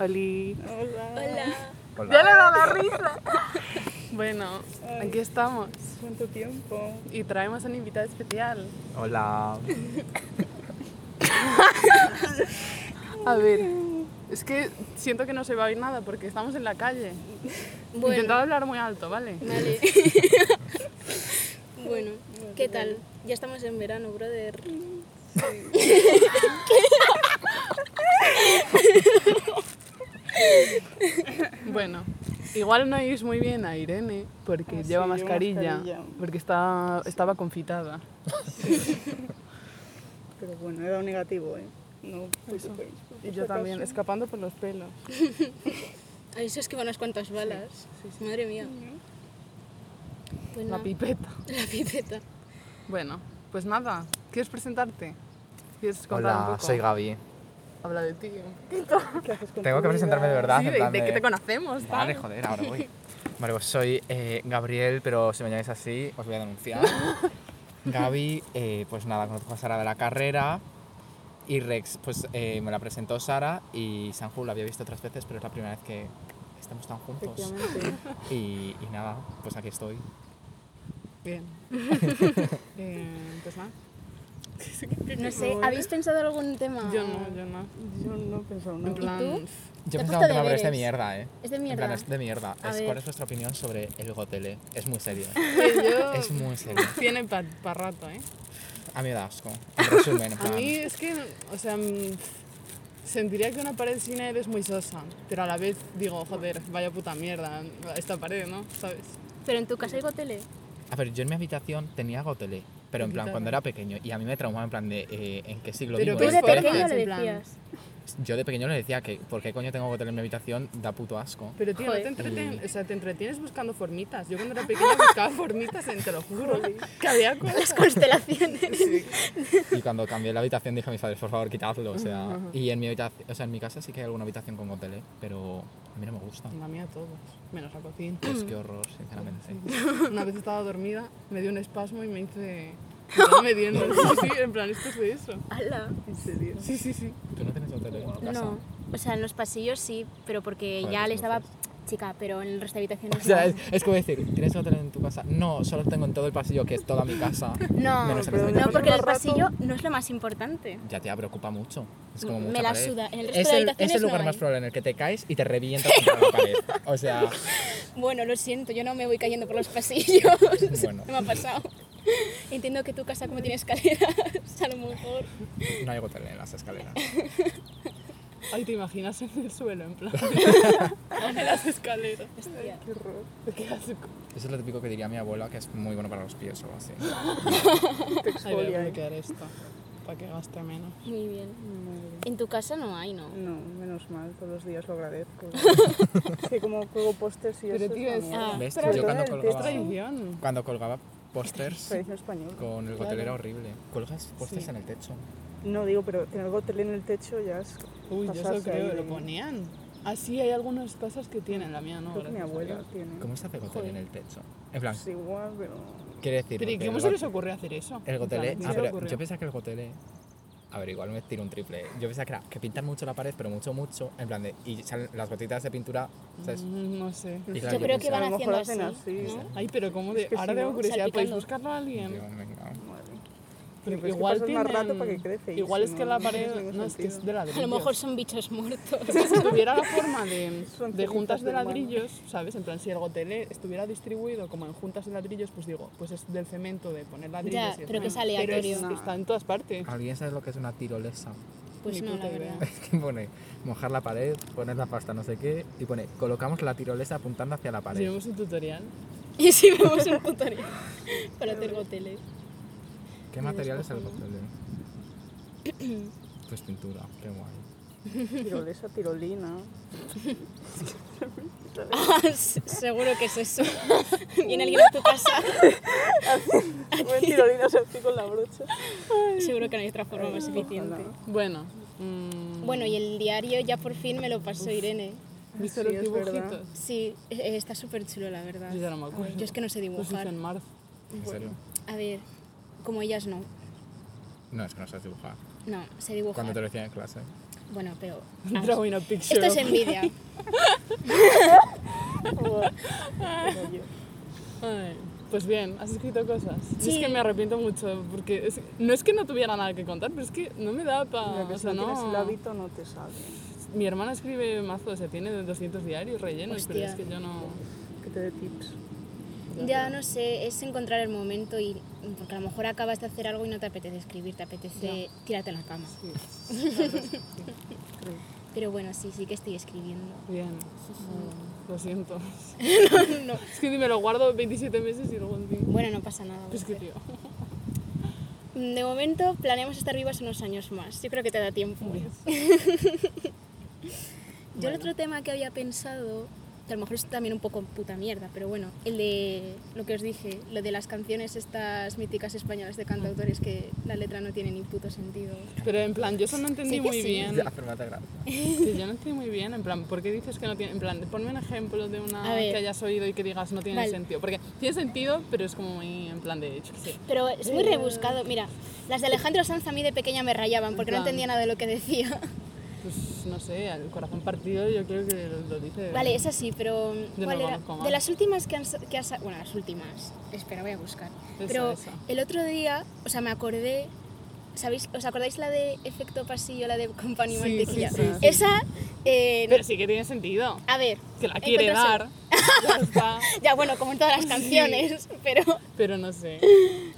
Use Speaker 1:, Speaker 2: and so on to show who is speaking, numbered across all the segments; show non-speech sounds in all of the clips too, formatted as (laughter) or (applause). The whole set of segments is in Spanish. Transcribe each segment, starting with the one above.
Speaker 1: Oli.
Speaker 2: Hola.
Speaker 1: Ya le da la risa. (laughs) Bueno,
Speaker 2: Ay.
Speaker 1: aquí estamos
Speaker 2: ¿Cuánto tiempo?
Speaker 1: y traemos un invitado especial.
Speaker 3: (laughs)
Speaker 4: Hola.
Speaker 1: A ver, es que siento que no se va a oír nada porque estamos en la calle.
Speaker 3: Bueno,
Speaker 1: Intentad hablar muy alto, ¿vale?
Speaker 3: vale. (laughs) bueno, ¿qué tal? Ya estamos en verano, brother.
Speaker 1: Bueno, igual no oís muy bien a Irene porque
Speaker 2: Ah, sí,
Speaker 1: lleva
Speaker 2: lleva
Speaker 1: mascarilla,
Speaker 2: mascarilla.
Speaker 1: porque está, estaba confitada.
Speaker 2: Pero bueno, he dado negativo, ¿eh? No, pues super.
Speaker 1: Y yo también, escapando por los pelos.
Speaker 3: A eso es que van unas cuantas balas. Madre mía. Pues
Speaker 1: La
Speaker 3: nada,
Speaker 1: pipeta.
Speaker 3: la pipeta.
Speaker 1: Bueno, pues nada, ¿quieres presentarte? ¿Quieres contar un
Speaker 4: Hola,
Speaker 1: poco?
Speaker 4: soy Gaby.
Speaker 1: Habla de ti.
Speaker 2: ¿Qué haces con
Speaker 4: Tengo
Speaker 2: tu
Speaker 4: que
Speaker 2: vida?
Speaker 4: presentarme de verdad.
Speaker 1: Sí,
Speaker 4: en
Speaker 1: de,
Speaker 4: plan
Speaker 1: de
Speaker 4: de-
Speaker 1: que te conocemos. tal.
Speaker 4: Vale, joder, ahora
Speaker 3: (laughs)
Speaker 4: voy. Vale, pues soy eh, Gabriel, pero si me llamáis así, os voy a
Speaker 3: (laughs)
Speaker 4: denunciar. Gaby, eh, pues nada, conozco a Sara de la carrera. Y Rex, pues eh, me la presentó Sara. Y Sanju la había visto otras veces, pero es la primera vez que estamos tan juntos.
Speaker 2: Efectivamente.
Speaker 4: Y, y nada, pues aquí estoy.
Speaker 1: (laughs) Bien. Eh, pues nada.
Speaker 3: No sé, ¿habéis pensado algún tema?
Speaker 1: Yo no, yo no.
Speaker 2: Yo no he pensado
Speaker 1: En
Speaker 2: nada.
Speaker 1: plan.
Speaker 3: tú?
Speaker 4: Yo
Speaker 3: Te he
Speaker 4: pensaba
Speaker 3: puesto
Speaker 4: que me hablaréis de
Speaker 3: deberes.
Speaker 4: mierda, ¿eh?
Speaker 3: Es de
Speaker 4: En
Speaker 3: mierda.
Speaker 4: plan, es de mierda.
Speaker 3: A
Speaker 4: Es-
Speaker 3: ver.
Speaker 4: ¿Cuál es vuestra opinión sobre el Gotele? Es muy
Speaker 3: (laughs)
Speaker 4: serio.
Speaker 1: que yo-
Speaker 4: Es muy serio.
Speaker 1: Tiene para rato, ¿eh?
Speaker 4: A mí me da asco. En
Speaker 1: (laughs)
Speaker 4: resumen, en
Speaker 1: A
Speaker 4: plan,
Speaker 1: mí es que, o sea, mm, sentiría que una pared sin él es muy sosa, pero a la vez digo, joder, vaya puta mierda esta pared, ¿no? ¿Sabes?
Speaker 3: Pero en tu casa hay gotele.
Speaker 4: A ver, yo en mi habitación tenía gotelé, pero en plan
Speaker 1: Poquito,
Speaker 4: cuando
Speaker 1: ¿no?
Speaker 4: era pequeño. Y a mí me traumaba en plan de eh, en qué siglo
Speaker 1: Pero
Speaker 4: vivo.
Speaker 3: Tú
Speaker 1: Pues
Speaker 3: de
Speaker 4: esto?
Speaker 1: porfa,
Speaker 3: pequeño
Speaker 1: es
Speaker 3: le
Speaker 1: en plan-
Speaker 3: decías.
Speaker 4: Yo de pequeño le decía que ¿por qué coño tengo gotelé en mi habitación? Da puto asco.
Speaker 1: Pero tío, no
Speaker 3: Joder.
Speaker 1: te, entreten, o sea, te entretienes buscando formitas. Yo cuando era pequeña buscaba formitas, en- te lo juro, que había cosas.
Speaker 3: Las constelaciones.
Speaker 4: Y cuando cambié la habitación dije a mis padres, por favor, quitadlo. O sea, y en mi habitación, o sea, en mi casa sí que hay alguna habitación con gotelé, pero a mí no me gusta.
Speaker 1: La mía todos, menos la cocina.
Speaker 4: Es que horror, sinceramente.
Speaker 1: Una vez estaba dormida, me dio un espasmo y me hice...
Speaker 2: (laughs)
Speaker 1: estaba mediendo, sí, sí, en plan, esto es de eso.
Speaker 3: Ala.
Speaker 2: En serio.
Speaker 1: Sí, sí, sí.
Speaker 4: ¿Tú no tienes gotelé en tu casa?
Speaker 3: No. O sea, en los pasillos sí, pero porque
Speaker 4: Joder,
Speaker 3: ya
Speaker 4: pues
Speaker 3: les daba
Speaker 4: entonces.
Speaker 3: chica, pero en el resto
Speaker 4: O
Speaker 3: de habitaciones
Speaker 4: sea,
Speaker 3: no.
Speaker 4: es, es como decir, ¿tienes gotelé en tu casa? No, solo tengo en todo el pasillo, que es toda mi casa.
Speaker 3: No,
Speaker 4: Menos en
Speaker 2: pero
Speaker 4: esta
Speaker 3: no,
Speaker 2: Pasar
Speaker 3: porque
Speaker 2: más
Speaker 3: el
Speaker 2: rato.
Speaker 3: pasillo no es lo más importante.
Speaker 4: Ya te preocupa mucho. Es como
Speaker 3: Me
Speaker 4: mucha
Speaker 3: la
Speaker 4: pared.
Speaker 3: suda. En el resto
Speaker 4: es
Speaker 3: de
Speaker 4: el, es
Speaker 3: habitaciones
Speaker 4: el
Speaker 3: no
Speaker 4: lugar más
Speaker 3: hay.
Speaker 4: probable en el que te caes y te revientas contra la pared. O
Speaker 3: (laughs)
Speaker 4: sea,
Speaker 3: Bueno, lo siento, yo no me voy cayendo por los pasillos. (laughs)
Speaker 4: Bueno.
Speaker 3: No me ha pasado. Entiendo que tu casa como tiene escaleras, a lo mejor.
Speaker 4: no hay gotelé en las escaleras.
Speaker 1: Ay, te imaginas en el suelo, en plan.
Speaker 2: (laughs)
Speaker 1: en las escaleras.
Speaker 3: Hostia.
Speaker 1: Qué horror. Qué asco.
Speaker 4: Eso es lo típico que diría mi abuela, que es muy bueno para los pies o algo así.
Speaker 2: Te
Speaker 1: Ay, voy
Speaker 2: exfolia,
Speaker 1: a
Speaker 2: ¿eh?
Speaker 1: bloquear esto. Para que gaste menos.
Speaker 3: Muy bien.
Speaker 2: Madre.
Speaker 3: En tu casa no hay, ¿no?
Speaker 2: No, menos mal, todos los días
Speaker 1: (laughs)
Speaker 2: lo agradezco. es que como juego pósters y
Speaker 1: Pero
Speaker 2: eso.
Speaker 1: tío,
Speaker 2: es
Speaker 1: es-
Speaker 2: una mierda.
Speaker 3: ah.
Speaker 4: ¿Ves?
Speaker 2: Pero
Speaker 4: Yo
Speaker 2: todo
Speaker 4: cuando
Speaker 2: el
Speaker 1: Es
Speaker 2: teatro
Speaker 4: colgaba,
Speaker 2: y-
Speaker 1: traición.
Speaker 4: cuando colgaba pósters
Speaker 2: Tradición española.
Speaker 4: con el gotelé era horrible. Colgas pósters
Speaker 1: Sí.
Speaker 4: en el techo.
Speaker 2: No digo, pero tener gotel en el techo ya es. pues
Speaker 1: Uy, yo eso
Speaker 2: Pasarse ahí
Speaker 1: creo,
Speaker 2: de
Speaker 1: lo
Speaker 2: mí.
Speaker 1: ponían. Así hay algunas casas que tienen, la mía no.
Speaker 2: Creo que mi
Speaker 1: gracias a
Speaker 2: abuela
Speaker 1: Dios.
Speaker 2: tiene.
Speaker 4: ¿Cómo se hace gotelé en el techo? En plan,
Speaker 2: Es igual, pero.
Speaker 4: quiere decir.
Speaker 1: Pero ¿y
Speaker 4: que
Speaker 1: cómo
Speaker 4: el
Speaker 1: se
Speaker 4: got-
Speaker 1: les ocurre hacer eso?
Speaker 4: El
Speaker 1: En plan,
Speaker 4: gotelé.
Speaker 1: ¿a quién
Speaker 4: Ah,
Speaker 1: se le
Speaker 4: pero
Speaker 1: ocurrió?
Speaker 4: yo pensaba que el gotelé. A ver, igual me tiro un triple. Yo pensaba que era que pintan mucho la pared, pero mucho, mucho. En plan de. Y salen las gotitas de pintura, ¿sabes?
Speaker 1: Mm, No sé.
Speaker 4: Y
Speaker 3: Yo
Speaker 4: claro,
Speaker 3: creo
Speaker 4: yo
Speaker 3: que
Speaker 4: pensaba-
Speaker 3: van
Speaker 2: a lo
Speaker 3: haciendo
Speaker 2: mejor
Speaker 3: así.
Speaker 2: hacen así,
Speaker 3: ¿no?
Speaker 1: Ay, pero ¿cómo de.
Speaker 2: Es que
Speaker 1: Ahora
Speaker 2: sí,
Speaker 1: tengo
Speaker 2: ¿no?
Speaker 1: curiosidad, ¿podéis
Speaker 3: Salpicando.
Speaker 1: buscarlo a alguien?
Speaker 4: Dios, venga.
Speaker 2: Madre.
Speaker 1: Pero
Speaker 2: Pero es que
Speaker 1: igual
Speaker 2: pasas más rato
Speaker 1: tienen-
Speaker 2: para que crece, y
Speaker 1: Igual
Speaker 2: si
Speaker 1: es que
Speaker 2: no,
Speaker 1: la
Speaker 2: no tiene
Speaker 1: pared.
Speaker 2: ningún
Speaker 1: No, es que es
Speaker 2: sentido.
Speaker 1: de ladrillos.
Speaker 3: A lo mejor son bichos muertos.
Speaker 1: (laughs) si tuviera la forma de,
Speaker 2: (laughs) Son
Speaker 1: de juntas de
Speaker 2: cenitas de
Speaker 1: ladrillos, ¿sabes? En plan, si el gotelé estuviera distribuido como en juntas de ladrillos, pues digo, pues es del cemento de poner ladrillos.
Speaker 3: Ya,
Speaker 1: y es
Speaker 3: pero que es
Speaker 1: bueno. Pero es-
Speaker 3: aleatorio.
Speaker 2: No.
Speaker 1: está en todas partes.
Speaker 4: ¿Alguien sabe lo que es una tirolesa? (laughs)
Speaker 3: Pues
Speaker 1: Ni
Speaker 3: no,
Speaker 1: puta
Speaker 3: la
Speaker 1: idea.
Speaker 3: verdad.
Speaker 4: Es que pone mojar la pared, poner la pasta no sé qué y pone colocamos la tirolesa apuntando hacia la pared.
Speaker 1: Tenemos un tutorial.
Speaker 3: Y si vemos un tutorial para
Speaker 1: (laughs)
Speaker 3: hacer goteles.
Speaker 4: ¿Qué material es el papel?
Speaker 1: (clears throat)
Speaker 4: pues pintura, qué
Speaker 1: (laughs)
Speaker 4: guay.
Speaker 2: Tirolesa, tirolina.
Speaker 3: Ah, Seguro que
Speaker 1: (laughs)
Speaker 3: es eso. Viene alguien a tu casa.
Speaker 2: Bueno, tirolinas así con la brocha.
Speaker 3: Seguro que no hay otra forma más eficiente.
Speaker 2: Ojalá.
Speaker 1: Bueno, mm,
Speaker 3: Bueno, y el diario ya por fin me lo pasó Irene.
Speaker 1: ¿viste
Speaker 2: sí,
Speaker 1: los
Speaker 2: es verdad.
Speaker 1: dibujitos?
Speaker 3: Sí, eh, está súper chulo, la verdad.
Speaker 1: Yo ya no me acuerdo.
Speaker 3: Ay, yo es que no sé
Speaker 1: Los hice
Speaker 3: dibujar.
Speaker 1: en marzo. (laughs)
Speaker 4: ¿En serio?
Speaker 3: A ver, como ellas no.
Speaker 4: No, es que no sabes dibujar.
Speaker 3: No, sé dibujar.
Speaker 4: Cuando te lo decía en clase.
Speaker 3: Bueno,
Speaker 1: (laughs)
Speaker 3: pero.
Speaker 1: Ah,
Speaker 3: vamos.
Speaker 1: Drawing a picture.
Speaker 3: Esto es
Speaker 1: of-
Speaker 3: envidia.
Speaker 2: Como yo.
Speaker 1: (laughs) Ay, pues bien, has escrito cosas. Yo
Speaker 3: Sí.
Speaker 1: Es que me arrepiento mucho, porque es- no es que no tuviera nada que contar, pero es que no me da para...
Speaker 2: Mira, que si no tienes el hábito no te sale.
Speaker 1: Mi hermana escribe mazo, o sea, tiene 200 diarios rellenos, pero es
Speaker 3: Hostia.
Speaker 1: que yo no...
Speaker 2: Que te
Speaker 1: (laughs)
Speaker 2: dé tips.
Speaker 3: Ya no sé, es encontrar el momento y. Porque a lo mejor acabas de hacer algo y no te apetece escribir, te apetece tirarte en la cama. Pero bueno, sí, sí que estoy escribiendo.
Speaker 1: (laughs) Bien, Mm, lo siento.
Speaker 3: (laughs) No.
Speaker 1: Es que me lo guardo 27 meses y luego en fin.
Speaker 3: Bueno, no pasa nada.
Speaker 1: Pues que
Speaker 3: Esther.
Speaker 1: tío.
Speaker 3: De momento planeamos estar vivas unos años más. Yo creo que te da tiempo.
Speaker 1: Bien.
Speaker 3: (laughs) Yo el otro tema que había pensado, que a lo mejor es también un poco puta mierda, pero bueno, el de lo que os dije, lo de las canciones estas míticas españolas de cantautores que la letra no tiene ni puto sentido.
Speaker 1: Pero en plan, yo eso no entendí
Speaker 3: Sí que
Speaker 1: muy
Speaker 3: sí.
Speaker 1: bien.
Speaker 4: (laughs) Ya, pero me hace gracia.
Speaker 1: Sí, yo no entendí muy bien, en plan, ¿por qué dices que no tiene...? En plan, ponme un ejemplo de una
Speaker 3: A ver.
Speaker 1: que hayas oído y que digas no tiene
Speaker 3: Vale.
Speaker 1: sentido. Porque tiene sentido, pero es como muy en plan de hecho. Sí.
Speaker 3: Pero es muy rebuscado. Mira, las de Alejandro Sanz a mí de pequeña me rayaban porque no
Speaker 1: Plan.
Speaker 3: entendía nada de lo que decía.
Speaker 1: Pues no sé, el corazón partido yo creo que lo, lo dice...
Speaker 3: Vale, es así, pero
Speaker 1: no
Speaker 3: ¿cuál era?
Speaker 1: conozco más.
Speaker 3: De las últimas que han, sa- que ha sa- bueno, las últimas. Espera, voy a buscar.
Speaker 1: Esa,
Speaker 3: pero
Speaker 1: esa.
Speaker 3: el otro día, o sea, me acordé ¿Sabéis? ¿Os acordáis la de efecto pasillo, la de Company
Speaker 1: Sí,
Speaker 3: Mantequilla?
Speaker 1: sí, sí, sí.
Speaker 3: Esa, eh,
Speaker 1: Pero sí que tiene sentido.
Speaker 3: a ver,
Speaker 1: Que la quiere
Speaker 3: encuentras-
Speaker 1: dar. Ya está.
Speaker 3: Ya, bueno, como en todas las canciones, (laughs) pero
Speaker 1: Pero no sé.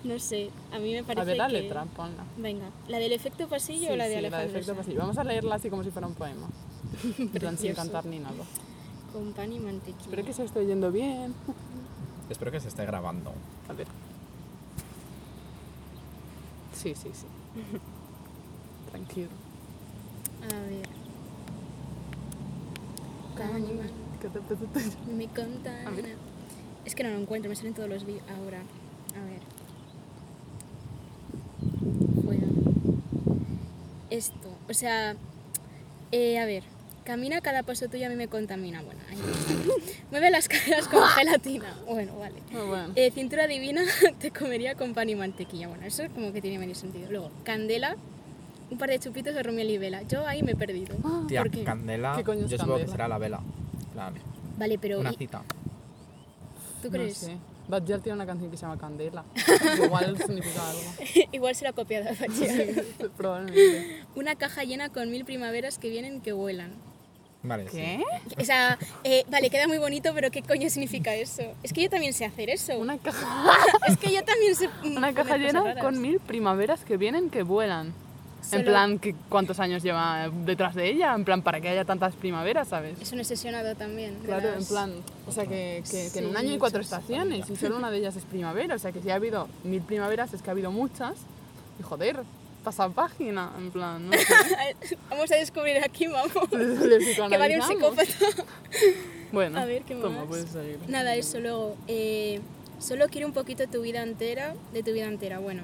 Speaker 3: no sé, a mí me (laughs) parece
Speaker 1: A ver la
Speaker 3: que-
Speaker 1: letra, ponla.
Speaker 3: Venga, ¿la del efecto pasillo o la de
Speaker 1: sí,
Speaker 3: Alejandro?
Speaker 1: efecto
Speaker 3: Sanz?
Speaker 1: pasillo. Vamos a leerla así como si fuera un
Speaker 3: (laughs)
Speaker 1: poema. En plan, sin
Speaker 3: Precioso.
Speaker 1: cantar ni nada.
Speaker 3: Con pan y mantequilla.
Speaker 1: Espero que se esté yendo bien.
Speaker 4: Espero que se esté grabando.
Speaker 1: A ver. Sí, sí, sí. Tranquilo.
Speaker 3: A ver. Pan y man- Me contan.
Speaker 1: A ver.
Speaker 3: Es que no lo encuentro, me salen todos los días ahora. A ver. Fuera. Esto, o sea. eh, a ver. Camina cada paso tuyo a mí me contamina. Bueno, ahí está.
Speaker 1: (laughs)
Speaker 3: Mueve las caderas con gelatina. Bueno, vale.
Speaker 1: Muy bueno.
Speaker 3: Eh, cintura divina (laughs) te comería con pan y mantequilla. Bueno, eso como que tiene medio sentido. Luego, candela, un par de chupitos de rumiel y vela. Yo ahí me he perdido.
Speaker 1: Ah.
Speaker 4: Tía,
Speaker 3: ¿Por qué?
Speaker 4: Candela,
Speaker 1: ¿Qué coño es
Speaker 4: yo supongo que
Speaker 1: Candela?
Speaker 4: será la vela. En plan,
Speaker 3: Vale, pero
Speaker 4: una
Speaker 3: ¿y-
Speaker 4: cita.
Speaker 3: ¿tú
Speaker 1: No
Speaker 3: crees?
Speaker 1: sé. Bad Gyal tiene una canción que se llama
Speaker 3: (laughs)
Speaker 1: Candela. Igual significa algo.
Speaker 3: Igual será copiada.
Speaker 1: Probablemente.
Speaker 3: Una caja llena con mil primaveras que vienen que vuelan.
Speaker 4: Vale, sí.
Speaker 1: ¿Qué?
Speaker 3: O sea, eh, vale, queda muy bonito, pero ¿qué coño significa eso? Es que yo también sé hacer eso. (laughs)
Speaker 1: Una caja.
Speaker 3: Es que yo también sé. mm,
Speaker 1: Una caja
Speaker 3: poner cosas
Speaker 1: llena
Speaker 3: raras.
Speaker 1: con mil primaveras que vienen que vuelan.
Speaker 3: Solo-
Speaker 1: En plan, que ¿cuántos años lleva detrás de ella? En plan, para que haya tantas primaveras, ¿sabes?
Speaker 3: Es un obsesionado también. de
Speaker 1: Claro,
Speaker 3: las-
Speaker 1: en
Speaker 3: (laughs)
Speaker 1: plan, o sea, que, que- que en un
Speaker 3: Sí,
Speaker 1: año hay
Speaker 3: muchas.
Speaker 1: cuatro estaciones y solo una de ellas es primavera. O sea, que si ha habido mil primaveras es que ha habido muchas. Y joder, pasa página, en plan, ¿no? (laughs) sé. ¿eh?
Speaker 3: Vamos a descubrir aquí, vamos.
Speaker 1: Le
Speaker 3: que va de un
Speaker 1: psicoanalizamos.
Speaker 3: psicópata. (laughs)
Speaker 1: Bueno,
Speaker 3: A ver, ¿qué
Speaker 1: toma,
Speaker 3: más?
Speaker 1: puedes seguir.
Speaker 3: Nada, eso luego. eh, solo quiero un poquito tu vida entera, de tu vida entera. Bueno,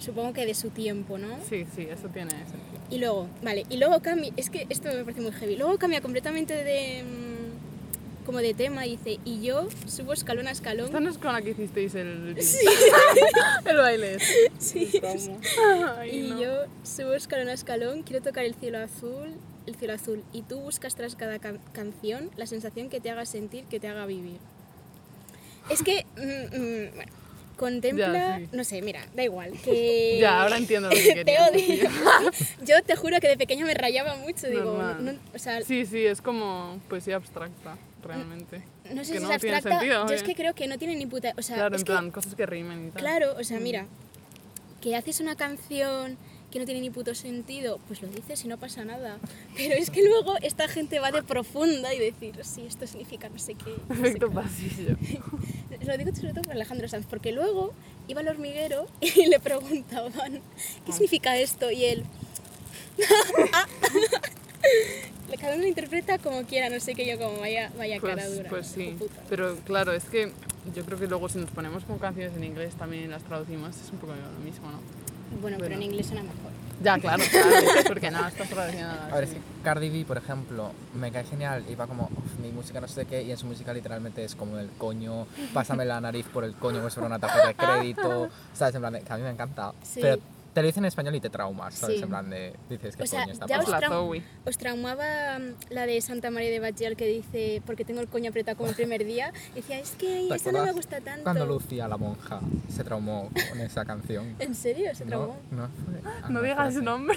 Speaker 3: supongo que de su tiempo, ¿no?
Speaker 1: Sí, sí, eso tiene sentido.
Speaker 3: Y luego, vale, y luego cambia, es que esto me parece muy heavy, luego cambia completamente de mm, como de tema y dice, y yo subo escalón a
Speaker 1: Esta
Speaker 3: escalón
Speaker 1: no es con la que hicisteis el,
Speaker 3: (laughs)
Speaker 1: (laughs) el baile. ese. Ay,
Speaker 3: y
Speaker 1: no.
Speaker 3: yo subo escalón a escalón, quiero tocar el cielo azul, el cielo azul, y tú buscas tras cada can- canción la sensación que te haga sentir, que te haga vivir. Es que, mm, mm, bueno, contempla,
Speaker 1: Ya, sí.
Speaker 3: no sé, mira, da igual, que...
Speaker 1: (laughs) Ya, ahora entiendo lo que
Speaker 3: (laughs) te
Speaker 1: querías
Speaker 3: odio. (laughs) Yo te juro que de pequeña me
Speaker 1: (laughs)
Speaker 3: rayaba mucho, digo,
Speaker 1: Normal.
Speaker 3: no- o sea,
Speaker 1: Sí, sí, es como poesía abstracta, realmente.
Speaker 3: No sé
Speaker 1: que
Speaker 3: si
Speaker 1: no
Speaker 3: es abstracta.
Speaker 1: Tiene sentido,
Speaker 3: yo es
Speaker 1: ¿eh?
Speaker 3: que creo que no tiene ni puta. O sea,
Speaker 1: Claro,
Speaker 3: Ah, es
Speaker 1: en
Speaker 3: que-
Speaker 1: plan, cosas que rimen y tal.
Speaker 3: claro, o sea, mira, que haces una canción que no tiene ni puto sentido, pues lo dices y no pasa nada. (laughs) Pero es que luego esta gente va de profunda y decir, sí, esto significa no sé qué. no sé
Speaker 1: Perfecto
Speaker 3: cuál".
Speaker 1: pasillo.
Speaker 3: Lo digo sobre todo por Alejandro Sanz, porque luego iba al hormiguero (laughs) y le preguntaban,
Speaker 1: Ah.
Speaker 3: ¿qué significa esto? Y él. (laughs) "Ah". (laughs) Cada uno lo interpreta como quiera, no sé qué yo como vaya, vaya cara
Speaker 1: Pues,
Speaker 3: dura.
Speaker 1: pues
Speaker 3: hijo
Speaker 1: sí,
Speaker 3: puta.
Speaker 1: pero claro, es que yo creo que luego si nos ponemos con canciones en inglés también y las traducimos, es un poco lo mismo, ¿no?
Speaker 3: Bueno, pero
Speaker 1: Bueno.
Speaker 3: en inglés suena mejor.
Speaker 1: Ya,
Speaker 3: (laughs)
Speaker 1: claro, claro porque no, estás traduciendo
Speaker 4: A ver, es que Cardi B, por ejemplo, me cae genial y va como, "Uf, mi música no sé qué, y en su música literalmente es como el coño, pásame la nariz por el coño, como si fuera una tarjeta de crédito, ¿sabes? En plan, de- que a mí me encanta.
Speaker 3: Sí.
Speaker 4: Pero Te lo dicen en español y te traumas, ¿sabes?
Speaker 3: Sí.
Speaker 4: En plan de. Dices que
Speaker 3: O sea,
Speaker 4: coño está
Speaker 3: ya os
Speaker 1: la
Speaker 4: pasando.
Speaker 3: tra-
Speaker 1: Zoe.
Speaker 3: Os traumaba mm, la de Santa María de Bachel que dice, porque tengo el coño apretado como el primer día. Decía, es que ay,
Speaker 4: ¿Te
Speaker 3: esa no me
Speaker 4: acuerdas
Speaker 3: gusta tanto.
Speaker 4: Cuando Lucía la monja se traumó con esa canción.
Speaker 3: ¿En serio? (laughs) ¿Se traumó?
Speaker 4: No, no, fue- ah,
Speaker 1: No
Speaker 4: fue
Speaker 1: digas
Speaker 4: así.
Speaker 1: nombre.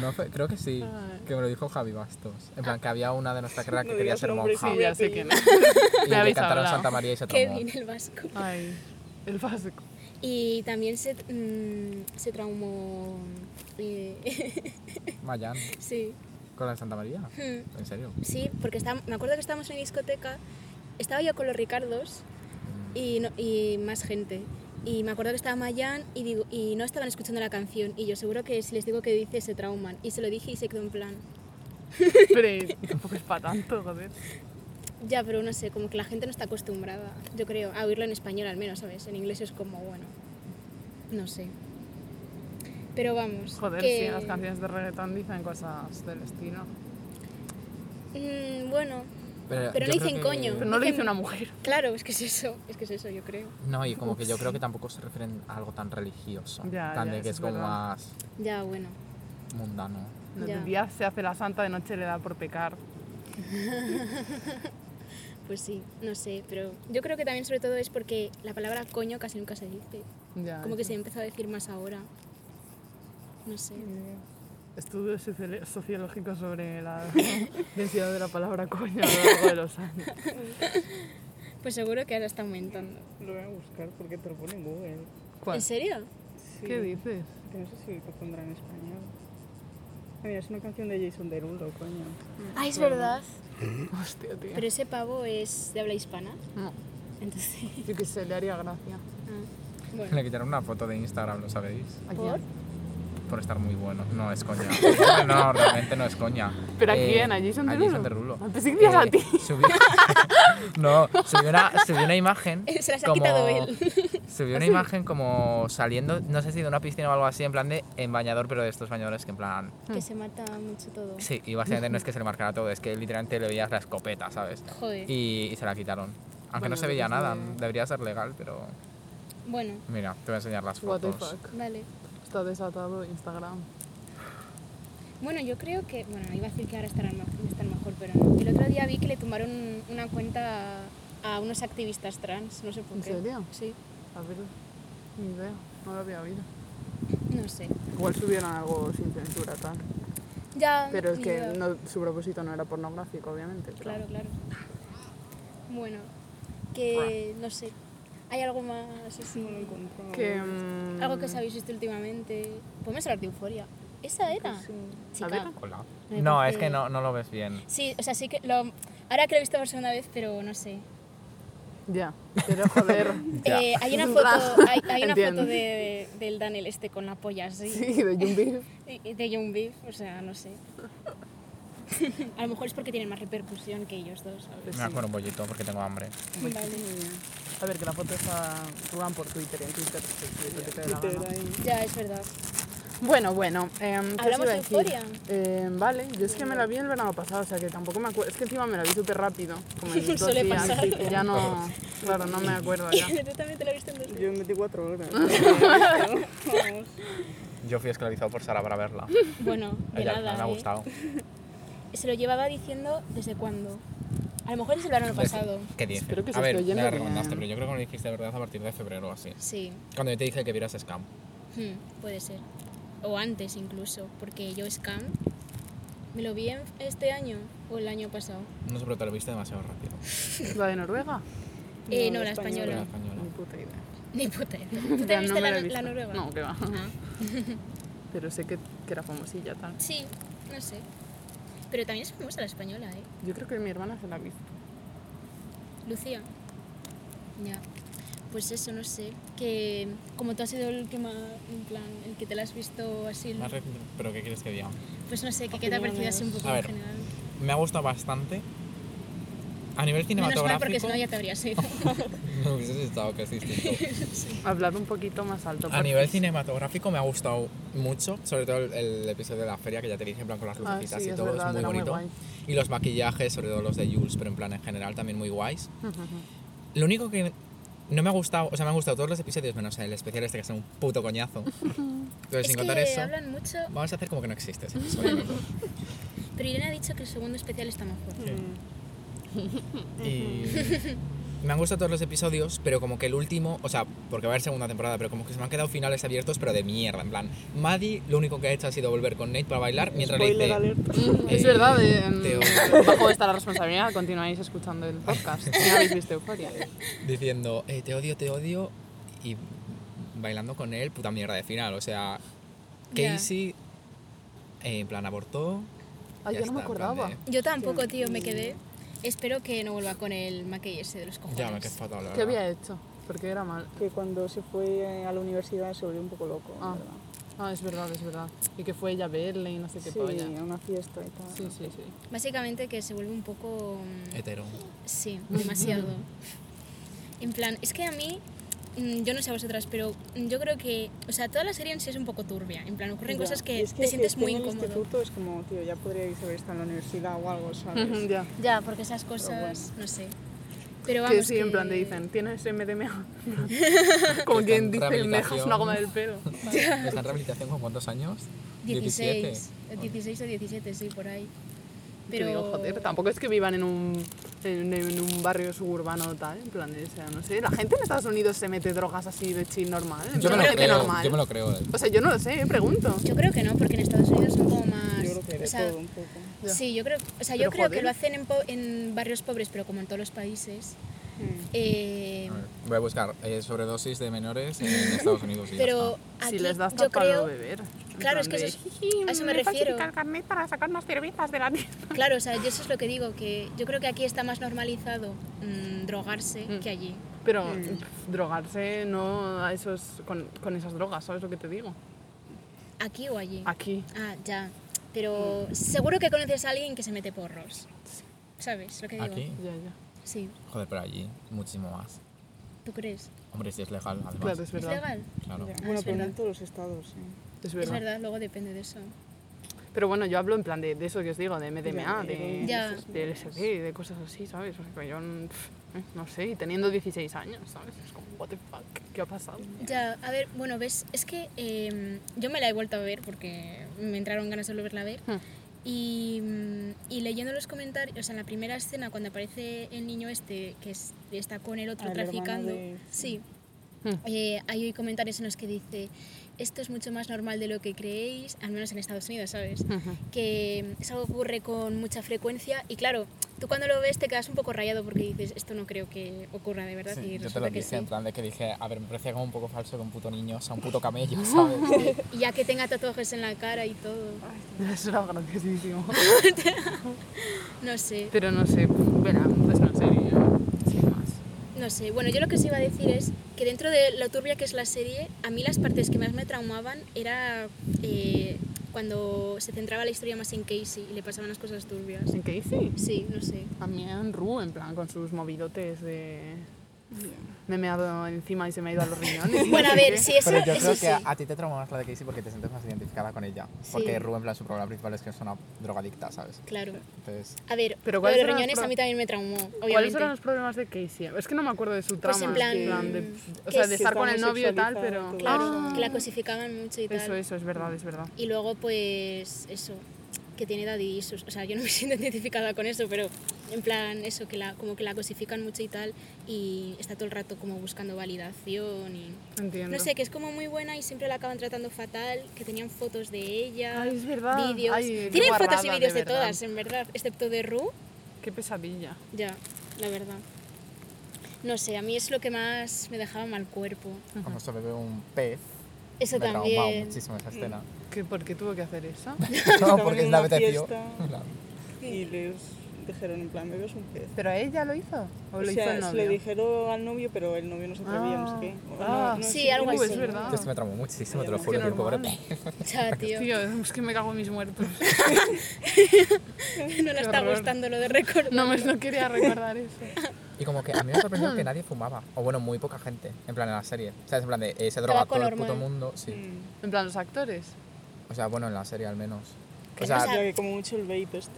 Speaker 4: No fue- creo que sí,
Speaker 1: Ay.
Speaker 4: que me lo dijo Javi Bastos. En plan, que había una de nuestra carrera que
Speaker 2: No
Speaker 4: quería
Speaker 2: digas
Speaker 4: ser
Speaker 2: nombre,
Speaker 4: monja.
Speaker 1: Sí, ya sé que no.
Speaker 4: Y
Speaker 1: Me
Speaker 4: le
Speaker 1: habéis
Speaker 4: cantaron
Speaker 1: hablado.
Speaker 4: Santa María y se traumó.
Speaker 3: Kevin, el vasco.
Speaker 1: Ay, el básico.
Speaker 3: Y también se, mm, se traumó... eh, (laughs)
Speaker 4: Mayan,
Speaker 3: sí.
Speaker 4: con la de Santa María.
Speaker 3: Hmm.
Speaker 4: ¿En serio?
Speaker 3: Sí, porque está- me acuerdo que estábamos en la discoteca, estaba yo con los Ricardos y, no- y más gente. Y me acuerdo que estaba Mayan y, digo, y no estaban escuchando la canción. Y yo seguro que si les digo que dice se trauman. Y se lo dije y se quedó en plan. (laughs)
Speaker 1: Pero tampoco es para tanto, joder.
Speaker 3: Ya, pero no sé, como que la gente no está acostumbrada, yo creo, a oírlo en español al menos, ¿sabes? En inglés es como, bueno, no sé. Pero vamos.
Speaker 1: Joder,
Speaker 3: que-
Speaker 1: sí, las canciones de reggaetón dicen cosas del estilo.
Speaker 3: Mm, bueno, Pero
Speaker 4: yo
Speaker 3: le
Speaker 4: creo
Speaker 3: dicen
Speaker 4: que-
Speaker 3: coño.
Speaker 1: Pero no lo dice
Speaker 3: Dicen-
Speaker 1: una mujer.
Speaker 3: claro, es que es eso, es que es eso, yo creo.
Speaker 4: No, y como que yo creo que tampoco se refieren a algo tan religioso.
Speaker 1: Ya,
Speaker 4: tan
Speaker 1: ya,
Speaker 4: de
Speaker 1: eso
Speaker 4: que
Speaker 1: es
Speaker 4: es como
Speaker 1: verdad.
Speaker 4: más
Speaker 3: Ya, bueno.
Speaker 4: mundano.
Speaker 1: No,
Speaker 3: Ya.
Speaker 1: De día se hace la santa, de noche le da por pecar.
Speaker 3: Pues sí, no sé, pero yo creo que también sobre todo es porque la palabra coño casi nunca se dice.
Speaker 1: Ya,
Speaker 3: Como que
Speaker 1: eso.
Speaker 3: se empezó a decir más ahora. No sé.
Speaker 1: Estudios sociolo- sociológicos sobre la (laughs) densidad de la palabra coño a lo largo de los años.
Speaker 3: Pues seguro que ahora está aumentando.
Speaker 2: Lo voy a buscar porque te lo pone en Google.
Speaker 1: ¿Cuál?
Speaker 3: ¿En serio?
Speaker 2: Sí,
Speaker 1: ¿Qué dices?
Speaker 2: que No sé si lo pondrá en español. Ah, Mira, es una canción de Jason Derulo, coño.
Speaker 3: Ah, es verdad.
Speaker 1: Hostia, tío.
Speaker 3: Pero ese pavo es de habla hispana.
Speaker 1: No,
Speaker 3: Entonces. (laughs)
Speaker 1: yo que sé, le haría gracia.
Speaker 3: ah, Bueno.
Speaker 4: Le quitaron una foto de Instagram, ¿lo sabéis?
Speaker 1: ¿A
Speaker 3: ¿Por?
Speaker 1: quién?
Speaker 4: Por estar muy bueno. No,
Speaker 1: (laughs)
Speaker 4: es coña. no, realmente no es coña.
Speaker 1: ¿Pero a
Speaker 4: Eh,
Speaker 1: quién? ¿A Jason Derulo?
Speaker 4: Derulo.
Speaker 1: Ah, pensé que decías a
Speaker 4: Eh,
Speaker 1: ti.
Speaker 4: subió- no, subió (laughs) una, subió una imagen.
Speaker 3: (laughs) Se las ha
Speaker 4: como-
Speaker 3: quitado él.
Speaker 4: (laughs) Subió
Speaker 3: (laughs)
Speaker 4: una imagen como saliendo, no sé si de una piscina o algo así, en plan de en bañador, pero de estos bañadores que en plan.
Speaker 1: Ah.
Speaker 3: Que se mata mucho todo.
Speaker 4: Sí, y básicamente no es que se le marcara todo, es que literalmente le veías la escopeta, ¿sabes?
Speaker 3: Joder.
Speaker 4: Y, y se la quitaron. Aunque
Speaker 1: Bueno,
Speaker 4: no se veía
Speaker 1: es
Speaker 4: nada,
Speaker 1: de-
Speaker 4: debería ser legal, pero.
Speaker 3: Bueno,
Speaker 4: Mira, te voy a enseñar las
Speaker 1: What the
Speaker 4: fotos.
Speaker 1: fuck.
Speaker 3: vale.
Speaker 1: Está desatado Instagram.
Speaker 3: Bueno, yo creo que. Bueno, iba a decir que ahora estarán, ma- están mejor, pero no. El otro día vi que le tumbaron una cuenta a, a unos activistas trans. No sé por
Speaker 1: ¿En
Speaker 3: qué.
Speaker 1: serio?
Speaker 3: Sí.
Speaker 1: A ver, ni idea. No lo había oído.
Speaker 3: No sé.
Speaker 1: Igual subieron algo sin censura, tal.
Speaker 3: Ya.
Speaker 1: Pero es
Speaker 3: ni
Speaker 1: que
Speaker 3: idea.
Speaker 1: no, su propósito no era pornográfico, obviamente. pero-
Speaker 3: Claro, claro. Bueno, que no sé. ¿Hay algo más así?
Speaker 2: No lo encontró.
Speaker 1: Que, mm,
Speaker 3: Algo que os habéis visto últimamente. Podemos hablar de euforia. ¿Esa era?
Speaker 2: Sí.
Speaker 1: A
Speaker 3: Chica.
Speaker 1: ver.
Speaker 4: Hola.
Speaker 3: Me
Speaker 4: No,
Speaker 3: parece-
Speaker 4: es que no, no lo ves bien.
Speaker 3: Sí, o sea, sí que lo. Ahora que lo he visto por segunda vez, pero no sé.
Speaker 1: Ya, pero
Speaker 3: (laughs)
Speaker 1: joder.
Speaker 4: Ya. Ah,
Speaker 3: Eh,
Speaker 4: (laughs)
Speaker 3: hay una
Speaker 1: Es un
Speaker 3: foto,
Speaker 1: rato.
Speaker 3: hay, hay una
Speaker 1: Entiendo.
Speaker 3: foto de, del Daniel este con la polla así.
Speaker 1: sí, de Jumbi.
Speaker 3: Y- y De Young Beef, o sea,
Speaker 4: (laughs)
Speaker 3: no sé. A lo mejor es porque tienen más repercusión que ellos dos, ¿sabes?
Speaker 4: Me voy a comer un bollito porque tengo hambre.
Speaker 3: Vale.
Speaker 1: A ver, que la foto está van por Twitter, en Twitter. sí, sí, lo que te dé la
Speaker 2: Twitter
Speaker 1: gana.
Speaker 2: ahí.
Speaker 3: Ya, es verdad. (laughs)
Speaker 1: Bueno, bueno. em, ¿qué os
Speaker 3: ¿Hablamos
Speaker 1: iba a
Speaker 3: de
Speaker 1: decir?
Speaker 3: Euphoria?
Speaker 1: Em, vale, yo es que me la vi el verano pasado, o sea que tampoco me acuerdo. Es que encima me la vi súper rápido, como
Speaker 3: (laughs)
Speaker 1: en dos
Speaker 3: Suele
Speaker 1: días,
Speaker 3: pasar.
Speaker 1: así que ya no. Claro, no me acuerdo
Speaker 3: (laughs)
Speaker 1: ya.
Speaker 3: Tú también te lo viste en dos
Speaker 2: Yo en
Speaker 1: (laughs)
Speaker 2: 24 horas. Vamos.
Speaker 4: Yo fui esclavizado por Sara para verla. (laughs)
Speaker 3: Bueno, de
Speaker 4: Ella
Speaker 3: nada.
Speaker 4: me ha
Speaker 3: ¿eh?
Speaker 4: gustado.
Speaker 3: Se lo llevaba diciendo desde cuándo. A lo mejor es el verano pasado.
Speaker 4: ¿Qué dices?
Speaker 1: Espero que se
Speaker 4: a ver,
Speaker 1: esté
Speaker 4: me
Speaker 1: oyendo
Speaker 4: la recomendaste,
Speaker 1: bien.
Speaker 4: pero yo creo que me lo dijiste de verdad a partir de febrero o así.
Speaker 3: Sí,
Speaker 4: Cuando yo te dije que vieras Scam.
Speaker 3: hmm, puede ser. O antes incluso, porque yo Scam me lo vi en- este año o el año pasado.
Speaker 4: No sé, pero te lo viste demasiado rápido.
Speaker 1: ¿La de Noruega?
Speaker 3: Eh,
Speaker 2: No,
Speaker 3: no,
Speaker 2: la
Speaker 3: la
Speaker 4: Pero
Speaker 3: española.
Speaker 4: la española.
Speaker 1: Ni puta idea.
Speaker 3: Ni puta. (laughs) idea. ¿Tú te
Speaker 1: Ya,
Speaker 3: viste
Speaker 1: no me la
Speaker 3: la,
Speaker 1: he
Speaker 3: la
Speaker 1: visto.
Speaker 3: noruega?
Speaker 1: No, que
Speaker 3: (laughs)
Speaker 1: va.
Speaker 3: Ah,
Speaker 1: Pero sé que, que era famosilla tal.
Speaker 3: sí, no sé. Pero también es famosa la española, ¿eh?
Speaker 1: Yo creo que mi hermana se la ha visto.
Speaker 3: Lucía. Ya. Pues eso, no sé. Que como tú has sido el que más, en plan, el que te la has visto así,
Speaker 4: Más re- Pero ¿qué quieres que diga?
Speaker 3: pues no sé, que qué te ha parecido así un poco
Speaker 4: A
Speaker 3: en
Speaker 4: ver,
Speaker 3: general.
Speaker 4: Me ha gustado bastante. A nivel
Speaker 3: Menos mal
Speaker 4: cinematográfico.
Speaker 3: porque si no ya te habrías
Speaker 4: (laughs)
Speaker 3: ido.
Speaker 4: No hubieses estado que es
Speaker 3: (laughs)
Speaker 4: distinto.
Speaker 1: Hablar un poquito más alto.
Speaker 4: A
Speaker 1: por-
Speaker 4: nivel cinematográfico me ha gustado mucho, sobre todo el, el episodio de la feria que ya te dije, en plan con las
Speaker 1: Ah,
Speaker 4: lucecitas
Speaker 1: sí,
Speaker 4: y
Speaker 1: es
Speaker 4: todo,
Speaker 1: verdad,
Speaker 4: es muy
Speaker 1: era muy
Speaker 4: bonito.
Speaker 1: guay.
Speaker 4: y los maquillajes, sobre todo los de Jules, pero en plan en general también muy guays.
Speaker 1: Ujú, ujú.
Speaker 4: Lo único que No me ha gustado, o sea, me han gustado todos los episodios menos el especial este que es un
Speaker 1: (laughs)
Speaker 4: puto coñazo. Entonces,
Speaker 3: es
Speaker 4: sin
Speaker 3: que
Speaker 4: contar eso,
Speaker 3: hablan mucho,
Speaker 4: vamos a hacer como que no existe
Speaker 3: (laughs)
Speaker 4: ese episodio.
Speaker 3: pero Irene ha dicho que el segundo especial está mejor.
Speaker 4: Y me han gustado todos los episodios, pero como que el último, o sea, porque va a haber segunda temporada, pero como que se me han quedado finales abiertos, pero de mierda. En plan, Maddie lo único que ha hecho ha sido volver con Nate para bailar mientras
Speaker 2: Spoiler
Speaker 4: le dice.
Speaker 2: alert.
Speaker 1: Es
Speaker 4: Eh,
Speaker 1: verdad, eh,
Speaker 4: Teo.
Speaker 1: (laughs) bajo esta la responsabilidad, continuáis escuchando el podcast. Si no habéis visto Euforia.
Speaker 4: diciendo eh, te odio, te odio y bailando con él, puta mierda de final. O sea,
Speaker 3: Ya.
Speaker 4: Casey eh, en plan abortó.
Speaker 1: Ay,
Speaker 4: ya
Speaker 1: yo no me
Speaker 4: está, en plan
Speaker 1: acordaba.
Speaker 4: de-
Speaker 3: Yo tampoco, tío, me quedé. Espero que no vuelva con el maquillaje ese de los cojones.
Speaker 4: Ya me quedé fatal. la
Speaker 1: ¿Qué
Speaker 4: verdad.
Speaker 1: había hecho? Porque era mal.
Speaker 2: Que cuando se fue eh, a la universidad se volvió un poco loco, en
Speaker 1: Ah.
Speaker 2: ¿verdad?
Speaker 1: Ah, es verdad, es verdad. Y que fue ella a verle y no sé qué
Speaker 2: Sí,
Speaker 1: polla.
Speaker 2: a una fiesta y tal.
Speaker 1: Sí, sí, sí.
Speaker 3: Básicamente que se vuelve un poco... mm,
Speaker 4: Hetero.
Speaker 3: Sí, demasiado. en plan, es que a mí, mm, yo no sé a vosotras, pero mm, yo creo que, o sea, toda la serie en sí es un poco turbia. En plan, ocurren
Speaker 2: Ya.
Speaker 3: cosas
Speaker 2: Y
Speaker 3: que,
Speaker 2: es
Speaker 3: te sientes
Speaker 2: esté
Speaker 3: muy
Speaker 2: en el
Speaker 3: incómodo.
Speaker 2: instituto es como, tío, ya podríais haber estado en la universidad o algo, ¿sabes?
Speaker 1: Ujú, (laughs) ya.
Speaker 3: Ya, porque esas cosas, no sé. Pero vamos.
Speaker 1: que sí, en plan te dicen, ¿tienes MDMA? (laughs) Como quien dice, me dejas una goma del
Speaker 4: (laughs)
Speaker 1: pelo.
Speaker 4: ¿Está en rehabilitación con cuántos años?
Speaker 3: 16, 16 o 17, sí, por ahí.
Speaker 1: Pero
Speaker 3: Pero.
Speaker 1: digo, joder, tampoco es que vivan en un, en, en un barrio suburbano tal, en plan, o sea, no sé, la gente en Estados Unidos se mete drogas así de chill normal, en
Speaker 4: Yo me
Speaker 1: plan,
Speaker 4: lo
Speaker 1: gente
Speaker 4: creo.
Speaker 1: normal.
Speaker 4: Yo me lo creo. eh.
Speaker 1: O sea, yo no lo sé, eh, pregunto.
Speaker 3: Yo creo que no, porque en Estados Unidos son como más.
Speaker 2: Yo creo que de
Speaker 3: o sea,
Speaker 2: todo un poco.
Speaker 1: Ya.
Speaker 3: Sí, yo creo, o sea,
Speaker 1: Pero,
Speaker 3: yo creo que
Speaker 1: joder.
Speaker 3: lo hacen en, po- en barrios pobres, pero como en todos los países. Eh,
Speaker 4: A ver, Voy a buscar eh, sobredosis de menores
Speaker 3: (laughs)
Speaker 4: en Estados Unidos. y ya
Speaker 3: pero aquí
Speaker 1: si les das
Speaker 3: yo
Speaker 1: hasta para
Speaker 3: creo,
Speaker 1: beber.
Speaker 3: Claro, es que eso es- a eso me refiero.
Speaker 1: carnet para sacarnos cervezas de la tienda.
Speaker 3: claro, o sea, yo eso es lo que digo, que yo creo que aquí está más normalizado mm, drogarse
Speaker 1: Mm.
Speaker 3: que allí.
Speaker 1: Pero pff, drogarse no a esos, con, con esas drogas, ¿sabes lo que te digo?
Speaker 3: Aquí o allí.
Speaker 1: Aquí.
Speaker 3: Ah, ya. Pero seguro que conoces a alguien que se mete porros. ¿Sabes lo que
Speaker 4: está.
Speaker 3: digo?
Speaker 4: Aquí.
Speaker 1: Ya, ya.
Speaker 3: Sí,
Speaker 4: Joder, pero allí muchísimo más.
Speaker 3: ¿tú crees?
Speaker 4: Hombre, si es legal, además.
Speaker 1: Claro, es
Speaker 3: ¿Es
Speaker 1: verdad.
Speaker 3: legal?
Speaker 4: Claro.
Speaker 2: Ya.
Speaker 3: Ah,
Speaker 2: Bueno,
Speaker 3: es
Speaker 2: pero no
Speaker 3: verdad.
Speaker 2: en todos los estados, ¿eh?
Speaker 1: Es
Speaker 3: Es
Speaker 1: verdad.
Speaker 3: verdad, luego depende de eso.
Speaker 1: Pero bueno, yo hablo en plan de, de eso que os digo, de MDMA, de,
Speaker 3: Ya.
Speaker 1: de LSD, de cosas así, ¿sabes? O sea, que yo mm, pff, eh, no sé, y teniendo 16 años, ¿sabes? Es como, what the fuck, ¿qué ha pasado?
Speaker 3: Ya, a ver, bueno, ves, es que eh, yo me la he vuelto a ver porque me entraron ganas de volverla a ver.
Speaker 1: Hmm.
Speaker 3: Y, mm, y leyendo los comentarios, o sea, en la primera escena, cuando aparece el niño este que es- está con el otro
Speaker 2: Ah, el hermano
Speaker 3: traficando,
Speaker 2: de-
Speaker 3: sí,
Speaker 1: Hmm.
Speaker 3: eh, hay comentarios en los que dice: Esto es mucho más normal de lo que creéis, al menos en Estados Unidos, ¿sabes? que mm, eso ocurre con mucha frecuencia y claro, tú cuando lo ves te quedas un poco rayado porque dices, esto no creo que ocurra de verdad
Speaker 4: Sí,
Speaker 3: y
Speaker 4: yo te lo
Speaker 3: resulta que
Speaker 4: dije,
Speaker 3: sí.
Speaker 4: en plan de que dije, a ver, me parecía como un poco falso que un puto niño sea un puto
Speaker 3: (laughs)
Speaker 4: camello, ¿sabes?
Speaker 3: Y ya que tenga tatuajes en la cara y todo,
Speaker 1: (laughs) Eso era graciosísimo.
Speaker 3: no sé,
Speaker 1: Pero no sé, pues verá, es una serie. Sin más.
Speaker 3: no sé. Bueno, yo lo que os iba a decir es que dentro de lo turbia que es la serie, a mí las partes que más me traumaban era eh, cuando se centraba la historia más en Casey y le pasaban las cosas turbias.
Speaker 1: ¿En qué hice?
Speaker 3: Sí, no sé.
Speaker 1: A mí en Ru, en plan, con sus movidotes de... Me he meado encima y se me ha ido a los riñones.
Speaker 3: (laughs) Bueno,
Speaker 1: (laughs)
Speaker 3: a ver,
Speaker 1: sí.
Speaker 3: sí, eso,
Speaker 4: Pero yo creo
Speaker 3: eso
Speaker 4: que
Speaker 3: sí.
Speaker 4: a ti te trauma más la de Casey porque te sientes más identificada con ella.
Speaker 3: Sí.
Speaker 4: Porque Rubén, en plan, su problema principal es que es una drogadicta, ¿sabes?
Speaker 3: Claro.
Speaker 4: Entonces,
Speaker 3: A ver,
Speaker 1: Pero
Speaker 3: pero
Speaker 1: ¿cuáles
Speaker 3: los
Speaker 1: eran los
Speaker 3: riñones a
Speaker 1: pro-
Speaker 3: mí también me traumó, obviamente.
Speaker 1: ¿Cuáles eran los problemas de Casey? Es que no me acuerdo de su trama.
Speaker 3: Pues en plan,
Speaker 1: de, o
Speaker 3: que
Speaker 1: sea, de
Speaker 3: se
Speaker 1: estar con el
Speaker 2: estaba
Speaker 1: novio y tal,
Speaker 2: sexualizada,
Speaker 1: pero...
Speaker 2: todo.
Speaker 3: Claro,
Speaker 1: Ah,
Speaker 3: que la cosificaban mucho y tal.
Speaker 1: Eso, eso, es verdad, es verdad.
Speaker 3: Y luego, pues, eso, que tiene daddy issues. O sea, yo no me (laughs) siento identificada con eso, pero en plan, eso, que la, como que la cosifican mucho y tal, y está todo el rato como buscando validación y.
Speaker 1: Entiendo.
Speaker 3: No sé, que es como muy buena y siempre la acaban tratando fatal, que tenían fotos de ella,
Speaker 1: Ay, es verdad.
Speaker 3: vídeos.
Speaker 1: Ay, qué
Speaker 3: Tienen fotos y
Speaker 1: guarrada,
Speaker 3: vídeos
Speaker 1: de
Speaker 3: de,
Speaker 1: verdad.
Speaker 3: todas, ¿eh? en verdad, excepto de Ru,
Speaker 1: Qué pesadilla.
Speaker 3: ya, la verdad. No sé, a mí es lo que más me dejaba mal cuerpo.
Speaker 4: cuando se bebe un pez,
Speaker 3: Eso
Speaker 4: me traumaba
Speaker 3: también. (laughs)
Speaker 4: muchísimo esa escena.
Speaker 1: ¿Qué, ¿Por qué tuvo que hacer eso?
Speaker 4: No, (laughs)
Speaker 2: Estaban
Speaker 4: porque
Speaker 2: en
Speaker 4: la
Speaker 2: una
Speaker 4: apeteció. (laughs)
Speaker 2: fiesta.
Speaker 4: Claro.
Speaker 2: Y les dijeron, en plan, bebes un pez.
Speaker 1: (laughs) ¿Pero ella lo hizo? ¿O lo
Speaker 2: o
Speaker 1: hizo
Speaker 2: sea,
Speaker 1: el novio?
Speaker 2: le dijeron al novio, pero el novio no se atrevía, no sé qué. O
Speaker 1: Ah,
Speaker 2: no, no
Speaker 3: sí,
Speaker 2: sé,
Speaker 3: algo
Speaker 2: no sé.
Speaker 1: así. Es verdad.
Speaker 3: Ah.
Speaker 4: Esto me traumó muchísimo, te lo
Speaker 2: Es
Speaker 4: juro,
Speaker 1: que
Speaker 4: que el pobre
Speaker 1: normal.
Speaker 4: pez.
Speaker 3: Ya, tío.
Speaker 1: Tío, es que me cago en mis muertos.
Speaker 3: (laughs)
Speaker 1: (laughs)
Speaker 3: No le
Speaker 1: Qué
Speaker 3: está
Speaker 1: horror.
Speaker 3: gustando lo de récord.
Speaker 1: No me no quería recordar
Speaker 3: (laughs)
Speaker 1: eso.
Speaker 4: Y como que a mí me sorprendió que nadie fumaba, o bueno, muy poca gente, en plan en la serie. O sea, es en plan de, eh, se droga
Speaker 3: Tabaco
Speaker 4: todo el
Speaker 3: normal.
Speaker 4: puto mundo, sí.
Speaker 2: Mm.
Speaker 1: En plan, los actores.
Speaker 4: O sea, bueno, en la serie al menos.
Speaker 3: Que
Speaker 4: O
Speaker 3: no
Speaker 4: sea,
Speaker 3: sabe.
Speaker 2: Ya que como mucho el vape este.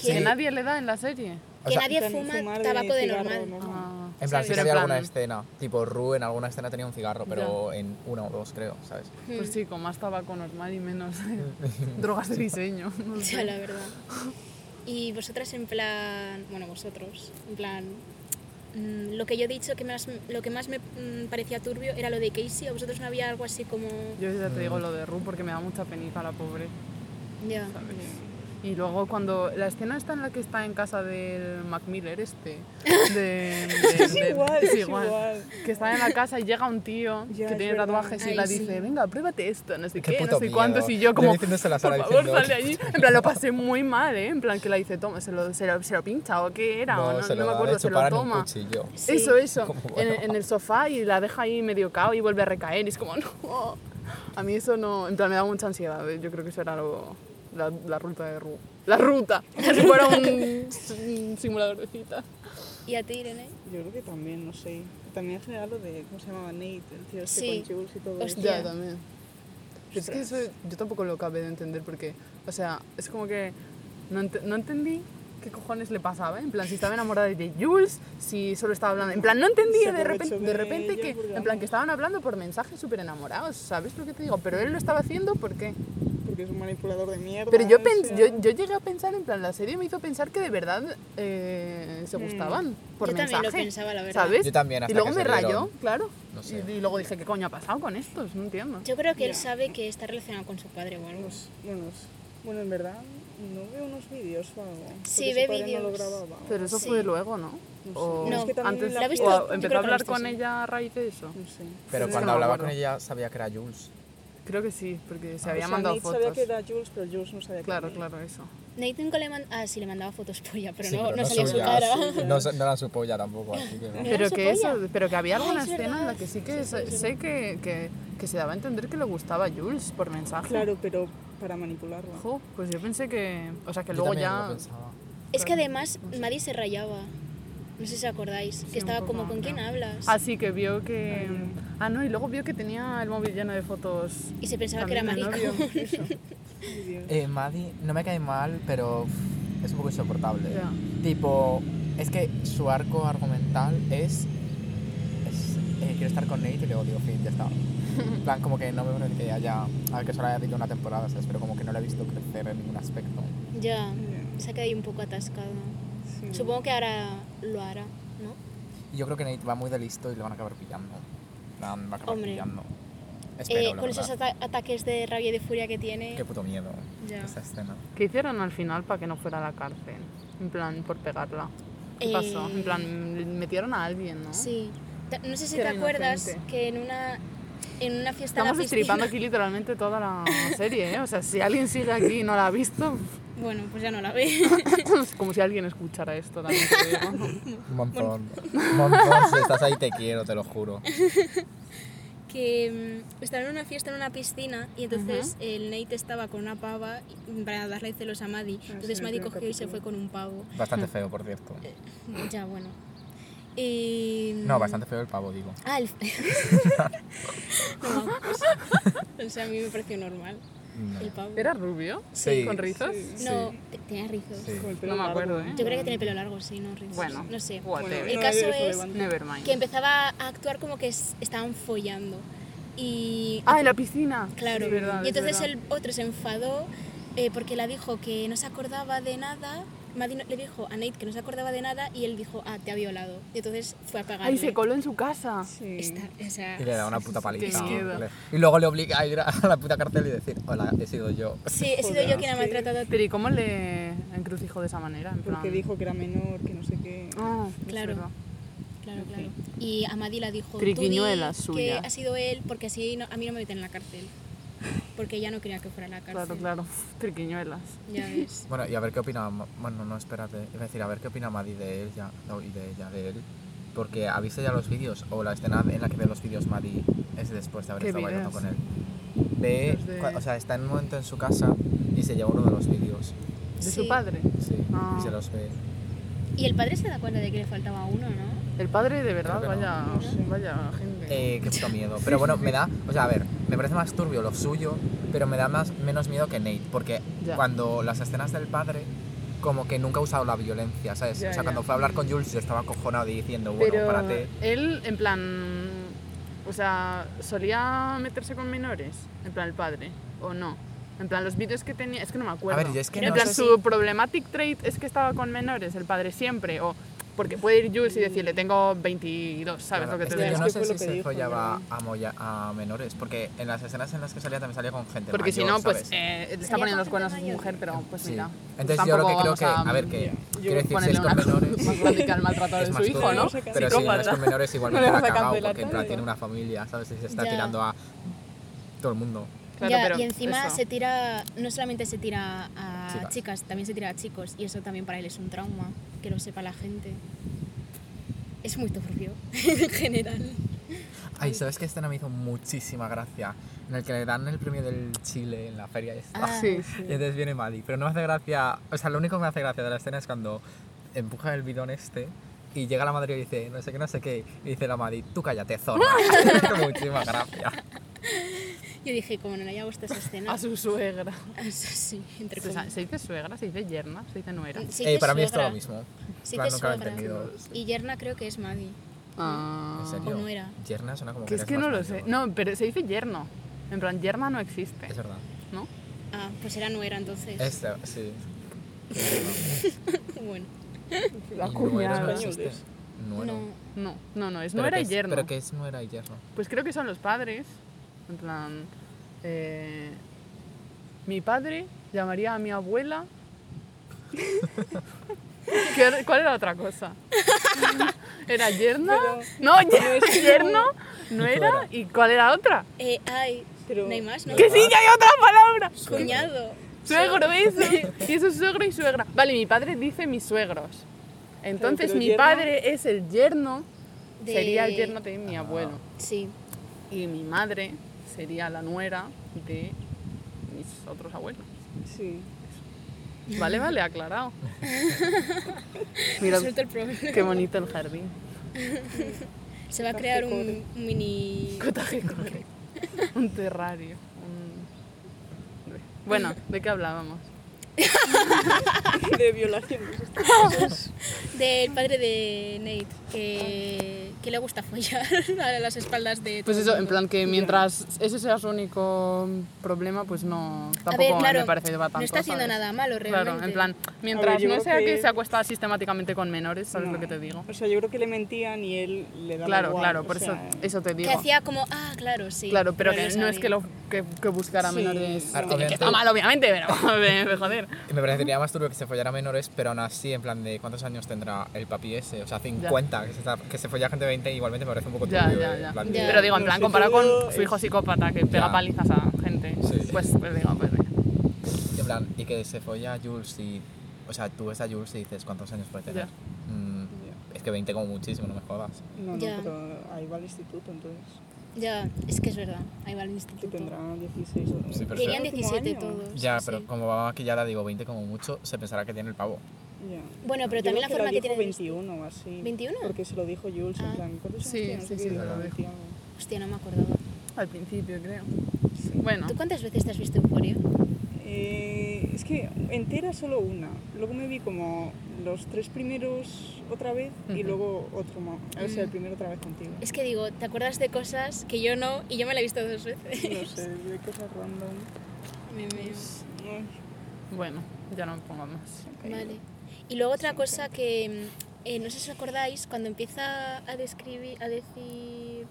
Speaker 3: Que,
Speaker 1: Que
Speaker 4: Sí.
Speaker 1: nadie le da en la serie.
Speaker 4: o
Speaker 3: que
Speaker 4: sea,
Speaker 3: nadie
Speaker 2: Tan-
Speaker 3: fuma
Speaker 2: fumar
Speaker 3: tabaco de
Speaker 2: cigarro
Speaker 3: normal.
Speaker 1: Ah,
Speaker 4: En plan,
Speaker 1: ¿Sabes?
Speaker 4: sí que
Speaker 1: Pero en
Speaker 4: había alguna este.
Speaker 1: plan-
Speaker 4: escena. Tipo, Ru en alguna escena tenía un cigarro, pero en uno o dos, creo, ¿sabes?
Speaker 3: Mm,
Speaker 2: Mm.
Speaker 1: Pues sí, con más tabaco normal y
Speaker 4: (laughs)
Speaker 1: menos (laughs) drogas de
Speaker 2: (laughs)
Speaker 1: diseño. no sé.
Speaker 3: (laughs) Ya, la verdad. Y vosotras en plan, bueno, vosotros, en plan, mm, lo que yo he dicho que más, lo que más me mm, parecía turbio era lo de Casey, a vosotros no había algo así como...
Speaker 1: Yo ya te digo
Speaker 4: Mm.
Speaker 1: lo de Ru porque me da mucha penica la pobre.
Speaker 3: Ya.
Speaker 1: ¿sabes? Y luego cuando la escena está en la que está en casa del Mac Miller
Speaker 2: (laughs)
Speaker 1: este, de-
Speaker 2: Es
Speaker 1: del-
Speaker 2: igual,
Speaker 1: es
Speaker 2: es igual.
Speaker 1: que está en la casa y llega un tío
Speaker 2: Ya,
Speaker 1: que
Speaker 2: es
Speaker 1: tiene
Speaker 2: verdad.
Speaker 1: tatuajes y
Speaker 3: Ay,
Speaker 1: la
Speaker 3: sí.
Speaker 1: dice, venga, pruébate esto, no sé
Speaker 4: Qué
Speaker 1: qué,
Speaker 4: puto
Speaker 1: no sé
Speaker 4: miedo.
Speaker 1: cuántos y yo
Speaker 4: Yo
Speaker 1: como, por
Speaker 4: diciéndoselo a Sara
Speaker 1: favor,
Speaker 4: diciendo-
Speaker 1: sal de allí. En plan, lo pasé muy mal, ¿eh? En plan, que la dice, toma, se lo, se lo, se lo pincha o qué era, o no,
Speaker 4: se
Speaker 1: no me
Speaker 4: lo da de
Speaker 1: acuerdo, se lo
Speaker 4: chupar en un
Speaker 1: toma.
Speaker 4: cuchillo.
Speaker 3: Sí.
Speaker 1: Eso, eso.
Speaker 4: Como,
Speaker 1: En,
Speaker 4: bueno.
Speaker 1: en el sofá y la deja ahí medio cao y vuelve a recaer. Y es como, (laughs) no. A mí eso no. En plan, me da mucha ansiedad. ¿eh? Yo creo que eso era lo, la, la ruta de Ru. La
Speaker 4: (laughs)
Speaker 1: ruta. Como si fuera un, un simulador de cita.
Speaker 3: ¿Y a ti, Irene?
Speaker 2: Yo creo que también, no sé. También en general lo de, ¿cómo se llamaba? Nate, el tío este
Speaker 3: Sí.
Speaker 2: con Jules y todo
Speaker 3: Hostia.
Speaker 2: eso.
Speaker 3: Ya,
Speaker 1: también. Es que eso yo tampoco lo acabé de entender porque, o sea, es como que no, ent- no entendí qué cojones le pasaba, ¿eh? en plan, si estaba enamorada de Jules, si solo estaba hablando, en plan, no entendí
Speaker 2: Se
Speaker 1: de repente,
Speaker 2: aprovechó
Speaker 1: de
Speaker 2: de
Speaker 1: repente
Speaker 2: ella
Speaker 1: que,
Speaker 2: porque,
Speaker 1: en plan, que
Speaker 2: vamos.
Speaker 1: estaban hablando por mensajes súper enamorados, ¿sabes lo que te digo? Pero él lo estaba haciendo porque...
Speaker 2: Porque es un manipulador de mierda.
Speaker 1: Pero yo,
Speaker 2: o
Speaker 1: pens-
Speaker 2: sea.
Speaker 1: yo, yo llegué a pensar, en plan, la serie me hizo pensar que de verdad eh, se gustaban por
Speaker 3: Yo
Speaker 1: mensaje.
Speaker 3: también lo pensaba, la verdad.
Speaker 1: ¿Sabes?
Speaker 4: Yo también, hasta
Speaker 1: y luego
Speaker 4: que
Speaker 1: me
Speaker 4: se rieron.
Speaker 1: rayó, claro.
Speaker 4: No sé.
Speaker 1: Y, y luego dije, ¿qué coño ha pasado con estos? No entiendo.
Speaker 3: Yo creo que él
Speaker 2: Ya.
Speaker 3: sabe que está relacionado con su padre o algo.
Speaker 1: Pues-
Speaker 2: Unos- unos- bueno, en verdad, no veo unos vídeos o algo.
Speaker 3: Sí,
Speaker 2: porque su
Speaker 3: ve
Speaker 2: padre No lo
Speaker 3: vídeos.
Speaker 2: grababa.
Speaker 1: Pero eso
Speaker 3: Sí.
Speaker 1: fue luego, ¿no?
Speaker 2: No sé.
Speaker 1: O
Speaker 3: No, Es que
Speaker 2: también
Speaker 1: antes,
Speaker 2: la- ¿La
Speaker 1: o
Speaker 2: viste?
Speaker 1: a-
Speaker 3: Yo creo
Speaker 1: empezó a
Speaker 3: que la
Speaker 1: hablar
Speaker 3: viste,
Speaker 1: con
Speaker 3: sí.
Speaker 1: ella a raíz de eso.
Speaker 2: No sé.
Speaker 4: Pero
Speaker 1: Sí,
Speaker 4: cuando
Speaker 1: no me
Speaker 4: hablaba
Speaker 1: acuerdo.
Speaker 4: con ella sabía que era Jules.
Speaker 1: Creo que sí, porque se
Speaker 2: O
Speaker 1: había
Speaker 3: Pues
Speaker 2: sea,
Speaker 1: mandado
Speaker 2: Nate
Speaker 1: fotos.
Speaker 2: sabía que era Jules, pero Jules no sabía
Speaker 1: Claro,
Speaker 2: que era.
Speaker 1: claro, eso.
Speaker 3: Nate nunca le mandaba... Ah, sí, le mandaba fotos polla, pero
Speaker 4: Sí,
Speaker 3: no,
Speaker 4: pero
Speaker 3: no salía su
Speaker 4: suya.
Speaker 3: cara.
Speaker 4: No, se- no era su polla tampoco, así
Speaker 1: (laughs)
Speaker 4: que no.
Speaker 3: Pero
Speaker 1: Pero
Speaker 3: se
Speaker 1: que, eso,
Speaker 3: apoya.
Speaker 1: pero que había
Speaker 3: Ah,
Speaker 1: alguna
Speaker 3: es
Speaker 1: escena en la
Speaker 3: verdad.
Speaker 1: que sí que sé, sé que, que, que se daba a entender que le gustaba a Jules por mensaje.
Speaker 2: Claro, pero para manipularlo.
Speaker 1: Jo, pues yo pensé que. O sea, que
Speaker 4: Yo
Speaker 1: luego
Speaker 4: también
Speaker 1: ya.
Speaker 4: lo pensaba.
Speaker 3: Es que además Maddie se rayaba. No sé si os acordáis. que
Speaker 1: un
Speaker 3: estaba
Speaker 1: poco,
Speaker 3: como, ¿con
Speaker 1: no. Ah,
Speaker 3: quién hablas?
Speaker 1: Así que vio que. Ah, no, y luego vio que tenía el móvil lleno de fotos.
Speaker 3: Y se pensaba que era
Speaker 1: también de
Speaker 3: maricón.
Speaker 1: novio, eso.
Speaker 3: (laughs)
Speaker 2: Ay, Dios.
Speaker 4: Eh, Maddie no me cae mal, pero uf, es un poco insoportable.
Speaker 1: Ya.
Speaker 4: Tipo, es que su arco argumental es. es, eh, quiero estar con Nate y luego digo, fin, ya está. En plan, como que no me parece que haya. A ver, que solo haya habido una temporada, ¿sabes? Pero como que no la he visto crecer en ningún aspecto.
Speaker 3: Ya,
Speaker 2: Ya,
Speaker 3: se ha quedado ahí un poco atascado.
Speaker 4: Mm.
Speaker 2: sí.
Speaker 3: Supongo que ahora lo hará, ¿no?
Speaker 4: Y yo creo que Nate va muy de listo y le van a acabar pillando. En plan, va a acabar
Speaker 3: Hombre.
Speaker 4: pillando. Espero,
Speaker 3: Eh,
Speaker 4: la
Speaker 3: con esos
Speaker 4: verdad.
Speaker 3: ata- ataques de rabia y de furia que tiene.
Speaker 4: Qué puto miedo
Speaker 3: Ya.
Speaker 4: esa escena.
Speaker 1: ¿Qué hicieron al final para que no fuera a la cárcel? En plan, por pegarla. ¿Qué pasó?
Speaker 3: Eh,
Speaker 1: En plan, metieron a alguien, ¿no?
Speaker 3: Sí. Ta- No sé si
Speaker 1: Que
Speaker 3: te
Speaker 1: era
Speaker 3: acuerdas
Speaker 1: inocente.
Speaker 3: que en una, en una fiesta en la
Speaker 1: Estamos
Speaker 3: piscina-
Speaker 1: destripando aquí literalmente toda la serie, ¿eh? O sea, si alguien sigue aquí y no la ha visto, (coughs)
Speaker 3: Bueno, pues ya no la ve.
Speaker 1: es como si alguien escuchara esto también. te digo.
Speaker 4: Un
Speaker 3: (laughs)
Speaker 4: montón. Un montón. Si estás ahí, te quiero, te lo juro.
Speaker 3: que mm, estaban en una fiesta en una piscina y entonces el Nate estaba con una pava y- para darle celos a Maddie. Entonces
Speaker 2: sí,
Speaker 3: Maddie
Speaker 2: en el
Speaker 3: cogió y se
Speaker 2: capítulo.
Speaker 3: fue con un pavo.
Speaker 4: Bastante feo, por cierto.
Speaker 3: Ya, bueno. Y... mm,
Speaker 4: No, bastante feo el pavo, digo.
Speaker 3: Ah, el... no, vamos. (laughs) O sea, a mí me pareció normal
Speaker 4: No.
Speaker 3: el pavo.
Speaker 1: (laughs) ¿Era rubio?
Speaker 4: Sí.
Speaker 1: ¿Con rizos?
Speaker 3: No,
Speaker 4: Sí.
Speaker 3: te- tenía rizos.
Speaker 4: Sí.
Speaker 2: Con el pelo
Speaker 1: No me
Speaker 2: largo.
Speaker 1: acuerdo, ¿eh?
Speaker 3: Yo creo que tiene pelo largo, sí, no rizos.
Speaker 1: Bueno,
Speaker 3: no sé.
Speaker 2: Bueno,
Speaker 1: whatever.
Speaker 3: El
Speaker 2: no,
Speaker 3: caso
Speaker 2: eso
Speaker 3: es
Speaker 2: levanta.
Speaker 1: Nevermind.
Speaker 3: Que empezaba a actuar como que s- estaban follando. Y
Speaker 1: Ah, en la piscina.
Speaker 3: Claro.
Speaker 1: Es verdad,
Speaker 3: y
Speaker 1: es
Speaker 3: entonces
Speaker 1: verdad.
Speaker 3: el otro se enfadó eh, porque la dijo que no se acordaba de nada. Maddie no- le dijo a Nate que no se acordaba de nada y él dijo, ah, te ha violado. Y entonces fue a pagarle.
Speaker 1: Ahí se coló en su casa.
Speaker 2: Sí.
Speaker 3: Está- o sea,
Speaker 4: Y le da una puta paliza.
Speaker 1: miedo.
Speaker 4: Le- Y luego le obliga a (laughs) ir a la puta cárcel y decir, hola, he sido yo.
Speaker 3: sí, he sido yo quien ha maltratado a
Speaker 1: Pero ¿y cómo le encrucijó de esa manera? En
Speaker 2: Porque
Speaker 1: plan-
Speaker 2: dijo que era menor, que no sé qué.
Speaker 1: Ah, es
Speaker 3: Claro.
Speaker 1: verdad.
Speaker 3: Claro, claro. Y a Maddie la dijo, tú di
Speaker 1: Triquiñuelas
Speaker 3: que
Speaker 1: suyas.
Speaker 3: ha sido él porque así no- a mí no me meten en la cárcel. Porque ella no quería que fuera a la cárcel.
Speaker 1: Claro, claro. Triquiñuelas.
Speaker 3: Ya ves.
Speaker 4: Bueno, y a ver qué opina. Ma- Bueno, no, espérate. Iba a decir, a ver qué opina Maddie de él ya. No, y de ella, de él. Porque ha visto ya los vídeos. O la escena en la que ve los vídeos Maddie es después de haber
Speaker 1: ¿Qué
Speaker 4: estado bailando
Speaker 1: vídeos?
Speaker 4: con él. Ve,
Speaker 1: Los de-
Speaker 4: cua- o sea, está en un momento en su casa y se lleva uno de los vídeos.
Speaker 1: De
Speaker 3: Sí.
Speaker 1: su padre.
Speaker 4: Sí.
Speaker 1: Ah.
Speaker 4: Y se los ve.
Speaker 3: Y el padre se da cuenta de que le faltaba uno, ¿no?
Speaker 1: El padre de verdad,
Speaker 4: Creo que no.
Speaker 1: vaya, vaya gente.
Speaker 4: Eh, qué puto
Speaker 2: (laughs)
Speaker 4: miedo. Pero bueno, me da. O sea, a ver, me parece más turbio lo suyo, pero me da más, menos miedo que Nate. Porque
Speaker 1: Ya.
Speaker 4: cuando las escenas del padre como que nunca ha usado la violencia, ¿sabes?
Speaker 2: Ya,
Speaker 4: o sea, cuando
Speaker 2: ya.
Speaker 4: fue a hablar con Jules yo estaba cojonado diciendo, bueno,
Speaker 1: Pero
Speaker 4: párate.
Speaker 1: él, en plan, o sea, solía meterse con menores, en plan el padre, o no. En plan, los vídeos que tenía, es que no me acuerdo.
Speaker 4: A ver, yo es que
Speaker 1: en
Speaker 4: no
Speaker 1: plan,
Speaker 4: sé
Speaker 1: su problematic trait es que estaba con menores, el padre siempre, o porque puede ir Jules y decirle, tengo 22, ¿sabes
Speaker 4: Claro,
Speaker 1: lo que
Speaker 4: es
Speaker 1: te
Speaker 4: que
Speaker 1: digo?
Speaker 4: yo
Speaker 2: Es
Speaker 4: no
Speaker 2: que
Speaker 4: sé
Speaker 2: fue
Speaker 4: si
Speaker 2: lo que
Speaker 4: se
Speaker 2: dijo,
Speaker 4: follaba
Speaker 2: creo.
Speaker 4: a, molla- a menores, porque en las escenas en las que salía también salía con gente
Speaker 1: Porque si
Speaker 4: mayor,
Speaker 1: no, pues
Speaker 4: ¿sabes?
Speaker 1: eh, le está
Speaker 3: Salía
Speaker 1: poniendo
Speaker 3: con
Speaker 1: los cuernos a su
Speaker 3: gente
Speaker 1: mujer, pero pues
Speaker 4: Sí.
Speaker 1: mira.
Speaker 4: Entonces yo lo
Speaker 1: tampoco
Speaker 4: que creo
Speaker 1: vamos
Speaker 4: que, a, ver, que quiero decir, si
Speaker 1: ponerle
Speaker 4: es con
Speaker 1: una (laughs)
Speaker 4: menores,
Speaker 1: problemática al maltratador
Speaker 4: es
Speaker 1: de
Speaker 4: más
Speaker 1: su hijo,
Speaker 4: cruel,
Speaker 1: ¿no?
Speaker 4: Pero si no es
Speaker 1: Psicópata.
Speaker 4: con
Speaker 1: (laughs)
Speaker 4: menores, igual
Speaker 2: No
Speaker 4: no
Speaker 2: le
Speaker 4: la ha
Speaker 2: vas a
Speaker 4: cagado,
Speaker 2: cancelar
Speaker 4: porque en plan
Speaker 2: tanto.
Speaker 4: tiene una familia, ¿sabes? Y se está
Speaker 3: Ya.
Speaker 4: tirando a todo el mundo.
Speaker 1: Claro,
Speaker 3: Ya,
Speaker 1: pero
Speaker 3: y encima
Speaker 1: eso.
Speaker 3: se tira, no solamente se tira a
Speaker 4: Chicas.
Speaker 3: chicas. también se tira a chicos. Y eso también para él es un trauma, que lo sepa la gente. Es muy turbio, (laughs) en general.
Speaker 4: Ay, ¿sabes qué escena me hizo muchísima gracia? En el que le dan el premio del Chile en la feria y está.
Speaker 3: Ah,
Speaker 1: Sí,
Speaker 4: Y entonces viene Mali, pero no me hace gracia, o sea, lo único que me hace gracia de la escena es cuando empuja el bidón este y llega la madre y dice, no sé qué, no sé qué, y dice la Mali, tú
Speaker 1: (laughs)
Speaker 4: cállate, zorra. (laughs) me hizo muchísima gracia.
Speaker 3: Yo dije, como no le haya gustado esa escena,
Speaker 1: a Ah, su suegra.
Speaker 3: eso (laughs) sí, entre
Speaker 1: O sea,
Speaker 3: comillas.
Speaker 1: ¿Se dice suegra? ¿Se dice yerna? ¿Se dice nuera?
Speaker 3: Sí,
Speaker 4: Eh,
Speaker 3: que
Speaker 4: para mí es todo
Speaker 3: suegra.
Speaker 4: lo mismo.
Speaker 3: Sí,
Speaker 4: Claro,
Speaker 3: que
Speaker 4: nunca lo he
Speaker 3: suegra.
Speaker 4: entendido.
Speaker 3: Y Yerna creo que es Maggie.
Speaker 1: Ah.
Speaker 4: ¿En serio?
Speaker 3: pues no era.
Speaker 4: Yerna suena como
Speaker 1: Que es
Speaker 4: eres
Speaker 1: que
Speaker 4: más
Speaker 1: no lo
Speaker 4: mayor.
Speaker 1: sé. No, pero se dice yerno. En plan, yerna no existe,
Speaker 4: Es verdad.
Speaker 1: ¿no?
Speaker 3: Ah, pues era nuera entonces.
Speaker 4: Esta, sí.
Speaker 3: (laughs) Bueno,
Speaker 2: La
Speaker 4: Y
Speaker 2: cuñada.
Speaker 4: nueras no
Speaker 2: Españoles.
Speaker 4: existe. Nuero.
Speaker 3: no.
Speaker 1: No, no, no, es
Speaker 4: Pero
Speaker 1: nuera
Speaker 4: que
Speaker 1: y
Speaker 4: es-
Speaker 1: yerno.
Speaker 4: Pero que es nuera y yerno.
Speaker 1: Pues creo que son los padres. En plan, eh, mi padre llamaría a mi abuela. (laughs) ¿Qué era- ¿Cuál era otra cosa? (laughs) ¿Era yerno?
Speaker 2: Pero-
Speaker 1: No, yer- (laughs) yerno, no era.
Speaker 4: fuera.
Speaker 1: ¿Y cuál era otra?
Speaker 3: Eh, ay,
Speaker 2: Pero-
Speaker 3: no hay más, ¿no? Ah,
Speaker 1: Que sí, ya hay otra palabra.
Speaker 3: Cuñado.
Speaker 1: Suegro, eso. Y eso es suegro y suegra. Vale, mi padre dice mis suegros. Entonces
Speaker 2: pero
Speaker 1: mi
Speaker 2: yerno-
Speaker 1: padre es el yerno,
Speaker 3: De-
Speaker 1: sería el yerno de mi
Speaker 4: Ah.
Speaker 1: abuelo.
Speaker 3: Sí.
Speaker 1: Y mi madre sería la nuera de mis otros abuelos.
Speaker 2: Sí.
Speaker 1: Vale, vale, (laughs) aclarado. Mira,
Speaker 3: Resuelto el problema.
Speaker 1: qué bonito el jardín.
Speaker 3: Se va a crear un
Speaker 2: Cotaje
Speaker 3: mini.
Speaker 1: Cotaje cobre. Un terrario. un- Bueno, ¿de qué hablábamos?
Speaker 2: (laughs) De violaciones.
Speaker 3: Del padre de Nate, que, que le gusta follar (laughs) a las espaldas de.
Speaker 1: Pues
Speaker 3: todo
Speaker 1: eso,
Speaker 3: el
Speaker 1: en
Speaker 3: mundo.
Speaker 1: plan que mientras ese sea su único problema, pues no,
Speaker 3: A
Speaker 1: tampoco
Speaker 3: ver, claro,
Speaker 1: me parece que va tanto,
Speaker 3: No está haciendo
Speaker 1: ¿sabes?
Speaker 3: nada malo, realmente.
Speaker 1: Claro, en plan, mientras
Speaker 2: yo
Speaker 1: no
Speaker 2: creo
Speaker 1: sea que...
Speaker 2: que-
Speaker 1: se acuesta sistemáticamente con menores, ¿sabes
Speaker 2: No.
Speaker 1: lo que te digo?
Speaker 2: O sea, yo creo que le mentían y él le daba
Speaker 1: Claro,
Speaker 2: igual,
Speaker 1: claro,
Speaker 2: o
Speaker 1: por eso,
Speaker 2: sea,
Speaker 1: eso te digo.
Speaker 3: Que hacía como, ah, claro, sí.
Speaker 1: Claro, pero
Speaker 3: lo
Speaker 1: que no es
Speaker 3: sabía.
Speaker 1: que, lo, que, que buscara
Speaker 2: Sí.
Speaker 1: menores.
Speaker 4: Claro,
Speaker 1: que- que
Speaker 4: obviamente.
Speaker 1: está mal, obviamente, pero (laughs) joder.
Speaker 4: Y Me parecería más turbio que se follara a menores, pero aún así, en plan de cuántos años tendrá el papi ese, o sea, 50, que se, está- que se folla gente de 20, igualmente me parece un poco turbio.
Speaker 1: Ya,
Speaker 4: eh,
Speaker 1: ya,
Speaker 4: en
Speaker 1: ya.
Speaker 4: plan de-
Speaker 3: Ya.
Speaker 1: Pero digo, en
Speaker 2: No
Speaker 1: plan,
Speaker 2: sé,
Speaker 1: comparado con
Speaker 2: todo
Speaker 1: su hijo
Speaker 2: es-
Speaker 1: psicópata que pega
Speaker 4: Ya.
Speaker 1: palizas a gente,
Speaker 4: Sí.
Speaker 1: pues, pues digo, pues venga.
Speaker 4: En plan, y que se folla a Jules y. O sea, tú ves a Jules y dices, ¿cuántos años puede tener?
Speaker 1: Ya.
Speaker 4: Mm, es que 20 como muchísimo, no me jodas.
Speaker 2: No, no,
Speaker 3: Ya.
Speaker 2: pero ahí va al instituto, entonces.
Speaker 3: Ya, es que es verdad. Ahí va el
Speaker 2: Que
Speaker 3: instituto.
Speaker 2: tendrá 16 o
Speaker 4: Sí, pero
Speaker 3: Tenían
Speaker 2: Último
Speaker 3: 17
Speaker 2: año.
Speaker 3: todos.
Speaker 4: Ya,
Speaker 3: sí,
Speaker 4: pero
Speaker 3: sí.
Speaker 4: como va maquillada, digo 20 como mucho, se pensará que tiene el pavo.
Speaker 2: Ya.
Speaker 3: Bueno, pero
Speaker 2: Yo
Speaker 3: también la
Speaker 2: creo que
Speaker 3: forma
Speaker 2: la
Speaker 3: que
Speaker 2: dijo
Speaker 3: tiene.
Speaker 2: 21 o así.
Speaker 3: ¿21?
Speaker 2: Porque se lo dijo Jules,
Speaker 3: Ah.
Speaker 2: en plan, ¿cuántos años
Speaker 1: Sí,
Speaker 2: tienes?
Speaker 1: sí,
Speaker 2: Y
Speaker 1: sí,
Speaker 2: dijo,
Speaker 4: es verdad.
Speaker 2: 21.
Speaker 3: Hostia, no me acordaba.
Speaker 1: Al principio, creo. Bueno,
Speaker 3: ¿Tú cuántas veces te has visto Euforia?
Speaker 2: Eh, es que entera solo una. Luego me vi como los tres primeros otra vez y
Speaker 1: Ujú.
Speaker 2: luego otro más. O sea, el
Speaker 3: Mm.
Speaker 2: primero otra vez contigo.
Speaker 3: Es que digo, ¿te acuerdas de cosas que yo no y yo me la he visto dos veces?
Speaker 2: No sé, de cosas random.
Speaker 3: (laughs) Me- me-
Speaker 2: Ay,
Speaker 1: bueno, ya no me pongo más.
Speaker 2: ok.
Speaker 3: Vale. Y luego otra cosa que eh, no sé si os acordáis, cuando empieza a describir, a decir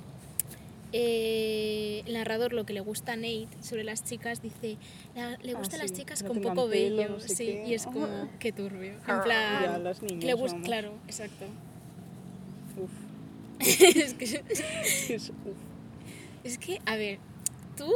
Speaker 3: eh, el narrador lo que le gusta a Nate sobre las chicas, dice, "La- le
Speaker 2: Ah,
Speaker 3: gustan
Speaker 2: sí,
Speaker 3: las chicas
Speaker 2: no
Speaker 3: con
Speaker 2: tengan
Speaker 3: poco
Speaker 2: pelo,
Speaker 3: vello,
Speaker 2: no sé
Speaker 3: sí,
Speaker 2: qué.
Speaker 3: y es como,
Speaker 2: Ah.
Speaker 3: qué
Speaker 2: (laughs)
Speaker 3: turbio. En
Speaker 1: Ah,
Speaker 3: plan,
Speaker 2: Ya, las niñas.
Speaker 3: que le gusta,
Speaker 2: vamos.
Speaker 3: claro,
Speaker 2: (laughs)
Speaker 3: exacto. (laughs)
Speaker 2: Uf.
Speaker 3: es, que,
Speaker 2: Es- uf.
Speaker 3: es que, a ver, tú...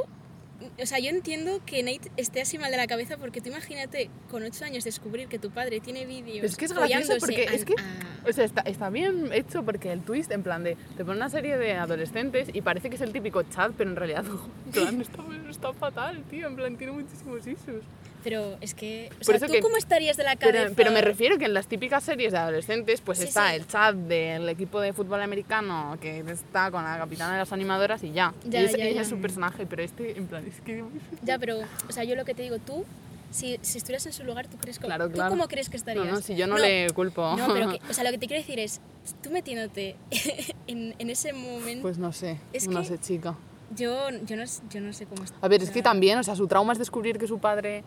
Speaker 3: O sea, yo entiendo que Nate esté así mal de la cabeza porque tú imagínate con 8 años descubrir que tu padre tiene vídeos.
Speaker 1: Es que es gracioso
Speaker 3: follándose
Speaker 1: porque
Speaker 3: a-
Speaker 1: es que-
Speaker 3: a-
Speaker 1: O sea, está, está bien hecho porque el twist, en plan de, te pone una serie de adolescentes y parece que es el típico chat, pero en realidad, no, (laughs) en plan, está, está fatal, tío, en plan, tiene muchísimos issues.
Speaker 3: Pero es que. O
Speaker 1: Por
Speaker 3: sea,
Speaker 1: eso
Speaker 3: ¿tú
Speaker 1: que-
Speaker 3: cómo estarías de la cabeza?
Speaker 1: Pero, pero me refiero que en las típicas series de adolescentes, pues
Speaker 3: Sí,
Speaker 1: está
Speaker 3: sí.
Speaker 1: el chat del equipo de fútbol americano que está con la capitana de las animadoras y ya.
Speaker 3: Ya,
Speaker 1: y es-
Speaker 3: ya,
Speaker 1: ella
Speaker 3: ya.
Speaker 1: es su personaje, pero este, en plan, es que.
Speaker 3: Ya, pero, o sea, yo lo que te digo, tú, si, si estuvieras en su lugar, ¿tú, crees que-
Speaker 1: Claro,
Speaker 3: ¿tú
Speaker 1: claro.
Speaker 3: cómo crees que
Speaker 1: No,
Speaker 3: estarías?
Speaker 1: no, si yo no, le culpo. (laughs)
Speaker 3: No, pero que, o sea, lo que te quiero decir es, tú metiéndote (laughs) en, en ese momento,
Speaker 1: Pues no sé,
Speaker 3: Es
Speaker 1: no
Speaker 3: que-
Speaker 1: sé, chica.
Speaker 3: yo, yo, no, yo no sé cómo...
Speaker 1: A ver, es
Speaker 3: o
Speaker 1: que
Speaker 3: sea,
Speaker 1: también, o sea, su trauma es descubrir que su padre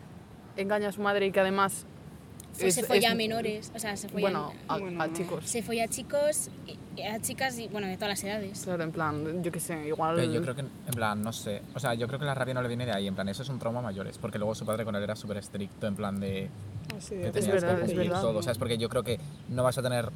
Speaker 1: engaña a su madre y que además...
Speaker 3: fue- se folla a menores, o sea, se folla,
Speaker 1: Bueno, a,
Speaker 2: Bueno,
Speaker 1: a
Speaker 2: no.
Speaker 1: chicos.
Speaker 3: se folla a chicos, y- a chicas, y, bueno, de todas las edades.
Speaker 1: Claro, en plan, yo qué sé, igual...
Speaker 4: Pero yo creo que, en plan, no sé. O sea, yo creo que la rabia no le viene de ahí. En plan, eso es un trauma mayores. Porque luego su padre con él era súper estricto, en plan de.
Speaker 2: Así
Speaker 4: que
Speaker 2: de-
Speaker 1: Es
Speaker 4: tenías
Speaker 1: verdad,
Speaker 4: que
Speaker 1: es
Speaker 4: cumplir
Speaker 1: verdad.
Speaker 4: todo. O sea, es porque yo creo que no vas a tener.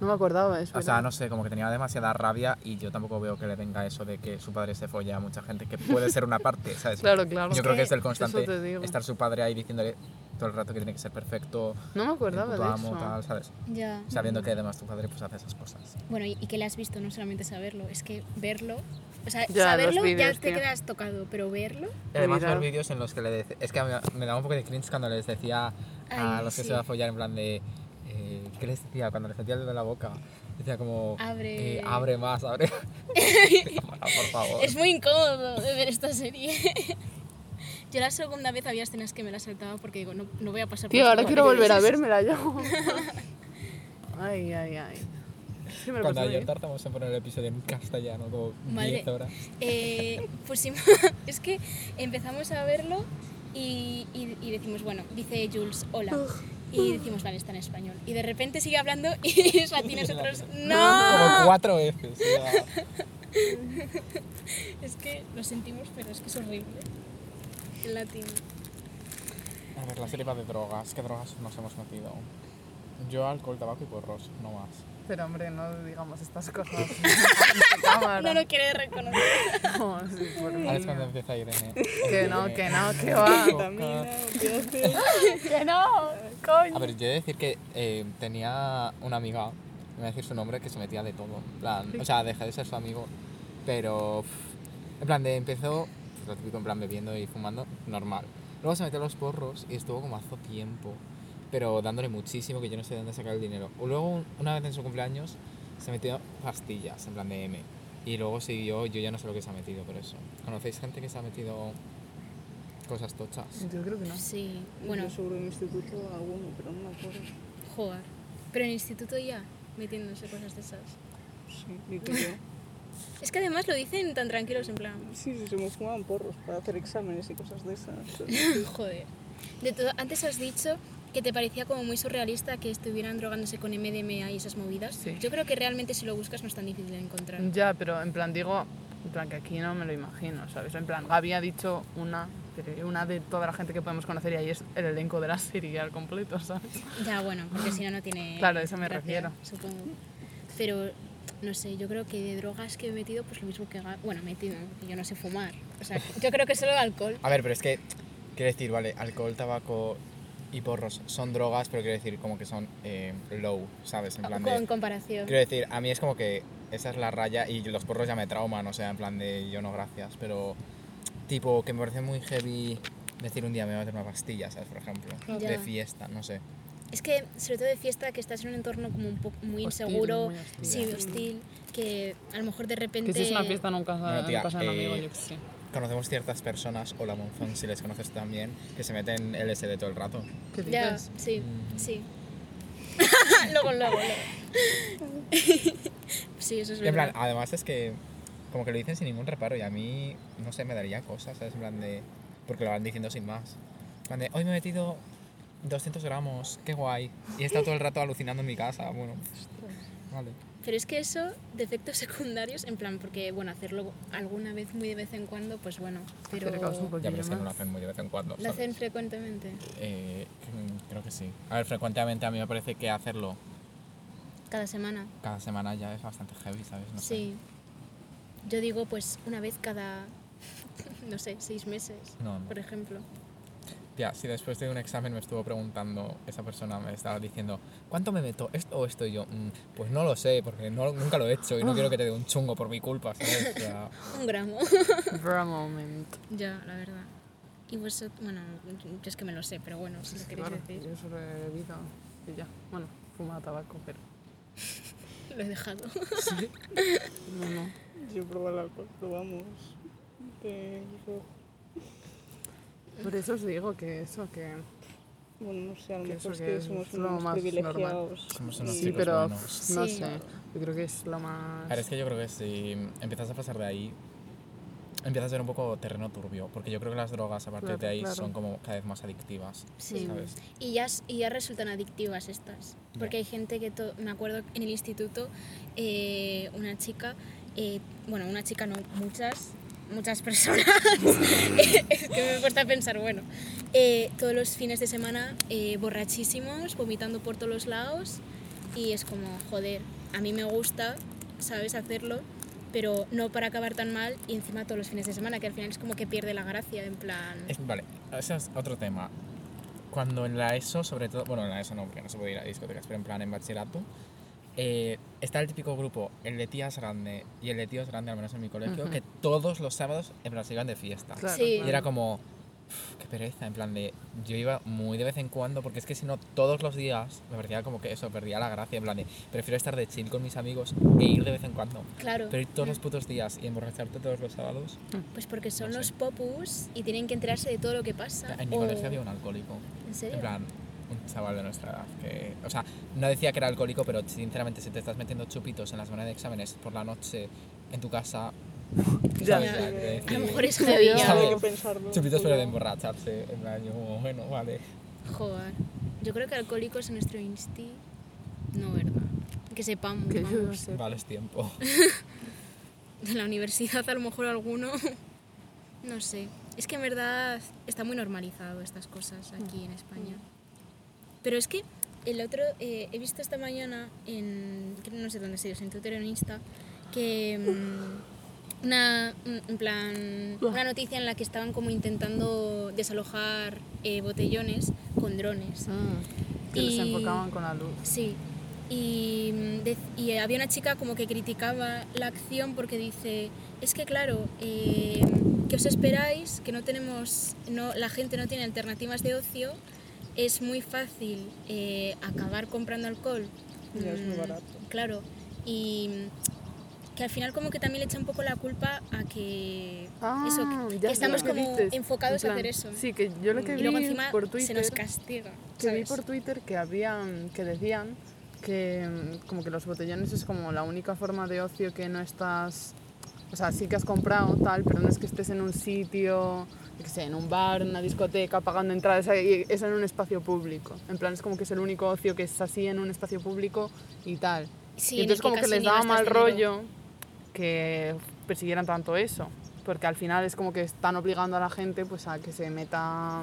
Speaker 1: No me acordaba, es
Speaker 4: O sea,
Speaker 1: verdad.
Speaker 4: no sé, como que tenía demasiada rabia y yo tampoco veo que le venga eso de que su padre se folla a mucha gente, que puede ser
Speaker 1: (laughs)
Speaker 4: una parte, ¿sabes?
Speaker 1: Claro, claro.
Speaker 4: Yo creo que es el constante
Speaker 1: eso te digo.
Speaker 4: estar su padre ahí diciéndole todo el rato que tiene que ser perfecto,
Speaker 1: No me
Speaker 4: el
Speaker 1: acordaba
Speaker 4: puto
Speaker 1: Pues de
Speaker 4: amo,
Speaker 1: eso.
Speaker 4: tal, ¿sabes?
Speaker 3: Ya.
Speaker 4: Sabiendo que además tu padre pues hace esas cosas.
Speaker 3: Bueno, y, y que le has visto, no solamente saberlo, es que verlo, o sea,
Speaker 1: Ya,
Speaker 3: saberlo
Speaker 1: los
Speaker 3: ya
Speaker 1: vídeos,
Speaker 3: te
Speaker 1: tío.
Speaker 3: quedas tocado, pero verlo,
Speaker 4: Y además
Speaker 1: Mira.
Speaker 4: los vídeos en los que le dec- Es que a mí me daba un poco de cringe cuando les decía a
Speaker 3: Ay,
Speaker 4: los que
Speaker 3: sí.
Speaker 4: se va a follar en plan de... eh, ¿Qué les decía? Cuando les metía el dedo en la boca. Decía como...
Speaker 3: Abre.
Speaker 4: eh, abre más,
Speaker 1: (laughs)
Speaker 4: abre. (laughs) Ahora, por favor.
Speaker 3: es muy incómodo de ver esta serie. (laughs) Yo la segunda vez había escenas que me las saltaba porque digo, no, no voy a pasar por
Speaker 1: Tío,
Speaker 3: esto
Speaker 1: ahora
Speaker 3: por
Speaker 1: quiero
Speaker 3: aquí.
Speaker 1: volver a vérmela yo. ay, ay, ay. Sí, me lo
Speaker 4: Cuando
Speaker 1: pasé
Speaker 4: ayer
Speaker 1: bien.
Speaker 4: tardamos en poner el episodio en castellano, como
Speaker 3: Madre.
Speaker 4: 10 horas.
Speaker 3: Eh, pusimos, (laughs) es que empezamos a verlo y, y- y decimos, bueno, dice Jules, hola. Y decimos, vale, está en español. Y de repente sigue hablando y (laughs) es latino y nosotros,
Speaker 4: Como
Speaker 1: Ah.
Speaker 3: no.
Speaker 4: cuatro veces.
Speaker 1: (laughs)
Speaker 4: o sea,
Speaker 3: Es que lo sentimos, pero es que es horrible. El latino.
Speaker 4: A ver, la serie va de drogas. ¿Qué drogas nos hemos metido? Yo alcohol, tabaco y porros, no más.
Speaker 1: Pero hombre, no digamos estas
Speaker 4: (laughs)
Speaker 1: cosas. (laughs)
Speaker 3: No lo quiere reconocer.
Speaker 1: No, (laughs) sí, por
Speaker 4: Ahora es
Speaker 1: mí.
Speaker 4: cuando empieza Irene.
Speaker 1: Que
Speaker 4: Irene.
Speaker 1: no, que no, que va.
Speaker 2: Vitamina, (laughs) opiáceo.
Speaker 1: que no, coño.
Speaker 4: A ver, yo he de decir que eh, tenía una amiga, no voy a decir su nombre, que se metía de todo. En plan, o sea, dejé de ser su amigo, pero. pff, en plan, de empezó pues, lo típico, en plan, bebiendo y fumando, normal. Luego se metió a los porros y estuvo como hace tiempo, pero dándole muchísimo, que yo no sé de dónde sacar el dinero. O Luego, un- una vez en su cumpleaños, se metió pastillas, en plan de M. Y luego siguió, yo ya no sé lo que se ha metido por eso. ¿Conocéis gente que se ha metido cosas tochas?
Speaker 1: Yo creo que no.
Speaker 3: Ah, Sí, bueno,
Speaker 2: Yo seguro en mi instituto alguno, pero no me acuerdo.
Speaker 3: jugar. Pero en el instituto ya, metiéndose cosas de esas.
Speaker 2: Sí, digo yo.
Speaker 3: Es que además lo dicen tan tranquilos en plan,
Speaker 2: Sí, sí, se me fumaban porros para hacer exámenes y cosas de esas.
Speaker 3: (coughs) (laughs) joder. De todo, antes has dicho que te parecía como muy surrealista que estuvieran drogándose con MDMA y esas movidas.
Speaker 1: Sí.
Speaker 3: Yo creo que realmente si lo buscas no es tan difícil de encontrar.
Speaker 1: Ya, pero en plan digo, en plan que aquí no me lo imagino, ¿sabes? En plan, Gaby ha dicho una, pero una de toda la gente que podemos conocer y ahí es el elenco de la serie al completo, ¿sabes?
Speaker 3: Ya, bueno, porque si no, no tiene.
Speaker 1: (laughs) Claro, a eso me refiero.
Speaker 3: Supongo. Pero no sé, yo creo que de drogas que he metido, pues lo mismo que. Ga- Bueno, metido, porque yo no sé fumar. O sea, yo creo que solo alcohol.
Speaker 4: A ver, pero es que, quiero decir, vale, alcohol, tabaco y porros son drogas, pero quiero decir como que son eh, low, ¿sabes? En plan
Speaker 3: o- en
Speaker 4: de...
Speaker 3: comparación.
Speaker 4: Quiero decir, a mí es como que esa es la raya y los porros ya me trauman, o sea, en plan de yo no gracias, pero tipo que me parece muy heavy decir un día me voy a hacer una pastilla, ¿sabes? Por ejemplo,
Speaker 3: Ya.
Speaker 4: de fiesta, no sé.
Speaker 3: Es que, sobre todo de fiesta, que estás en un entorno como un poco muy
Speaker 1: Hostil,
Speaker 3: inseguro,
Speaker 1: muy hostil.
Speaker 3: sí, hostil, que a lo mejor de repente.
Speaker 1: Que si es una fiesta nunca
Speaker 4: Bueno, tía,
Speaker 1: en casa de un
Speaker 4: eh,
Speaker 1: amigo, yo qué sé.
Speaker 4: Conocemos ciertas personas, o la Monzón si les conoces también, que se meten LSD todo el rato.
Speaker 1: ¿Qué
Speaker 3: Ya,
Speaker 1: dices?
Speaker 3: sí,
Speaker 4: Mm.
Speaker 3: sí. (laughs) luego, luego, luego.
Speaker 4: (laughs)
Speaker 3: sí, eso es
Speaker 4: En
Speaker 3: verdad.
Speaker 4: plan, además es que como que lo dicen sin ningún reparo y a mí, no sé, me daría cosas, ¿sabes? En plan de... Porque lo van diciendo sin más. En plan de, hoy me he metido 200 gramos, qué guay. Y he estado todo el rato alucinando en mi casa, bueno. Vale.
Speaker 3: Pero es que eso, defectos (laughs) secundarios, en plan, porque, bueno, hacerlo alguna vez, muy de vez en cuando, pues bueno, pero...
Speaker 1: Acercaos un
Speaker 4: Ya, pero es que no
Speaker 1: poquillo
Speaker 4: lo hacen muy de vez en cuando.
Speaker 3: Pues ¿Lo
Speaker 4: ¿sabes?
Speaker 3: hacen frecuentemente?
Speaker 4: Eh, mm, creo que sí. A ver, frecuentemente a mí me parece que hacerlo
Speaker 3: ¿Cada semana?
Speaker 4: cada semana ya es bastante heavy, ¿sabes? No sé.
Speaker 3: sí. Yo digo, pues, una vez cada, (laughs) no sé, seis meses,
Speaker 4: No, no.
Speaker 3: por ejemplo.
Speaker 4: Tía, si después de un examen me estuvo preguntando, esa persona me estaba diciendo, ¿cuánto me meto esto o esto? Y yo, "Mm, pues no lo sé, porque no, nunca lo he hecho y no quiero que te dé un chungo por mi culpa, ¿sabes? O sea,
Speaker 3: Un gramo. (laughs)
Speaker 1: más. (laughs) For a moment.
Speaker 3: ya, la verdad. Y vosotros, bueno, yo es que me lo sé, pero bueno, si lo queréis
Speaker 1: Claro,
Speaker 3: decir,
Speaker 1: yo solo he bebido y ya. Bueno, fumaba tabaco, pero
Speaker 3: lo he dejado.
Speaker 1: no, no.
Speaker 2: Yo probé el alcohol, pero vamos. Te digo,
Speaker 1: Por eso os digo que eso, que...
Speaker 2: Bueno, no sé, a lo
Speaker 1: Que eso
Speaker 2: mejor es
Speaker 1: que
Speaker 2: que
Speaker 1: es
Speaker 2: somos
Speaker 1: lo
Speaker 2: unos
Speaker 1: más
Speaker 2: privilegiados.
Speaker 4: Somos unos
Speaker 1: Sí,
Speaker 4: chicos
Speaker 1: pero
Speaker 4: buenos.
Speaker 1: no
Speaker 3: Sí.
Speaker 1: sé. Yo creo que es lo más...
Speaker 4: pues A ver, es que yo creo que si empiezas a pasar de ahí, empiezas a ser un poco terreno turbio, porque yo creo que las drogas a partir de
Speaker 1: Claro,
Speaker 4: ahí
Speaker 1: claro.
Speaker 4: son como cada vez más adictivas.
Speaker 3: (laughs) Sí.
Speaker 4: ¿Sabes?
Speaker 3: Y ya, s- y ya resultan adictivas estas. Porque
Speaker 4: Ya.
Speaker 3: hay gente que, to- me acuerdo en el instituto, eh, una chica, eh, bueno, una chica no, muchas, muchas (laughs)
Speaker 4: (laughs)
Speaker 3: personas, es que me cuesta pensar, bueno, eh, todos los fines de semana eh, borrachísimos, vomitando por todos los lados y es como, joder, a mí me gusta, sabes, hacerlo, pero no para acabar tan mal y encima todos los fines de semana, que al final es como que pierde la gracia, en plan...
Speaker 4: Es- vale, ese es otro tema. Cuando en la ESO, sobre todo, bueno, en la ESO no, porque no se puede ir a discotecas, pero en plan en bachillerato, eh, está el típico grupo, el de tías grande y el de tíos grande, al menos en mi colegio,
Speaker 1: Ujú.
Speaker 4: que todos los sábados en plan se iban de fiesta.
Speaker 1: Claro,
Speaker 3: Sí.
Speaker 1: claro.
Speaker 4: Y era como, "Uf, qué pereza, en plan de, yo iba muy de vez en cuando, porque es que si no, todos los días me parecía como que eso, perdía la gracia, en plan de, prefiero estar de chill con mis amigos e ir de vez en cuando.
Speaker 3: Claro.
Speaker 4: Pero ir todos los putos días y emborracharte todos los sábados,
Speaker 3: Pues porque son
Speaker 4: No sé.
Speaker 3: los popus y tienen que enterarse de todo lo que pasa.
Speaker 4: en mi
Speaker 3: o-
Speaker 4: colegio había un alcohólico.
Speaker 3: ¿En serio?
Speaker 4: En plan, un chaval de nuestra edad que... O sea, no decía que era alcohólico, pero sinceramente si te estás metiendo chupitos en la semana de exámenes por la noche en tu casa...
Speaker 1: (laughs) Ya.
Speaker 4: ¿sabes? Ya, quiero
Speaker 3: a lo
Speaker 4: decir,
Speaker 3: mejor es
Speaker 1: Sí,
Speaker 3: heavy.
Speaker 1: yo-
Speaker 3: ya.
Speaker 2: Habría que
Speaker 4: Chupitos,
Speaker 2: pensarlo.
Speaker 4: Chupitos pero de
Speaker 2: Yo-
Speaker 4: emborracharse, en plan, yo como, bueno, vale.
Speaker 3: Joder. Yo creo que alcohólicos en nuestro insti... No, ¿verdad? Que sepamos,
Speaker 1: Que yo no
Speaker 3: vamos.
Speaker 1: sé.
Speaker 4: Vale, es
Speaker 1: (laughs)
Speaker 4: tiempo.
Speaker 3: (laughs) De la universidad a lo mejor alguno. (laughs) No sé. Es que en verdad está muy normalizado estas cosas aquí en España. Pero es que el otro... eh, he visto esta mañana en... que No sé dónde se dio, en Twitter o en Insta, que... mm, una, un- en plan, una noticia en la que estaban como intentando desalojar eh, botellones con drones.
Speaker 1: Mm, que les
Speaker 3: Y-
Speaker 1: enfocaban con la luz.
Speaker 3: Sí. Y, mm, dec- y había una chica como que criticaba la acción porque dice, es que claro, eh, que os esperáis, que no tenemos, no, la gente no tiene alternativas de ocio, es muy fácil eh, acabar comprando alcohol.
Speaker 2: Ya, es muy
Speaker 3: Mm,
Speaker 2: barato.
Speaker 3: Claro. Y mm, que al final como que también le echa un poco la culpa a que... eso,
Speaker 1: Ah,
Speaker 3: que-
Speaker 1: ya
Speaker 3: que
Speaker 1: sé
Speaker 3: estamos
Speaker 1: lo que
Speaker 3: como
Speaker 1: dices.
Speaker 3: enfocados
Speaker 1: En
Speaker 3: a hacer
Speaker 1: plan,
Speaker 3: eso.
Speaker 1: Sí, que yo lo que
Speaker 3: y
Speaker 1: vi
Speaker 3: luego encima
Speaker 1: por
Speaker 3: se
Speaker 1: Twitter...
Speaker 3: nos castiga.
Speaker 1: que vi
Speaker 3: ¿sabes?
Speaker 1: por Twitter que habían que decían que mm, como que los botellones es como la única forma de ocio que no estás o sea sí que has comprado tal pero no es que estés en un sitio yo qué sé en un bar en una discoteca pagando entradas ahí, es en un espacio público en plan es como que es el único ocio que es así en un espacio público y tal
Speaker 3: Sí,
Speaker 1: y
Speaker 3: en el
Speaker 1: entonces como que
Speaker 3: casi
Speaker 1: les
Speaker 3: ni
Speaker 1: daba
Speaker 3: gastas
Speaker 1: mal
Speaker 3: dinero.
Speaker 1: rollo que persiguieran tanto eso, porque al final es como que están obligando a la gente pues a que se meta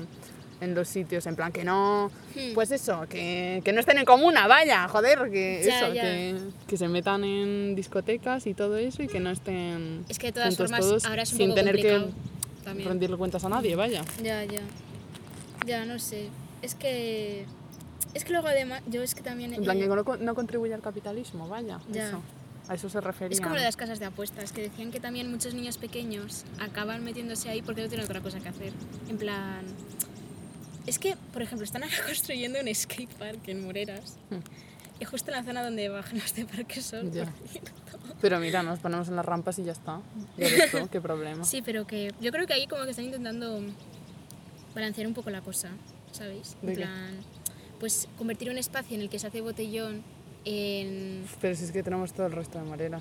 Speaker 1: en los sitios, en plan que no,
Speaker 3: Hmm.
Speaker 1: pues eso, que, que no estén en comuna, vaya, joder, que
Speaker 3: Ya,
Speaker 1: eso,
Speaker 3: ya.
Speaker 1: Que, que se metan en discotecas y todo eso y que no estén
Speaker 3: Es que de todas
Speaker 1: juntos
Speaker 3: formas
Speaker 1: todos
Speaker 3: ahora es un
Speaker 1: sin
Speaker 3: poco
Speaker 1: tener
Speaker 3: complicado
Speaker 1: que
Speaker 3: también.
Speaker 1: rendirle cuentas a nadie, vaya.
Speaker 3: Ya, ya. Ya, no sé. Es que. Es que luego además. Yo es que también.
Speaker 1: En plan
Speaker 3: eh,
Speaker 1: que no, no contribuye al capitalismo, vaya,
Speaker 3: Ya.
Speaker 1: eso. A eso se refería.
Speaker 3: es como lo de las casas de apuestas, que decían que también muchos niños pequeños acaban metiéndose ahí porque no tienen otra cosa que hacer. En plan. Es que, por ejemplo, están ahora (laughs) construyendo un skate park en Moreras.
Speaker 1: Hmm.
Speaker 3: Y justo en la zona donde bajan los de Parque Sol. (laughs)
Speaker 1: Ya.
Speaker 3: por cierto.
Speaker 1: Pero mira, nos ponemos en las rampas y ya está. Ya ves tú, qué problema.
Speaker 3: Sí, pero que yo creo que ahí como que están intentando balancear un poco la cosa, ¿sabéis? En
Speaker 1: ¿De qué?
Speaker 3: plan, pues convertir un espacio en el que se hace botellón en...
Speaker 1: Pero si es que tenemos todo el resto de Morera.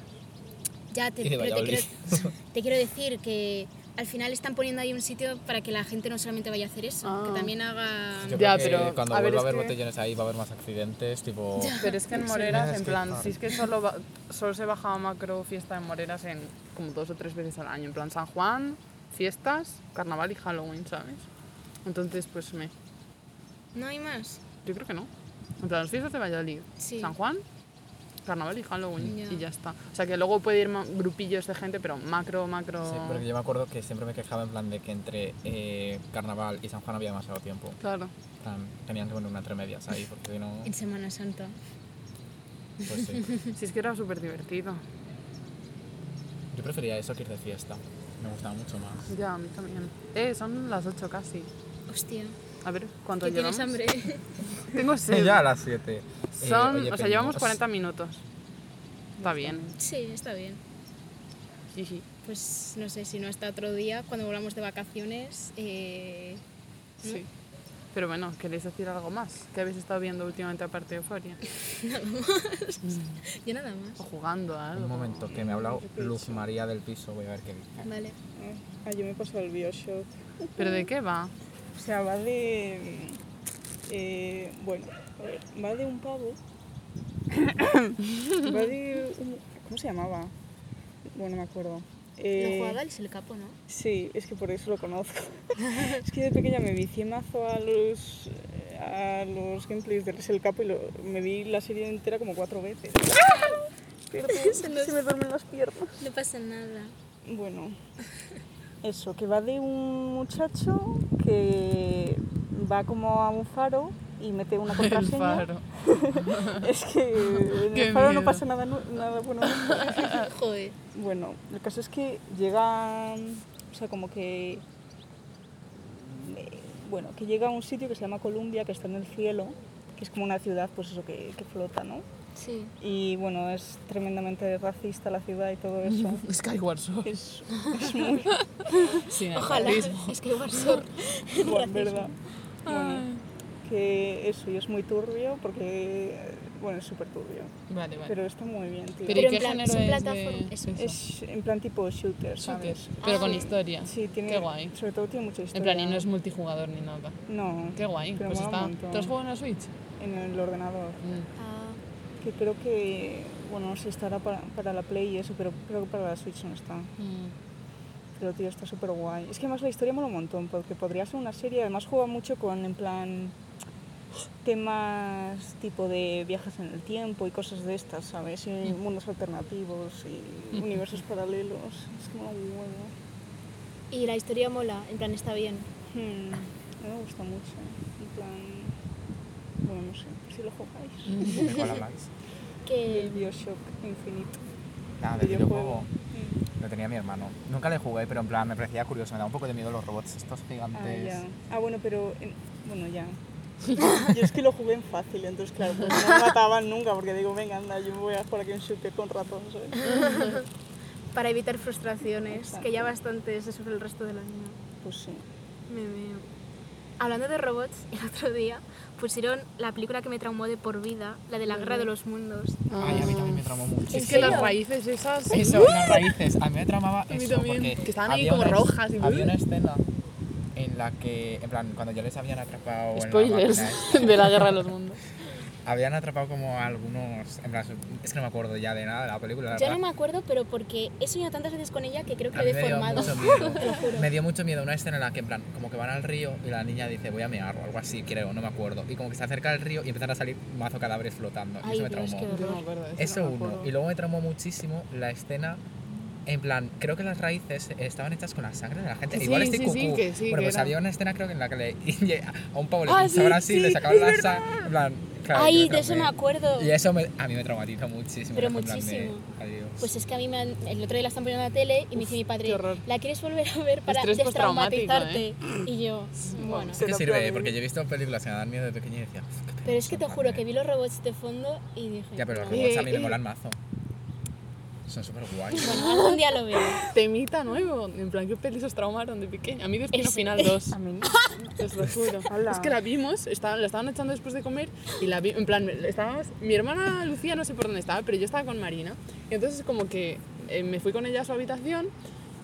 Speaker 3: Ya te,
Speaker 4: Y de
Speaker 3: pero te,
Speaker 4: Valladolid.
Speaker 3: quiero,
Speaker 4: (laughs)
Speaker 3: te quiero decir que al final están poniendo ahí un sitio para que la gente no solamente vaya a hacer eso,
Speaker 1: Ah.
Speaker 3: que también haga...
Speaker 4: Yo
Speaker 1: Ya,
Speaker 4: creo que
Speaker 1: pero,
Speaker 4: cuando
Speaker 1: a ver,
Speaker 4: vuelva
Speaker 1: es
Speaker 4: a haber
Speaker 1: que-
Speaker 4: botellones ahí va a haber más accidentes,
Speaker 1: (laughs)
Speaker 4: tipo...
Speaker 1: Pero es que en
Speaker 4: Sí,
Speaker 1: Moreras,
Speaker 4: es
Speaker 1: en
Speaker 4: que
Speaker 1: plan,
Speaker 4: claro.
Speaker 1: si es que solo, va- solo se bajaba macro fiesta en Moreras en como dos o tres veces al año. En plan, San Juan, fiestas, carnaval y Halloween, ¿sabes? Entonces, pues me.
Speaker 3: No hay más.
Speaker 1: Yo creo que no. En plan, las fiestas de Valladolid,
Speaker 3: Sí.
Speaker 1: San Juan, carnaval y Halloween.
Speaker 3: Ya.
Speaker 1: Y ya está. O sea que luego puede ir ma- grupillos de gente, pero macro, macro.
Speaker 4: Sí, porque yo me acuerdo que siempre me quejaba en plan de que entre eh, Carnaval y San Juan había demasiado tiempo.
Speaker 1: Claro.
Speaker 4: En plan, Tenían que poner una entre medias ahí, porque si no...
Speaker 3: En Semana Santa.
Speaker 1: (laughs)
Speaker 4: Pues sí.
Speaker 1: Si es que era súper divertido.
Speaker 4: Yo prefería eso que ir de fiesta. Me gustaba mucho más.
Speaker 1: Ya, a mí también. Eh, son las 8 casi.
Speaker 3: Hostia,
Speaker 1: A ver, ¿cuánto
Speaker 3: que
Speaker 1: llevamos?
Speaker 3: tienes hambre. (laughs)
Speaker 4: (laughs)
Speaker 1: Tengo sed.
Speaker 4: Ya a las Eh, 7.
Speaker 1: Son, o sea, llevamos 40 minutos. Está bien.
Speaker 3: sí, está bien.
Speaker 1: Sí, sí.
Speaker 3: Pues no sé, si no hasta otro día, cuando volvamos de vacaciones, eh,
Speaker 1: Sí. Pero bueno, ¿queréis decir algo más? ¿Qué habéis estado viendo últimamente aparte de Euforia?
Speaker 3: Yo nada más.
Speaker 1: O jugando a algo.
Speaker 4: Un momento, que me ha hablado Luz María del piso, voy
Speaker 1: (laughs)
Speaker 4: a ver qué dice.
Speaker 3: Vale.
Speaker 2: Ah, yo me he pasado el Bioshock.
Speaker 1: ¿Pero de qué va?
Speaker 2: O sea, va de. eh, bueno, a ver, va de un pavo. va de. un- ¿Cómo se llamaba? Bueno, no me acuerdo.
Speaker 3: Lo
Speaker 2: Eh,
Speaker 3: jugaba el Selcapo, ¿no?
Speaker 2: Sí, es que por eso lo conozco. (laughs) es que de pequeña me vicié mazo a los, a los gameplays de Resident Capo y lo- me vi la serie entera como cuatro veces. Perdón,
Speaker 3: Se nos-
Speaker 2: se me duermen las piernas.
Speaker 3: No pasa (laughs) nada.
Speaker 2: Bueno, eso, que va de un muchacho que va como a un faro y mete
Speaker 1: (laughs)
Speaker 2: una
Speaker 1: El
Speaker 2: contraseña.
Speaker 1: faro.
Speaker 2: Es
Speaker 1: (laughs)
Speaker 2: que en
Speaker 1: Qué
Speaker 2: el faro
Speaker 1: miedo.
Speaker 2: no pasa nada, nu- nada bueno. nunca.
Speaker 3: Joder.
Speaker 2: Bueno, el caso es que llegan, o sea, como que, eh, bueno, que llega a un sitio que se llama Columbia, que está en el cielo, que es como una ciudad, pues eso, que, que flota, ¿no?
Speaker 3: Sí.
Speaker 2: Y bueno, es tremendamente racista la ciudad y
Speaker 1: (laughs)
Speaker 2: todo eso.
Speaker 1: Skyward Sword.
Speaker 2: Es, es muy
Speaker 1: Sí,
Speaker 3: Ojalá. Es que igual son.
Speaker 2: bueno, verdad. Bueno, que eso, y es muy turbio porque, bueno, es súper turbio,
Speaker 1: Vale, vale.
Speaker 2: pero está muy bien, tío.
Speaker 1: Pero ¿y
Speaker 3: Pero en
Speaker 1: qué
Speaker 3: plan,
Speaker 1: género
Speaker 3: son
Speaker 1: es
Speaker 3: plataforma-
Speaker 1: de...
Speaker 3: eso.
Speaker 1: eso?
Speaker 2: es en plan tipo shooter,
Speaker 1: Shooter,
Speaker 2: ¿sabes?
Speaker 1: pero
Speaker 3: Ah.
Speaker 1: con historia.
Speaker 2: Sí, tiene,
Speaker 1: Qué guay.
Speaker 2: sobre todo tiene mucha historia.
Speaker 1: En plan, y no es multijugador ni nada.
Speaker 2: No,
Speaker 1: Qué guay.
Speaker 2: Pero
Speaker 1: pues
Speaker 2: mola
Speaker 1: está.
Speaker 2: un montón.
Speaker 1: ¿Te has jugado en la Switch?
Speaker 2: en el ordenador.
Speaker 1: Mm.
Speaker 3: Ah,
Speaker 2: Que creo que, bueno, no sé, estará para, para la Play y eso, pero creo que para la Switch no está.
Speaker 1: Mm.
Speaker 2: Pero tío, está súper guay. Es que además la historia mola un montón, porque podría ser una serie. Además juega mucho con, en plan, temas tipo de viajes en el tiempo y cosas de estas, ¿sabes? Y mundos alternativos y universos paralelos. Es que mola un huevo.
Speaker 3: y la historia mola, en plan está bien.
Speaker 2: Hmm, no me gusta mucho. En plan, bueno, no sé, si lo jugáis.
Speaker 4: ¿De cuál habláis?
Speaker 2: El
Speaker 3: Que
Speaker 2: Bioshock Infinito.
Speaker 4: Ah, de
Speaker 2: Videojuego.
Speaker 4: videojuego. Lo tenía mi hermano. Nunca le jugué, pero en plan me parecía curioso. Me da un poco de miedo los robots estos
Speaker 2: Ah,
Speaker 4: gigantes.
Speaker 2: ya. Ah, bueno, pero. en- Bueno, ya. (laughs) Yo es que lo jugué en fácil, entonces, claro, pues no me mataban nunca, porque digo, venga, anda, yo voy a jugar aquí un shooter con ratón,
Speaker 1: (laughs)
Speaker 2: ¿sabes?
Speaker 5: Para evitar frustraciones,
Speaker 2: Exacto.
Speaker 5: que ya bastante se sufre el resto del año.
Speaker 2: Pues sí.
Speaker 5: Me veo. Hablando de robots, (laughs) el otro día pusieron la película que me traumó de por vida, la de la guerra de los mundos.
Speaker 4: Ay, a mí también me traumó mucho.
Speaker 1: Es que las raíces esas.
Speaker 4: Eso, las raíces. A mí me tramaba
Speaker 1: mí
Speaker 4: eso.
Speaker 1: también.
Speaker 4: Porque
Speaker 1: Que estaban ahí
Speaker 4: había
Speaker 1: como
Speaker 4: una es-
Speaker 1: rojas y-
Speaker 4: Había una escena en la que, en plan, cuando ya les habían atrapado. en la
Speaker 1: Spoilers
Speaker 4: máquina esta,
Speaker 1: de la guerra de los mundos.
Speaker 4: habían atrapado como a algunos. En plan, es que no me acuerdo ya de nada de la película. la
Speaker 3: yo
Speaker 4: verdad.
Speaker 3: no me acuerdo, pero porque he soñado tantas veces con ella que creo que
Speaker 4: A
Speaker 3: lo he
Speaker 4: mí me dio
Speaker 3: deformado. (laughs)
Speaker 4: mucho miedo. me dio mucho miedo una escena en la que, en plan, como que van al río y la niña dice, voy a mear o algo así, creo, no me acuerdo. Y como que se acerca al río y empiezan a salir mazo cadáveres flotando. y
Speaker 3: Ay,
Speaker 4: eso me
Speaker 3: Dios,
Speaker 4: traumó.
Speaker 3: qué
Speaker 1: (laughs) Yo no me
Speaker 3: horror.
Speaker 1: acuerdo de
Speaker 4: Eso
Speaker 1: no me
Speaker 4: uno.
Speaker 1: acuerdo.
Speaker 4: Y luego me traumó muchísimo la escena. En plan, creo que las raíces estaban hechas con la sangre de la gente.
Speaker 1: Sí,
Speaker 4: Igual estoy
Speaker 1: sí,
Speaker 4: cucú.
Speaker 1: sí, que sí,
Speaker 4: bueno,
Speaker 1: que
Speaker 4: pues
Speaker 1: era.
Speaker 4: había una escena, creo que en la que le, (laughs) a un pavo le
Speaker 1: Ah,
Speaker 4: pinchaban
Speaker 1: sí,
Speaker 4: así, le
Speaker 1: sí,
Speaker 4: sacaban
Speaker 1: es
Speaker 4: la
Speaker 1: verdad.
Speaker 4: sangre. En plan, claro, yo
Speaker 3: Ay, de eso me
Speaker 4: traumé.
Speaker 3: acuerdo.
Speaker 4: Y eso me- a mí me traumatizó muchísimo.
Speaker 3: Pero
Speaker 4: me dejó en plan de,
Speaker 3: muchísimo.
Speaker 4: adiós.
Speaker 3: Pues es que a mí me han- el otro día la están poniendo en la tele y me dice mi
Speaker 1: qué
Speaker 3: padre,
Speaker 1: horror.
Speaker 3: ¿la quieres volver a ver para
Speaker 1: Estrés postraumático, ¿eh?
Speaker 3: destraumatizarte?
Speaker 1: (clears throat)
Speaker 3: Y yo, bueno.
Speaker 4: Es que
Speaker 1: Terapia
Speaker 4: sirve,
Speaker 1: de-
Speaker 4: porque yo he visto películas que me dan miedo de pequeña y decía, "Uf, qué
Speaker 3: Pero es
Speaker 4: pereza,
Speaker 3: que te
Speaker 4: madre".
Speaker 3: juro que vi los robots de fondo y dije,
Speaker 4: Ya, pero los
Speaker 3: "No".
Speaker 4: robots a mí me
Speaker 1: Eh,
Speaker 4: molan mazo. Son súper guays.
Speaker 3: bueno, algún día lo veo.
Speaker 1: Temita nuevo. En plan, ¿qué pelis os traumaron de pequeña? A mí Destino
Speaker 3: Es-
Speaker 1: Final 2.
Speaker 2: A mí
Speaker 1: (laughs) Os lo juro.
Speaker 2: Ala.
Speaker 1: Es que la vimos, estaba- la estaban echando después de comer y la vi, en plan, estábamos, mi hermana Lucía no sé por dónde estaba, pero yo estaba con Marina. Y entonces como que eh, me fui con ella a su habitación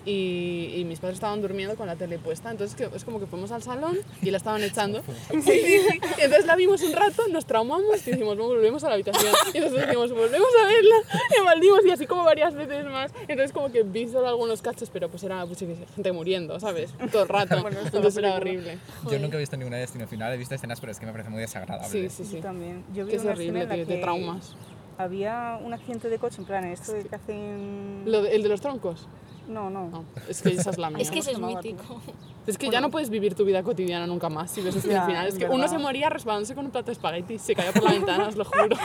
Speaker 1: y, y mis padres estaban durmiendo con la tele puesta. Entonces que- es como que fuimos al salón y la estaban
Speaker 2: (laughs)
Speaker 1: echando. Sí, sí, sí. Y entonces la vimos un rato, nos traumamos y dijimos, "Bueno, volvemos a la habitación. Y entonces dijimos, volvemos a verla. Y maldimos y así como varias veces más. Entonces como que vi solo algunos cachos, pero pues era pues, gente muriendo, ¿sabes? Todo el rato.
Speaker 2: Bueno, esto
Speaker 1: Entonces
Speaker 2: la
Speaker 1: era
Speaker 2: película.
Speaker 1: horrible.
Speaker 4: Yo nunca he visto ninguna de Destino Final, he visto escenas, pero es que me parece muy desagradable.
Speaker 1: Sí, sí, sí.
Speaker 2: Yo también. Yo vi
Speaker 1: Que es
Speaker 2: una escena
Speaker 1: horrible,
Speaker 2: en la
Speaker 1: tío, te
Speaker 2: que
Speaker 1: traumas.
Speaker 2: Había un accidente de coche, en plan, esto de que hacen...
Speaker 1: Lo de- Ah. ¿El de los troncos?
Speaker 2: No, no.
Speaker 1: No, es que esa es la mía.
Speaker 3: Es que eso es
Speaker 2: llamaba,
Speaker 3: mítico.
Speaker 1: Es que ya no puedes vivir tu vida cotidiana nunca más si ves este
Speaker 2: Ya,
Speaker 1: final. Es
Speaker 2: es
Speaker 1: que uno
Speaker 2: verdad.
Speaker 1: se moría resbalándose con un plato de espagueti, se caía por la ventana, os lo juro.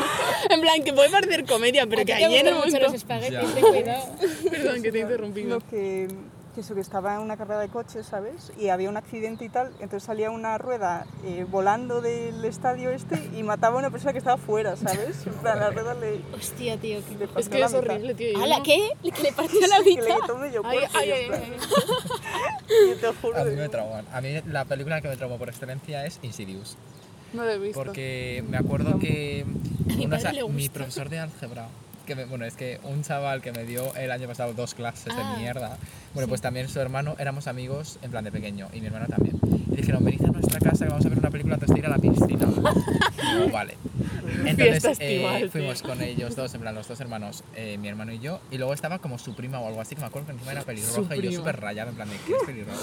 Speaker 1: En plan, que puede parecer comedia, pero
Speaker 3: A ti
Speaker 1: que
Speaker 3: te
Speaker 1: ahí en el
Speaker 3: (laughs) gustan mucho
Speaker 1: momento... (laughs)
Speaker 3: los espaguetis,
Speaker 4: Ya.
Speaker 3: ten cuidado.
Speaker 1: Perdón, que te he interrumpido.
Speaker 2: Lo que que eso, que estaba en una carrera de coches, ¿sabes? Y había un accidente y tal, entonces salía una rueda eh, volando del estadio este y mataba a una persona que estaba fuera, ¿sabes? En plan, la rueda le,
Speaker 5: Hostia, tío.
Speaker 2: le partió
Speaker 1: Es que
Speaker 2: la
Speaker 1: es
Speaker 2: mitad. (laughs)
Speaker 1: horrible, tío. yo
Speaker 3: ¿Hala
Speaker 1: no-
Speaker 3: qué? ¿Le- ¿Que le partió la
Speaker 2: Sí, que le
Speaker 3: mitad?
Speaker 2: quitó medio
Speaker 1: Ay,
Speaker 2: cuerpo,
Speaker 1: ay,
Speaker 2: yo,
Speaker 1: ay,
Speaker 2: en plan,
Speaker 1: ay,
Speaker 2: (laughs) yo te juro.
Speaker 4: A mí me trauman. A mí la película que me traumó por excelencia es Insidious.
Speaker 1: ay. No lo he visto.
Speaker 4: Porque me acuerdo que
Speaker 1: (laughs)
Speaker 3: mi
Speaker 4: una
Speaker 3: padre
Speaker 4: cha-
Speaker 3: le
Speaker 4: mi
Speaker 3: gusta.
Speaker 4: profesor de álgebra, que me- bueno, es que un chaval que me dio el año pasado dos clases
Speaker 3: Ah.
Speaker 4: de mierda, bueno, pues también su hermano, éramos amigos en plan de pequeño, y mi hermano también. Y dijeron, venid a nuestra casa que vamos a ver una película antes de ir a
Speaker 1: (laughs)
Speaker 4: la piscina. Y yo, vale. Entonces
Speaker 1: Fiesta
Speaker 4: eh,
Speaker 1: estival, tío.
Speaker 4: fuimos con ellos dos, en plan los dos hermanos, eh, mi hermano y yo, y luego estaba como su prima o algo así, que me acuerdo que encima era pelirroja y yo
Speaker 1: prima.
Speaker 4: súper rayado, en plan de, ¿qué es pelirroja?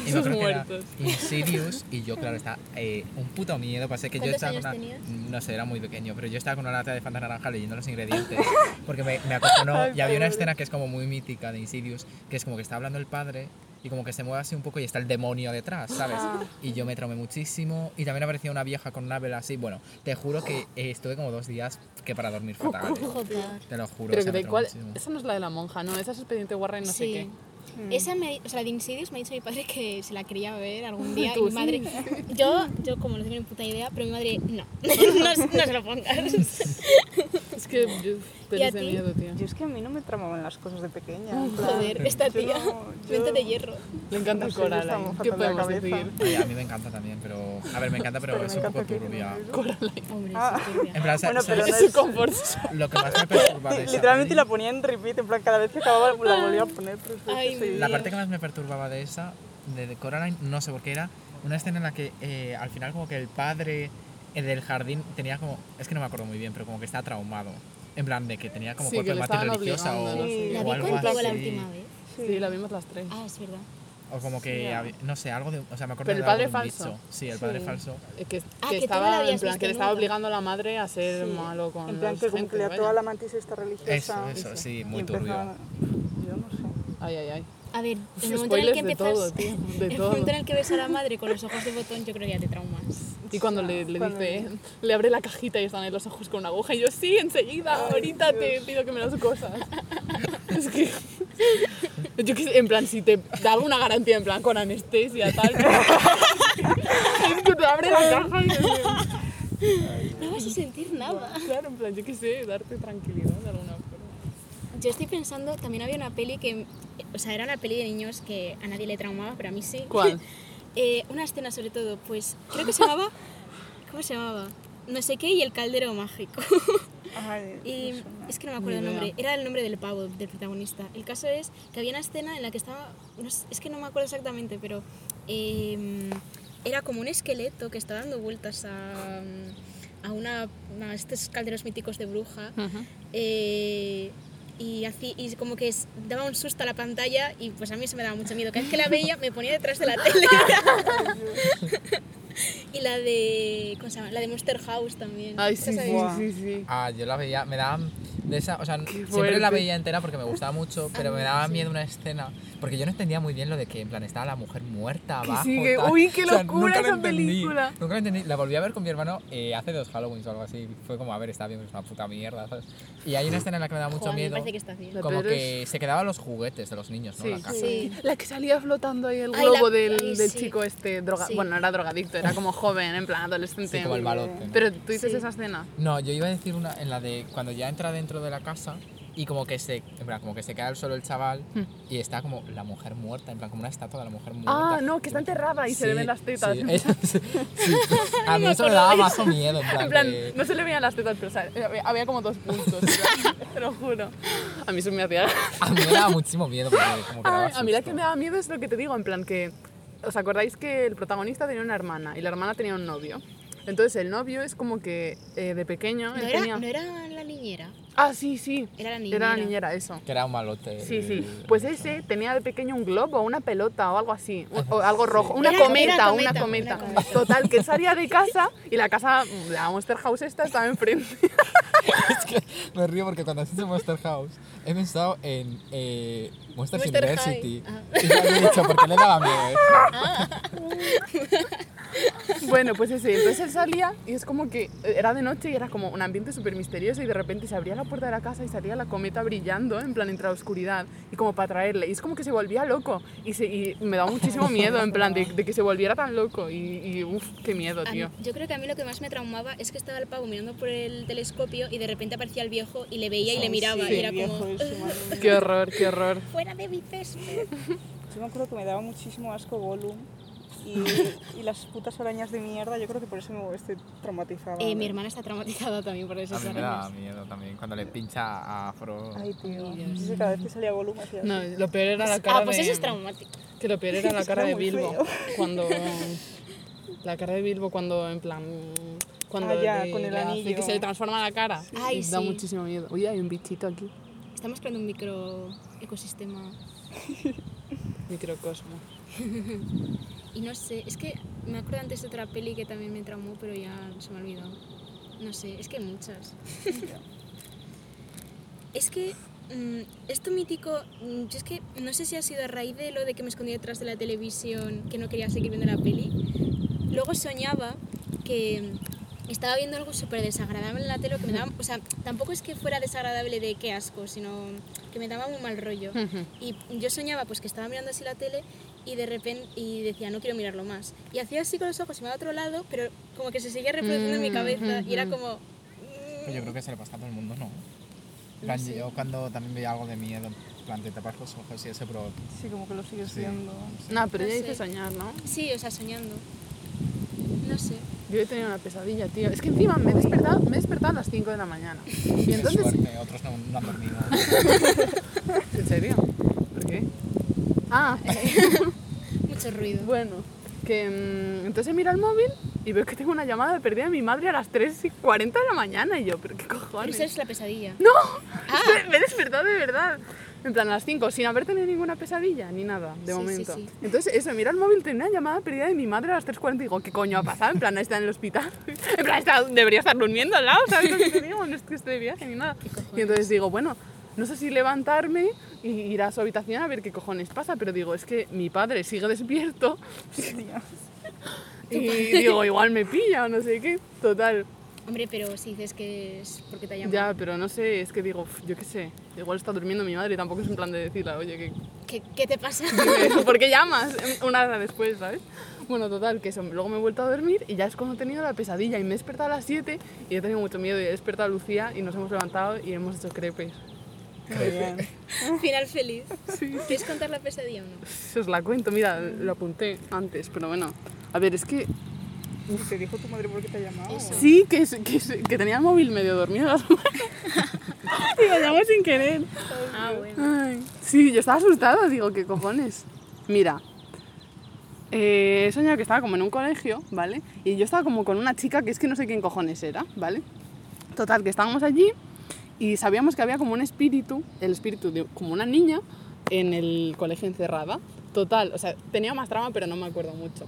Speaker 4: Y me
Speaker 1: Esos
Speaker 4: acuerdo que era
Speaker 1: muertos.
Speaker 4: Insidious y yo, claro, está eh, un puto miedo. Pasé que yo
Speaker 5: ¿Cuántos
Speaker 4: estaba con
Speaker 5: años
Speaker 4: una, Mm,
Speaker 5: tenías?
Speaker 4: No sé, era muy pequeño, pero yo estaba con una lata de Fanta Naranja leyendo los ingredientes porque me, me acojonó.
Speaker 1: Ay,
Speaker 4: y había
Speaker 1: pobre.
Speaker 4: una escena que es como muy mítica de Insidious, que es como que está hablando el padre y como que se mueve así un poco y está el demonio detrás, ¿sabes?
Speaker 5: Ah.
Speaker 4: Y yo me traumé muchísimo y también aparecía una vieja con una vela así. Bueno, te juro que eh, estuve como dos días que para dormir
Speaker 5: Oh,
Speaker 4: fatal. eh.
Speaker 3: Joder.
Speaker 4: Te lo juro. o
Speaker 1: Pero
Speaker 4: sea,
Speaker 1: que de
Speaker 4: me traumó
Speaker 1: cuál.
Speaker 4: muchísimo.
Speaker 1: Esa no es la de la monja, ¿no? Esa es expediente Warren, no sé
Speaker 5: Sí.
Speaker 1: qué. Hmm.
Speaker 3: Esa me, o sea, la de Insidious me ha dicho mi padre que se la quería ver
Speaker 1: (laughs)
Speaker 3: algún día. y
Speaker 1: Tú,
Speaker 3: mi madre, yo, yo como no tengo ni puta idea, pero mi madre,
Speaker 1: (laughs)
Speaker 3: no, (laughs) no, se- no se lo pongas.
Speaker 1: Es que yo
Speaker 3: ¿Y a
Speaker 1: pelis de
Speaker 3: ti?
Speaker 1: miedo, tío.
Speaker 2: Yo es que a mí no me tramaban las cosas de pequeña. en plan,
Speaker 3: Joder, esta (laughs)
Speaker 2: yo
Speaker 3: tía,
Speaker 1: (laughs)
Speaker 2: no-
Speaker 3: mente
Speaker 2: yo-
Speaker 3: de hierro.
Speaker 1: Le encanta
Speaker 2: No
Speaker 1: el
Speaker 2: sé, yo
Speaker 1: coral.
Speaker 2: estaba
Speaker 1: ahí.
Speaker 2: fatal
Speaker 1: ¿Qué
Speaker 2: de la
Speaker 1: podemos
Speaker 2: cabeza.
Speaker 1: decir?
Speaker 4: Ay, a mí me encanta también, pero... A ver, me encanta, pero,
Speaker 2: Pero
Speaker 4: es
Speaker 2: me
Speaker 4: un poco
Speaker 2: encanta que-
Speaker 4: turbia.
Speaker 3: Hombre,
Speaker 2: Ah.
Speaker 3: sí, turbia.
Speaker 4: En (laughs) plan,
Speaker 2: Bueno,
Speaker 4: ¿sabes?
Speaker 2: pero no
Speaker 1: Es
Speaker 2: es-
Speaker 1: su confort.
Speaker 4: Lo que más me perturba de
Speaker 2: (laughs) Li-
Speaker 4: esa
Speaker 2: Literalmente
Speaker 4: peli-
Speaker 2: la ponía en repeat, en plan, cada vez que acababa la volvía a poner. tres veces
Speaker 3: Ay,
Speaker 2: seguidas.
Speaker 4: La parte que más me perturbaba de esa, de de Coraline, no sé por qué era, una escena en la que eh, al final como que el padre eh, del jardín tenía como, es que no me acuerdo muy bien, pero como que está traumado. En plan de que tenía como
Speaker 1: Sí,
Speaker 4: cuerpo
Speaker 1: que
Speaker 4: de
Speaker 1: le
Speaker 4: matriz
Speaker 1: estaban
Speaker 4: religiosa o,
Speaker 1: obligando,
Speaker 2: ¿no? Sí.
Speaker 4: o
Speaker 3: ¿La
Speaker 2: o
Speaker 3: vi
Speaker 4: algo
Speaker 3: contigo la
Speaker 4: así.
Speaker 3: última vez?
Speaker 1: Sí, la vimos las tres.
Speaker 3: Ah, es verdad.
Speaker 4: O como que,
Speaker 2: Sí, ah.
Speaker 4: había- no sé, algo de, o sea, me acuerdo
Speaker 1: Pero el
Speaker 4: de algo
Speaker 1: padre
Speaker 4: de un
Speaker 1: falso.
Speaker 4: bicho. Sí, el padre
Speaker 2: Sí.
Speaker 4: falso.
Speaker 1: Eh, Que,
Speaker 3: Ah,
Speaker 1: que
Speaker 3: que tú no la
Speaker 1: estaba en
Speaker 3: habías
Speaker 1: plan,
Speaker 3: visto
Speaker 1: que le estaba
Speaker 3: nunca.
Speaker 1: obligando a la madre a ser
Speaker 2: Sí.
Speaker 1: malo con
Speaker 2: En plan,
Speaker 1: los
Speaker 2: que como que le
Speaker 1: agentes,
Speaker 2: ató a
Speaker 1: vaya.
Speaker 2: la mantis esta
Speaker 4: Eso,
Speaker 2: religiosa.
Speaker 4: eso, sí,
Speaker 2: y
Speaker 4: muy
Speaker 2: empezaban
Speaker 4: turbio.
Speaker 2: a- Yo no sé.
Speaker 1: Ay, ay, ay.
Speaker 3: A ver, en el momento (laughs) en el
Speaker 1: Spoilers
Speaker 3: que
Speaker 1: de
Speaker 3: empiezas,
Speaker 1: todo, tío. De
Speaker 3: el
Speaker 1: todo.
Speaker 3: momento en el que ves a la madre con los ojos de botón, yo creo que ya te traumas.
Speaker 1: Y cuando le, le
Speaker 2: Cuando-
Speaker 1: dice, eh, le abre la cajita y están ahí los ojos con una aguja. Y yo, sí, enseguida, ahorita te pido que me das cosas. (laughs) es que. Yo que sé, en plan, si te da alguna garantía, en plan, con anestesia, tal. es (laughs) que te abre la caja y.
Speaker 3: No vas a sentir nada.
Speaker 1: Claro, en plan, yo qué sé, darte tranquilidad de alguna forma.
Speaker 3: Yo estoy pensando, también había una peli que, o sea, era una peli de niños que a nadie le traumaba, pero a mí sí.
Speaker 1: ¿Cuál?
Speaker 3: (laughs) Eh, una escena sobre todo, pues creo que se (laughs) llamaba, ¿cómo se llamaba? No sé qué y el caldero mágico. (laughs)
Speaker 2: Ay,
Speaker 3: Y
Speaker 2: eso, no.
Speaker 3: es que no me acuerdo el
Speaker 1: Ni idea.
Speaker 3: nombre, era el nombre del pavo, del protagonista. El caso es que había una escena en la que estaba, no sé, es que no me acuerdo exactamente, pero eh, era como un esqueleto que estaba dando vueltas a, mm, a, una, a estos calderos míticos de bruja.
Speaker 1: Ah.
Speaker 3: Eh, y, así, y como que es- daba un susto a la pantalla y pues a mí se me daba mucho miedo. Cada vez que la veía me ponía detrás de la
Speaker 1: (laughs)
Speaker 3: tele. (laughs) y la de, ¿cómo se llama? La de Monster House también.
Speaker 1: Ay, sí,
Speaker 3: ¿Esa
Speaker 1: sí,
Speaker 3: sabéis?
Speaker 2: Buah.
Speaker 1: sí, sí.
Speaker 4: Ah, yo la veía, me daban de esa, o sea, siempre
Speaker 1: fuerte.
Speaker 4: la veía entera porque me gustaba mucho, pero me daba miedo una escena, porque yo no entendía muy bien lo de que en plan estaba la mujer muerta
Speaker 1: Que
Speaker 4: abajo.
Speaker 1: sí, que-
Speaker 4: tal.
Speaker 1: uy, qué
Speaker 4: O sea,
Speaker 1: locura
Speaker 4: nunca lo
Speaker 1: esa
Speaker 4: entendí,
Speaker 1: película.
Speaker 4: Nunca la entendí, la volví a ver con mi hermano eh, hace dos Halloweens o algo así, fue como, a ver, está bien, pero es una puta mierda, ¿sabes? Y hay una escena en la que me da mucho
Speaker 3: Joder,
Speaker 4: miedo,
Speaker 3: Me parece que está bien.
Speaker 1: La
Speaker 4: como
Speaker 1: peor
Speaker 4: que se quedaban los juguetes de los niños, ¿no?
Speaker 1: Sí.
Speaker 4: La casa.
Speaker 3: Sí.
Speaker 1: La que salía flotando ahí el
Speaker 3: Ay, la-
Speaker 1: globo del,
Speaker 3: ay,
Speaker 1: del
Speaker 3: sí.
Speaker 1: chico este, droga,
Speaker 3: Sí.
Speaker 1: bueno, no era drogadicto, era como joven, en plan adolescente.
Speaker 4: Sí, como el balote. ¿no?
Speaker 1: Pero tú dices
Speaker 3: Sí.
Speaker 1: esa escena.
Speaker 4: No, yo iba a decir una en la de cuando ya entra dentro de la casa y como que se, en plan, como que se queda al suelo el chaval
Speaker 1: Hmm.
Speaker 4: y está como la mujer muerta, en plan como una estatua de la mujer muerta.
Speaker 1: Ah, no, que está enterrada y se le ven las tetas. (laughs)
Speaker 4: sí, es- (laughs) sí, sí. a mí eso me daba más miedo, en plan,
Speaker 1: En plan,
Speaker 4: de-
Speaker 1: no se le veían las tetas, pero o sea, eh, había- había como dos puntos, (laughs) en plan, te lo juro. A mí eso me hacía...
Speaker 4: a mí me daba muchísimo miedo porque como que
Speaker 1: (laughs)
Speaker 4: daba
Speaker 1: Ay, a mí la
Speaker 4: susto.
Speaker 1: que me daba miedo es lo que te digo, en plan que... ¿Os acordáis que el protagonista tenía una hermana y la hermana tenía un novio? Entonces el novio es como que eh, de pequeño...
Speaker 3: No
Speaker 1: él
Speaker 3: era,
Speaker 1: tenía-
Speaker 3: no era la niñera,
Speaker 1: Ah, sí, sí.
Speaker 3: era la niñera.
Speaker 1: Era la niñera, eso.
Speaker 4: que era un malote.
Speaker 1: Sí, sí.
Speaker 4: el-
Speaker 1: Pues ese tenía de pequeño un globo, una pelota o algo así, o- o algo rojo, una
Speaker 3: Era-
Speaker 1: cometa,
Speaker 3: era
Speaker 1: una
Speaker 3: cometa,
Speaker 1: cometa.
Speaker 3: una cometa.
Speaker 1: Total, que salía
Speaker 3: (laughs)
Speaker 1: de casa y la casa, la Monster House esta estaba (laughs) enfrente.
Speaker 4: es que (laughs) me río porque cuando has dicho Monster House he pensado en eh, Monsters
Speaker 3: Monster High.
Speaker 4: University. Y yo había dicho porque le daba miedo. eso.
Speaker 1: Bueno, pues ese. Entonces él salía y es como que era de noche y era como un ambiente súper misterioso y de repente se abría la puerta de la casa y salía la cometa brillando, en plan entre la oscuridad y como para traerle. Y es como que se volvía loco y, se- y me daba muchísimo miedo, en plan de, de que se volviera tan loco y, y uff, qué miedo,
Speaker 3: A mí-
Speaker 1: tío.
Speaker 3: yo creo que a mí lo que más me traumaba es que estaba el pavo mirando por el telescopio y de repente aparecía el viejo y le veía y le miraba
Speaker 2: Sí,
Speaker 3: y era
Speaker 2: viejo
Speaker 3: como
Speaker 1: (laughs)
Speaker 2: ese, madre mía.
Speaker 1: Qué horror, qué
Speaker 3: (laughs)
Speaker 1: horror.
Speaker 3: fuera de mi
Speaker 1: (laughs)
Speaker 3: césped.
Speaker 2: Yo me acuerdo que me daba muchísimo asco Gollum y, y las putas arañas de mierda. Yo creo que por eso me este, estoy traumatizada.
Speaker 3: Eh, mi hermana está traumatizada también por
Speaker 4: A
Speaker 3: esas
Speaker 4: mí me da
Speaker 3: arañas.
Speaker 4: miedo también cuando le pincha a Afro.
Speaker 2: Ay, tío.
Speaker 1: Ay,
Speaker 2: Es que cada vez que salía Gollum hacía
Speaker 1: No,
Speaker 2: así.
Speaker 1: lo peor era la cara
Speaker 3: Ah, pues
Speaker 1: de...
Speaker 3: eso es traumático.
Speaker 1: Que lo peor era la
Speaker 2: Está
Speaker 1: cara de
Speaker 2: muy
Speaker 1: Bilbo.
Speaker 2: feo.
Speaker 1: Cuando. La cara de Bilbo cuando, en plan. Cuando
Speaker 2: Ah, ya,
Speaker 1: le-
Speaker 2: con el
Speaker 1: le hace
Speaker 2: anillo.
Speaker 1: Que se le transforma la cara.
Speaker 3: Ay,
Speaker 1: Da
Speaker 3: sí.
Speaker 1: muchísimo miedo. Uy, hay un bichito aquí.
Speaker 3: Estamos creando un micro ecosistema
Speaker 1: Microcosmo.
Speaker 3: y no sé, es que me acuerdo antes de otra peli que también me traumó, pero ya se me ha olvidado. No sé, es que hay muchas. es que mm, esto mítico, mm, yo es que no sé si ha sido a raíz de lo de que me escondí detrás de la televisión, que no quería seguir viendo la peli. Luego soñaba que estaba viendo algo súper desagradable en la tele, que me daba, o sea, tampoco es que fuera desagradable de qué asco, sino que me daba un mal rollo.
Speaker 1: Hmm.
Speaker 3: Y yo soñaba pues que estaba mirando así la tele y de repente y decía, no quiero mirarlo más. Y hacía así con los ojos y me iba a otro lado, pero como que se seguía reproduciendo en mi
Speaker 1: Mm,
Speaker 3: cabeza y era
Speaker 1: ujú.
Speaker 3: como... "Mm".
Speaker 4: Pues yo creo que se le pasa a todo el mundo, ¿no? En plan,
Speaker 3: sé.
Speaker 4: Yo cuando también veía algo de miedo, en plan, te tapas los ojos y eso, pero...
Speaker 2: Sí, como que lo sigues
Speaker 4: Sí.
Speaker 2: viendo.
Speaker 1: No, pero
Speaker 3: No
Speaker 1: ella
Speaker 3: sé.
Speaker 1: dice soñar, ¿no?
Speaker 3: Sí, o sea, soñando. No sé.
Speaker 1: Yo he tenido una pesadilla, tío. Es que encima me he despertado, me he despertado a las 5 de la mañana. Y
Speaker 4: Qué
Speaker 1: entonces.
Speaker 4: suerte, otros no, no han dormido.
Speaker 1: ¿En serio? ¿Por qué? Ah, (laughs)
Speaker 3: Mucho ruido.
Speaker 1: Bueno, que mm, entonces miro el móvil y veo que tengo una llamada de perdida de mi madre a las 3 y 40 de la mañana. Y yo, ¿pero qué
Speaker 3: Pero
Speaker 1: cojones?
Speaker 3: esa es la pesadilla.
Speaker 1: ¡No! Es
Speaker 3: Ah.
Speaker 1: que (laughs) me he despertado de verdad. En plan, a las 5, sin haber tenido ninguna pesadilla ni nada, de
Speaker 3: Sí, sí,
Speaker 1: momento.
Speaker 3: sí.
Speaker 1: Entonces, eso, mira el móvil, tenía una llamada perdida de mi madre a las 3.40 y digo, ¿qué coño ha pasado? En plan, está en el hospital. (laughs) En plan, está- debería estar durmiendo al lado, ¿sabes lo que te digo? No es que esté de viaje ni nada. Y entonces digo, bueno, no sé si levantarme y ir a su habitación a ver qué cojones pasa, pero digo, es que mi padre sigue despierto (laughs) y digo, igual me pilla o no sé qué. Total.
Speaker 3: Hombre, pero si dices que es porque te ha llamado.
Speaker 1: Ya, pero no sé, es que digo, "Uf, yo qué sé, igual está durmiendo mi madre y tampoco es un plan de decirle, oye, que
Speaker 3: ¿Qué, qué te pasa?
Speaker 1: dime, (laughs) ¿por qué llamas? Una hora después, ¿sabes? Bueno, total, que eso, luego me he vuelto a dormir y ya es cuando he tenido la pesadilla y me he despertado a las 7 y he tenido mucho miedo y he despertado a Lucía y nos hemos levantado y hemos hecho crepes.
Speaker 2: Muy bien.
Speaker 3: (laughs) Final feliz. ¿Quieres contar la pesadilla o no?
Speaker 1: Se os la cuento, mira, lo apunté antes, pero bueno. A ver, es que
Speaker 2: ¿Y ¿Te dijo tu madre por qué te ha llamado?
Speaker 3: Eso.
Speaker 1: sí que, es- que, es- que tenía el móvil medio dormido (laughs) a las manos. y lo llamó sin querer.
Speaker 3: Ah, bueno.
Speaker 1: Ay, sí, yo estaba asustada, digo, ¿qué cojones? Mira, eh, he soñado que estaba como en un colegio, ¿vale? Y yo estaba como con una chica que es que no sé quién cojones era, ¿vale? Total, que estábamos allí y sabíamos que había como un espíritu, el espíritu de como una niña en el colegio encerrada. Total, o sea, tenía más trama, pero no me acuerdo mucho.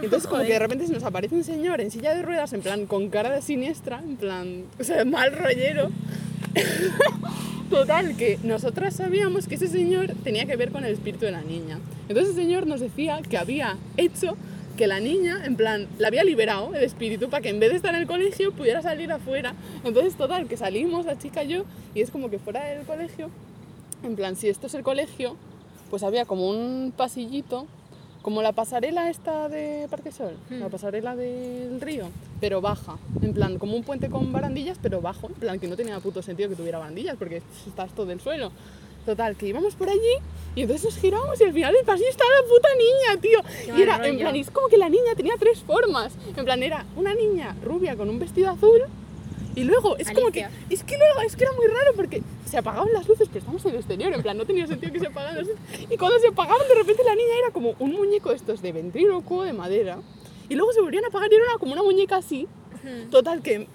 Speaker 1: Entonces, como que de repente se nos aparece un señor en silla de ruedas, en plan, con cara de siniestra, en plan, o sea, mal rollero. (laughs) Total, que nosotras sabíamos que ese señor tenía que ver con el espíritu de la niña. Entonces el señor nos decía que había hecho que la niña, en plan, la había liberado el espíritu para que en vez de estar en el colegio pudiera salir afuera. Entonces, total, que salimos, la chica y yo, y es como que fuera del colegio, en plan, si esto es el colegio, pues había como un pasillito, como la pasarela esta de Parque Sol, la
Speaker 3: Hmm.
Speaker 1: pasarela del río, pero baja, en plan, como un puente con barandillas, pero bajo, en plan, que no tenía puto sentido que tuviera barandillas, porque está esto del suelo. Total, que íbamos por allí y entonces nos giramos y al final del pasillo estaba la puta niña, tío.
Speaker 3: mal
Speaker 1: Y era, en
Speaker 3: rollo.
Speaker 1: plan, y es como que la niña tenía tres formas. En plan, era una niña rubia con un vestido azul, y luego, es como que.
Speaker 3: Alicia.
Speaker 1: Es que luego, es que era muy raro porque se apagaban las luces, pero estamos en el exterior, en plan, no tenía sentido que se apagaran las luces. Y cuando se apagaban, de repente la niña era como un muñeco de estos de ventrílocuo, de madera. Y luego se volvían a apagar y era una- como una muñeca así. Total, que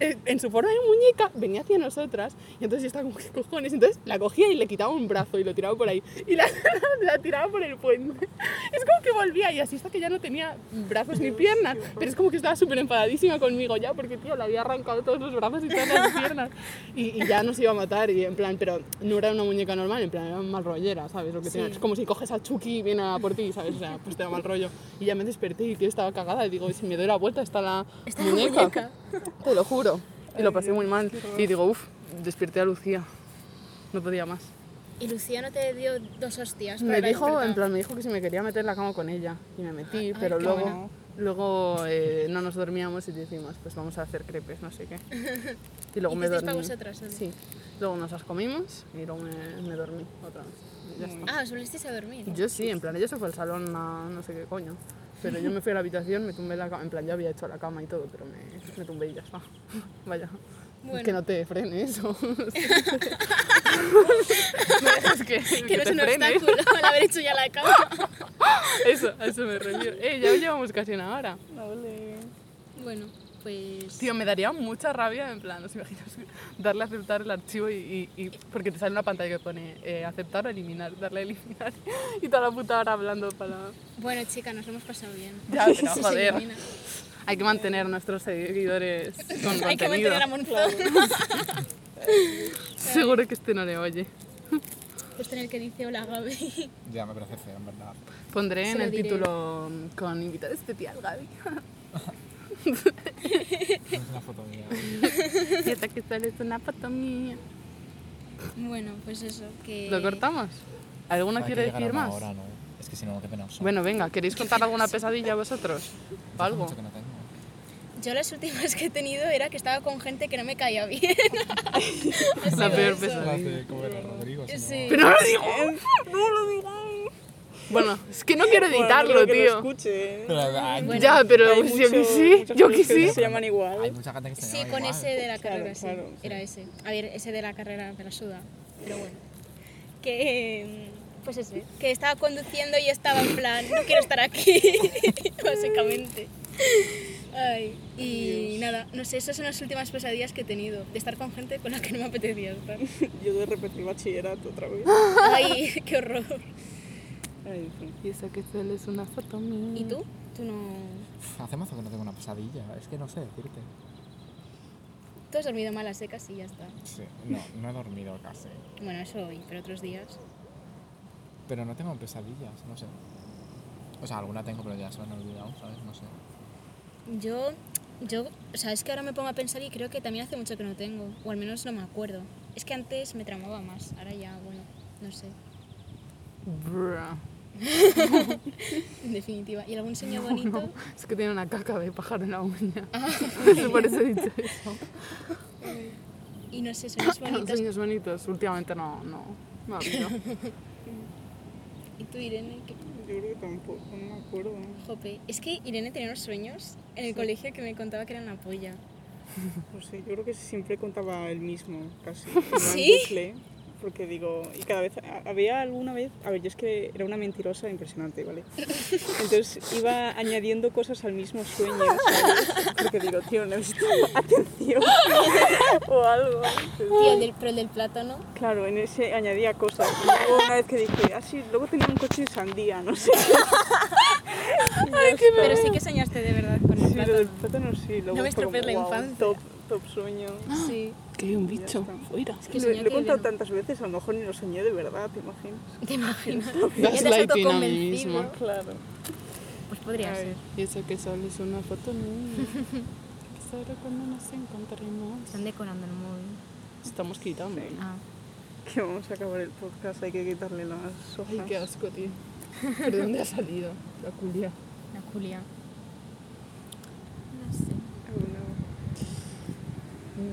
Speaker 1: eh, en su forma de muñeca, venía hacia nosotras. Y entonces yo estaba como, ¿qué cojones? Entonces la cogía y le quitaba un brazo y lo tiraba por ahí. Y la, (laughs) la tiraba por el puente. Es como que volvía y así hasta que ya no tenía brazos ni piernas. Pero es como que estaba súper enfadadísima conmigo ya, porque tío, le había arrancado todos los brazos y todas las piernas. Y, y ya nos iba a matar. Y en plan, pero no era una muñeca normal, en plan, era mal rollera, ¿sabes? Lo que tenía. Es como si coges a Chucky y viene a por ti, ¿sabes? O sea, pues te da mal rollo. Y ya me desperté y tío, estaba cagada. Y digo, si me doy la vuelta, está la muñeca. Te lo juro. Y lo pasé muy mal. Y digo, uff, desperté a Lucía. No podía más.
Speaker 3: Y Lucía no te dio dos hostias. por
Speaker 1: Me
Speaker 3: haber
Speaker 1: dijo, en
Speaker 3: despertado.
Speaker 1: plan, me dijo que si me quería meter en la cama con ella. Y me metí, pero
Speaker 3: qué
Speaker 1: luego,
Speaker 2: bueno.
Speaker 1: luego eh, no nos dormíamos y decimos, pues vamos a hacer crepes, no sé
Speaker 3: (laughs)
Speaker 1: qué. Y luego
Speaker 3: ¿Y
Speaker 1: me
Speaker 3: hicisteis pa'
Speaker 1: dormí.
Speaker 3: vosotras, o no?
Speaker 1: Sí. Luego nos las comimos y luego me, me dormí otra vez. Y ya está.
Speaker 3: Ah, os volvisteis a dormir.
Speaker 1: Yo sí, en plan, ella se fue al salón a no sé qué coño. Pero yo me fui a la habitación, me tumbé en la cama. En plan, ya había hecho la cama y todo, pero me, me tumbé y ya está. (laughs) Vaya.
Speaker 3: Bueno.
Speaker 1: Que no te frene
Speaker 3: (laughs)
Speaker 1: eso. (laughs) me dejas
Speaker 3: (laughs)
Speaker 1: que,
Speaker 3: que no es
Speaker 1: te
Speaker 3: un
Speaker 1: frene.
Speaker 3: obstáculo al haber hecho ya la
Speaker 1: (laughs)
Speaker 3: cama.
Speaker 1: Eso, a eso me refiero. Eh, ya llevamos casi una hora.
Speaker 2: No, ole.
Speaker 3: Bueno, pues.
Speaker 1: Tío, me daría mucha rabia, en plan, ¿os imaginas darle a aceptar el archivo y, y- y- porque te sale una pantalla que pone eh, aceptar o eliminar, darle a eliminar (laughs) y toda la puta hora hablando para...
Speaker 3: Bueno, chica, nos lo hemos pasado bien.
Speaker 1: (laughs) Ya, pero
Speaker 3: Se
Speaker 1: Ah, joder,
Speaker 3: elimina.
Speaker 1: hay que mantener nuestros seguidores con
Speaker 3: Hay que
Speaker 1: contenido.
Speaker 3: mantener a Monzo.
Speaker 1: Seguro que este no le oye.
Speaker 3: Justo en el Pues que dice hola Gaby. (laughs)
Speaker 4: Ya, me parece feo,
Speaker 1: (laughs)
Speaker 4: en verdad.
Speaker 1: Pondré
Speaker 3: Se
Speaker 1: en
Speaker 3: lo
Speaker 1: el
Speaker 3: diré.
Speaker 1: título mm, con invitado especial,
Speaker 3: (laughs)
Speaker 1: Gaby.
Speaker 4: Es una foto mía.
Speaker 1: Y esta que sale es una foto mía.
Speaker 3: Bueno, pues eso, que.
Speaker 1: ¿Lo cortamos? ¿Alguno
Speaker 4: Hay que
Speaker 1: quiere
Speaker 4: llegar a
Speaker 1: decir
Speaker 4: una
Speaker 1: más?
Speaker 4: hora, ¿no? Es que si no, qué penoso.
Speaker 1: Bueno, venga, ¿queréis contar alguna pesadilla vosotros? ¿O algo?
Speaker 4: Mucho que no tengo.
Speaker 3: Yo las últimas que he tenido era que estaba con gente que no me caía bien. (laughs) Ha
Speaker 1: La
Speaker 3: sido
Speaker 1: peor
Speaker 3: eso.
Speaker 1: pesadilla.
Speaker 4: Hace como era Rodrigo, si no-
Speaker 3: Sí.
Speaker 1: Pero no lo digo. Bueno, es que no quiero editarlo,
Speaker 2: Bueno, creo que lo
Speaker 1: tío.
Speaker 2: escuche, ¿eh?
Speaker 4: Pero ah, hay-
Speaker 1: Ya, pero
Speaker 2: Hay
Speaker 1: yo que
Speaker 2: mucho-
Speaker 1: sí,
Speaker 2: muchas
Speaker 1: yo que
Speaker 2: cosas
Speaker 1: sí.
Speaker 2: Se llaman igual.
Speaker 4: Hay mucha gente que se
Speaker 3: Sí,
Speaker 4: llama
Speaker 3: con
Speaker 4: igual.
Speaker 3: ese de la
Speaker 2: Claro,
Speaker 3: carrera, sí.
Speaker 2: claro, sí.
Speaker 3: Era ese. A ver, ese de la carrera me la suda. Pero bueno. Que. mm, Pues ese. Que estaba conduciendo y estaba en plan, no quiero estar aquí. (laughs) básicamente. Ay, y nada, no sé, esas son las últimas pesadillas que he tenido. De estar con gente con la que no me apetecía
Speaker 2: (laughs)
Speaker 3: estar.
Speaker 2: Yo de repetir bachillerato otra vez.
Speaker 3: Ay, qué horror.
Speaker 2: Ay, en fin.
Speaker 1: Y esa que sale es una foto mía.
Speaker 3: ¿Y
Speaker 2: Mm.
Speaker 3: tú? Tú no.
Speaker 4: Uf, Hace mazo que no tengo una pesadilla. Es que no sé decirte.
Speaker 3: Tú has dormido mal a secas y ya está.
Speaker 4: Sí, no, no he dormido casi.
Speaker 3: Bueno, eso hoy, pero otros días.
Speaker 4: Pero no tengo pesadillas, no sé. O sea, alguna tengo, pero ya se me han olvidado, ¿sabes? No sé.
Speaker 3: Yo, yo, o sea, es que ahora me pongo a pensar y creo que también hace mucho que no tengo, o al menos no me acuerdo. Es que antes me tramaba más, ahora ya, bueno, no sé. (laughs)
Speaker 1: Bruh.
Speaker 3: En definitiva, ¿y algún sueño bonito?
Speaker 1: Es que tiene una caca de pájaro en la uña. (laughs) Eso por eso he dicho eso.
Speaker 3: Y no sé, sueños bonitos.
Speaker 1: Sueños bonitos. Últimamente no, no. No ha habido.
Speaker 3: Y tú, Irene, que
Speaker 2: Yo creo que tampoco, no me acuerdo.
Speaker 3: jope. Es que Irene tenía unos sueños en el colegio que me contaba que eran la polla.
Speaker 2: No sé, yo creo que siempre contaba el mismo,
Speaker 3: (laughs)
Speaker 2: casi. iba en
Speaker 3: ¿Sí?
Speaker 2: bucle, porque digo, y cada vez, a- había alguna vez, a ver, yo es que era una mentirosa
Speaker 3: (laughs)
Speaker 2: impresionante, ¿vale? Entonces iba añadiendo cosas al mismo sueño,
Speaker 3: (laughs)
Speaker 2: ¿sabes? Porque digo, tío, necesito atención o algo.
Speaker 3: Tío, el del, pero el del plátano.
Speaker 2: Claro, en ese añadía cosas. Y luego una vez que dije, ah, sí, luego tenía un coche de sandía, no
Speaker 3: (laughs)
Speaker 2: sé.
Speaker 3: Pero sí que soñaste de verdad con el
Speaker 2: Sí, lo del
Speaker 3: plátano.
Speaker 2: plátano sí,
Speaker 3: No me
Speaker 2: luego fue como,
Speaker 3: estropees la
Speaker 2: "Guau,
Speaker 3: infancia".
Speaker 2: Top, top sueño.
Speaker 3: Sí.
Speaker 1: que hay un bicho.
Speaker 2: Ya está.
Speaker 1: Fuera.
Speaker 3: Es que
Speaker 2: lo,
Speaker 3: soñé
Speaker 2: lo he
Speaker 3: que
Speaker 2: contado
Speaker 3: no.
Speaker 2: tantas veces, a lo mejor ni lo soñé de verdad, ¿te imaginas?
Speaker 3: ¿Te imaginas? Ya te has
Speaker 1: Gaslighting a mí
Speaker 3: autoconvencido.
Speaker 1: misma.
Speaker 2: Claro.
Speaker 3: Pues podría ser.
Speaker 1: Y esa que sale es una foto mía. Que sabrá cuando nos encontremos.
Speaker 5: Están decorando el móvil.
Speaker 1: Estamos quitando.
Speaker 5: Ah.
Speaker 2: Que vamos a acabar el podcast, hay que quitarle las hojas.
Speaker 1: Ay, qué asco, tío. ¿Pero de dónde ha salido? La culia.
Speaker 5: La Julia.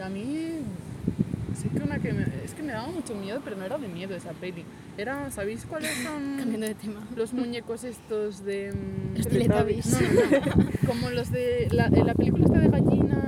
Speaker 1: A mí. Sí que una que me, es que me daba mucho miedo, pero no era de miedo esa peli. Era, ¿sabéis cuáles son
Speaker 3: Cambiando de tema.
Speaker 1: los muñecos estos de mm,
Speaker 3: Los Teletubbies.
Speaker 1: No, eh, no, no. Como los de la, en la película está de gallinas.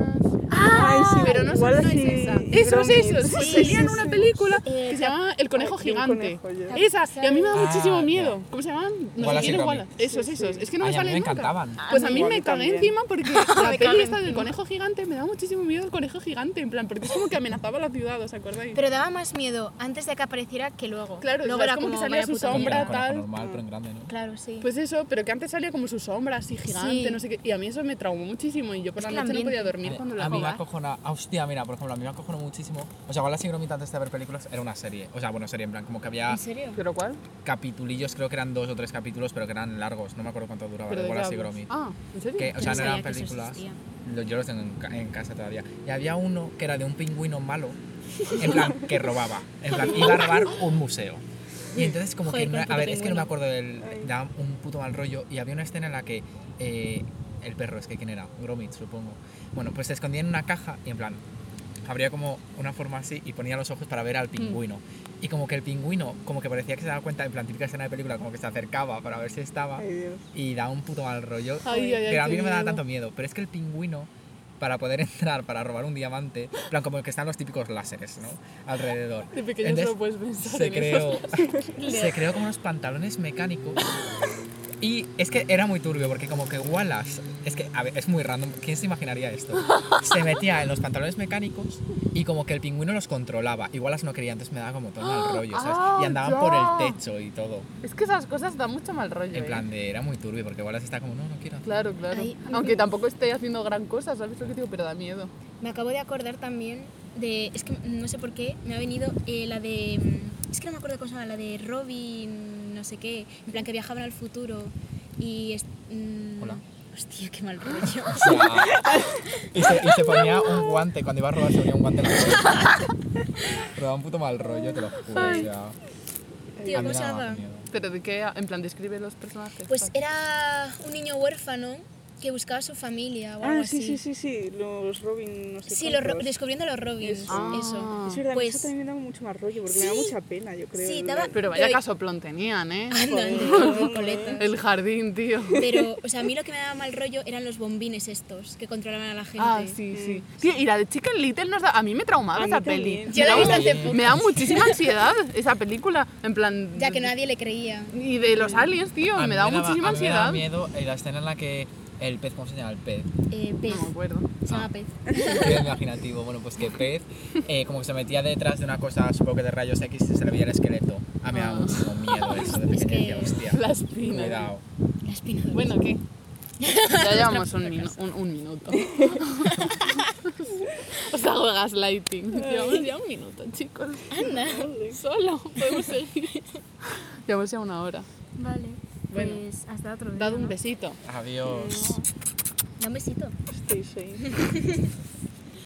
Speaker 2: Ay, sí,
Speaker 1: pero no
Speaker 2: igual
Speaker 1: son
Speaker 2: así,
Speaker 1: así, esa. Eso es eso.
Speaker 2: Sí,
Speaker 1: Pues
Speaker 2: sí,
Speaker 1: salía en
Speaker 2: sí,
Speaker 1: una
Speaker 2: sí.
Speaker 1: película
Speaker 3: Eh,
Speaker 1: que se llama El conejo
Speaker 2: Ay, el
Speaker 1: gigante.
Speaker 2: conejo, ya.
Speaker 1: Esa. Y a mí me da
Speaker 4: Ah,
Speaker 1: muchísimo
Speaker 4: ya.
Speaker 1: miedo. ¿Cómo se llaman? No
Speaker 4: Wallace
Speaker 1: sé,
Speaker 4: y
Speaker 1: eran
Speaker 4: Gromit.
Speaker 1: Wallace. Esos,
Speaker 2: Sí, sí.
Speaker 1: esos. Es que no
Speaker 4: Ay,
Speaker 1: me
Speaker 4: a mí
Speaker 1: salen
Speaker 4: me
Speaker 1: nunca.
Speaker 4: encantaban.
Speaker 1: Pues a
Speaker 2: A
Speaker 1: mí
Speaker 2: mí
Speaker 1: me cagué
Speaker 2: también.
Speaker 1: encima (laughs) porque la
Speaker 5: Me
Speaker 1: peli
Speaker 5: cagué
Speaker 1: esta del
Speaker 5: encima.
Speaker 1: conejo gigante me da muchísimo miedo el conejo gigante, en plan, porque es como que amenazaba la ciudad, ¿os acordáis?
Speaker 5: Pero daba más miedo antes de que apareciera que luego.
Speaker 1: Claro,
Speaker 5: luego
Speaker 1: es como que salía
Speaker 5: vaya
Speaker 1: su
Speaker 5: puto
Speaker 1: sombra,
Speaker 5: mierda.
Speaker 1: tal.
Speaker 4: normal, pero en grande, ¿no?
Speaker 5: Claro, sí.
Speaker 1: Pues eso, pero que antes salía como su sombra así gigante,
Speaker 5: Sí.
Speaker 1: no sé qué. Y a mí eso me traumó muchísimo y yo por
Speaker 5: Es
Speaker 1: la
Speaker 5: que el
Speaker 1: noche no
Speaker 5: ambiente.
Speaker 1: podía dormir cuando la
Speaker 4: a mí me
Speaker 1: jugaba.
Speaker 4: acojona, ah, hostia, mira, por ejemplo, a mí me acojona muchísimo. O sea, Wallace y Gromit antes de ver películas era una serie. O sea, bueno, serie en plan, como que había
Speaker 3: ¿En serio?
Speaker 1: ¿Pero cuál?
Speaker 4: capitulillos, creo que eran dos o tres capítulos, pero que eran largos. No me acuerdo cuánto duraba
Speaker 1: ¿Pero
Speaker 4: de
Speaker 1: de qué
Speaker 4: Wallace y
Speaker 1: hablas?
Speaker 4: Gromit.
Speaker 1: Ah, ¿en serio?
Speaker 4: Que, o sea,
Speaker 5: no
Speaker 4: no eran
Speaker 5: sabía que eso
Speaker 4: películas.
Speaker 5: existía.
Speaker 4: Lo- Yo los tengo en, ca- en casa todavía. Y había uno que era de un pingüino malo, en plan, que robaba. En plan, iba a robar un museo. Y entonces como que...
Speaker 3: Joder, con
Speaker 4: no-
Speaker 3: el
Speaker 4: a ver,
Speaker 3: puto
Speaker 4: es que no me
Speaker 3: pingüino.
Speaker 4: acuerdo del...
Speaker 2: Ay.
Speaker 4: Da un puto mal rollo. Y había una escena en la que... eh, el perro, es que quién era? Gromit, supongo. Bueno, pues se escondía en una caja y en plan... Abría como una forma así y ponía los ojos para ver al pingüino. Y como que el pingüino, como que parecía que se daba cuenta, en plan típica escena de película, como que se acercaba para ver si estaba.
Speaker 2: Ay, Dios.
Speaker 4: Y da un puto mal rollo.
Speaker 1: Ay, ay, ay,
Speaker 4: Pero a
Speaker 1: qué
Speaker 4: mí no me daba
Speaker 1: miedo.
Speaker 4: tanto miedo. Pero es que el pingüino, para poder (laughs) entrar, para robar un diamante, en plan como el que están los típicos láseres, ¿no?
Speaker 1: (laughs)
Speaker 4: Alrededor.
Speaker 1: De pequeño
Speaker 4: Entonces,
Speaker 1: solo puedes pensar
Speaker 4: Se
Speaker 1: en (laughs)
Speaker 4: creó, se creó como unos pantalones mecánicos. Y es que era muy turbio, porque como que Wallace, es que a ver, es muy random, ¿quién se imaginaría esto? Se metía en los pantalones mecánicos y como que el pingüino los controlaba. Y Wallace no quería, entonces me daba como todo
Speaker 1: (gasps)
Speaker 4: mal rollo, ¿sabes?
Speaker 1: Ah,
Speaker 4: Y andaban
Speaker 1: ya.
Speaker 4: por el techo y todo.
Speaker 1: Es que esas cosas dan mucho mal rollo.
Speaker 4: En
Speaker 1: ¿eh?
Speaker 4: plan de, era muy turbio, porque Wallace está como, no, no quiero.
Speaker 1: Claro, claro.
Speaker 3: Ay.
Speaker 1: Aunque tampoco esté haciendo gran cosa, ¿sabes lo que digo? Pero da miedo.
Speaker 3: Me acabo de acordar también de. Es que no sé por qué, me ha venido eh, la de. mm, Es que no me acuerdo cómo se llama, la de Robin, no sé qué. En plan que viajaban al futuro y. es- mm,
Speaker 4: Hola.
Speaker 3: Hostia, qué mal
Speaker 4: (laughs)
Speaker 3: rollo.
Speaker 4: O sea, y, se, y se ponía un guante, cuando iba a robar se ponía un guante en la cabeza. Pero da un puto mal rollo, te lo juro. O sea,
Speaker 3: Tío,
Speaker 4: a mí
Speaker 3: ¿cómo se
Speaker 4: nada me da
Speaker 3: llama?
Speaker 4: miedo.
Speaker 1: Pero de qué, en plan, describe los personajes.
Speaker 3: Pues era un niño huérfano que buscaba a su familia o algo
Speaker 2: Ah, sí, sí,
Speaker 3: así.
Speaker 2: sí, sí, los Robin, no sé
Speaker 3: Sí, los ro-
Speaker 2: cuántos.
Speaker 3: descubriendo los Robins,
Speaker 1: Ah.
Speaker 3: eso.
Speaker 2: Es verdad, a mí
Speaker 3: Pues-
Speaker 2: eso también me daba mucho más rollo, porque me daba
Speaker 3: Sí.
Speaker 2: mucha pena, yo creo.
Speaker 3: Sí,
Speaker 2: en
Speaker 3: daba-
Speaker 2: plan-
Speaker 1: Pero vaya
Speaker 3: Pero-
Speaker 1: casoplón tenían, ¿eh?
Speaker 3: Anda,
Speaker 2: Joder.
Speaker 3: anda, con coletas.
Speaker 1: El jardín, tío.
Speaker 3: Pero,
Speaker 1: (laughs)
Speaker 3: o sea, a mí lo que me daba mal rollo eran los bombines estos que controlaban a la gente.
Speaker 1: Ah, sí, sí. Tío, y la de Chicken Little nos da... A mí me traumaba
Speaker 2: A mí
Speaker 1: esa
Speaker 2: también.
Speaker 1: peli.
Speaker 2: Yo
Speaker 1: Me
Speaker 3: la
Speaker 1: da
Speaker 3: vi
Speaker 1: mu-
Speaker 3: hace poco.
Speaker 1: Me da muchísima ansiedad esa película. En plan...
Speaker 3: Ya que nadie le creía.
Speaker 1: Y de los aliens, tío.
Speaker 4: A mí
Speaker 1: Me da
Speaker 4: daba-
Speaker 1: muchísima
Speaker 4: a mí me
Speaker 1: ansiedad.
Speaker 4: daba
Speaker 1: No
Speaker 4: miedo eh, la escena en la que el pez, ¿cómo se llama el pez?
Speaker 3: Eh, pez.
Speaker 1: me acuerdo. (laughs)
Speaker 3: Se
Speaker 4: Ah.
Speaker 3: llama pez.
Speaker 4: Qué imaginativo. Bueno, pues que pez, eh, como que se metía detrás de una cosa, supongo que de rayos X, y se le veía el esqueleto. A mí me daba
Speaker 1: Ah.
Speaker 4: muchísimo miedo eso de
Speaker 3: Es
Speaker 4: pequeña, decía,
Speaker 3: que-
Speaker 4: hostia.
Speaker 1: La espina.
Speaker 4: Cuidado.
Speaker 3: La espina.
Speaker 1: Bueno, ¿qué? Ya llevamos un, minu- un, un (laughs) minuto. o sea, hago gaslighting. Llevamos ya (laughs) un minuto, chicos.
Speaker 3: Anda.
Speaker 1: Solo podemos seguir. Llevamos ya una hora.
Speaker 5: Vale.
Speaker 1: Bueno.
Speaker 5: Pues hasta
Speaker 3: Mm.
Speaker 5: otro día.
Speaker 1: Dad un
Speaker 5: ¿no?
Speaker 1: besito.
Speaker 4: Adiós.
Speaker 3: Da un besito.
Speaker 2: Stay safe.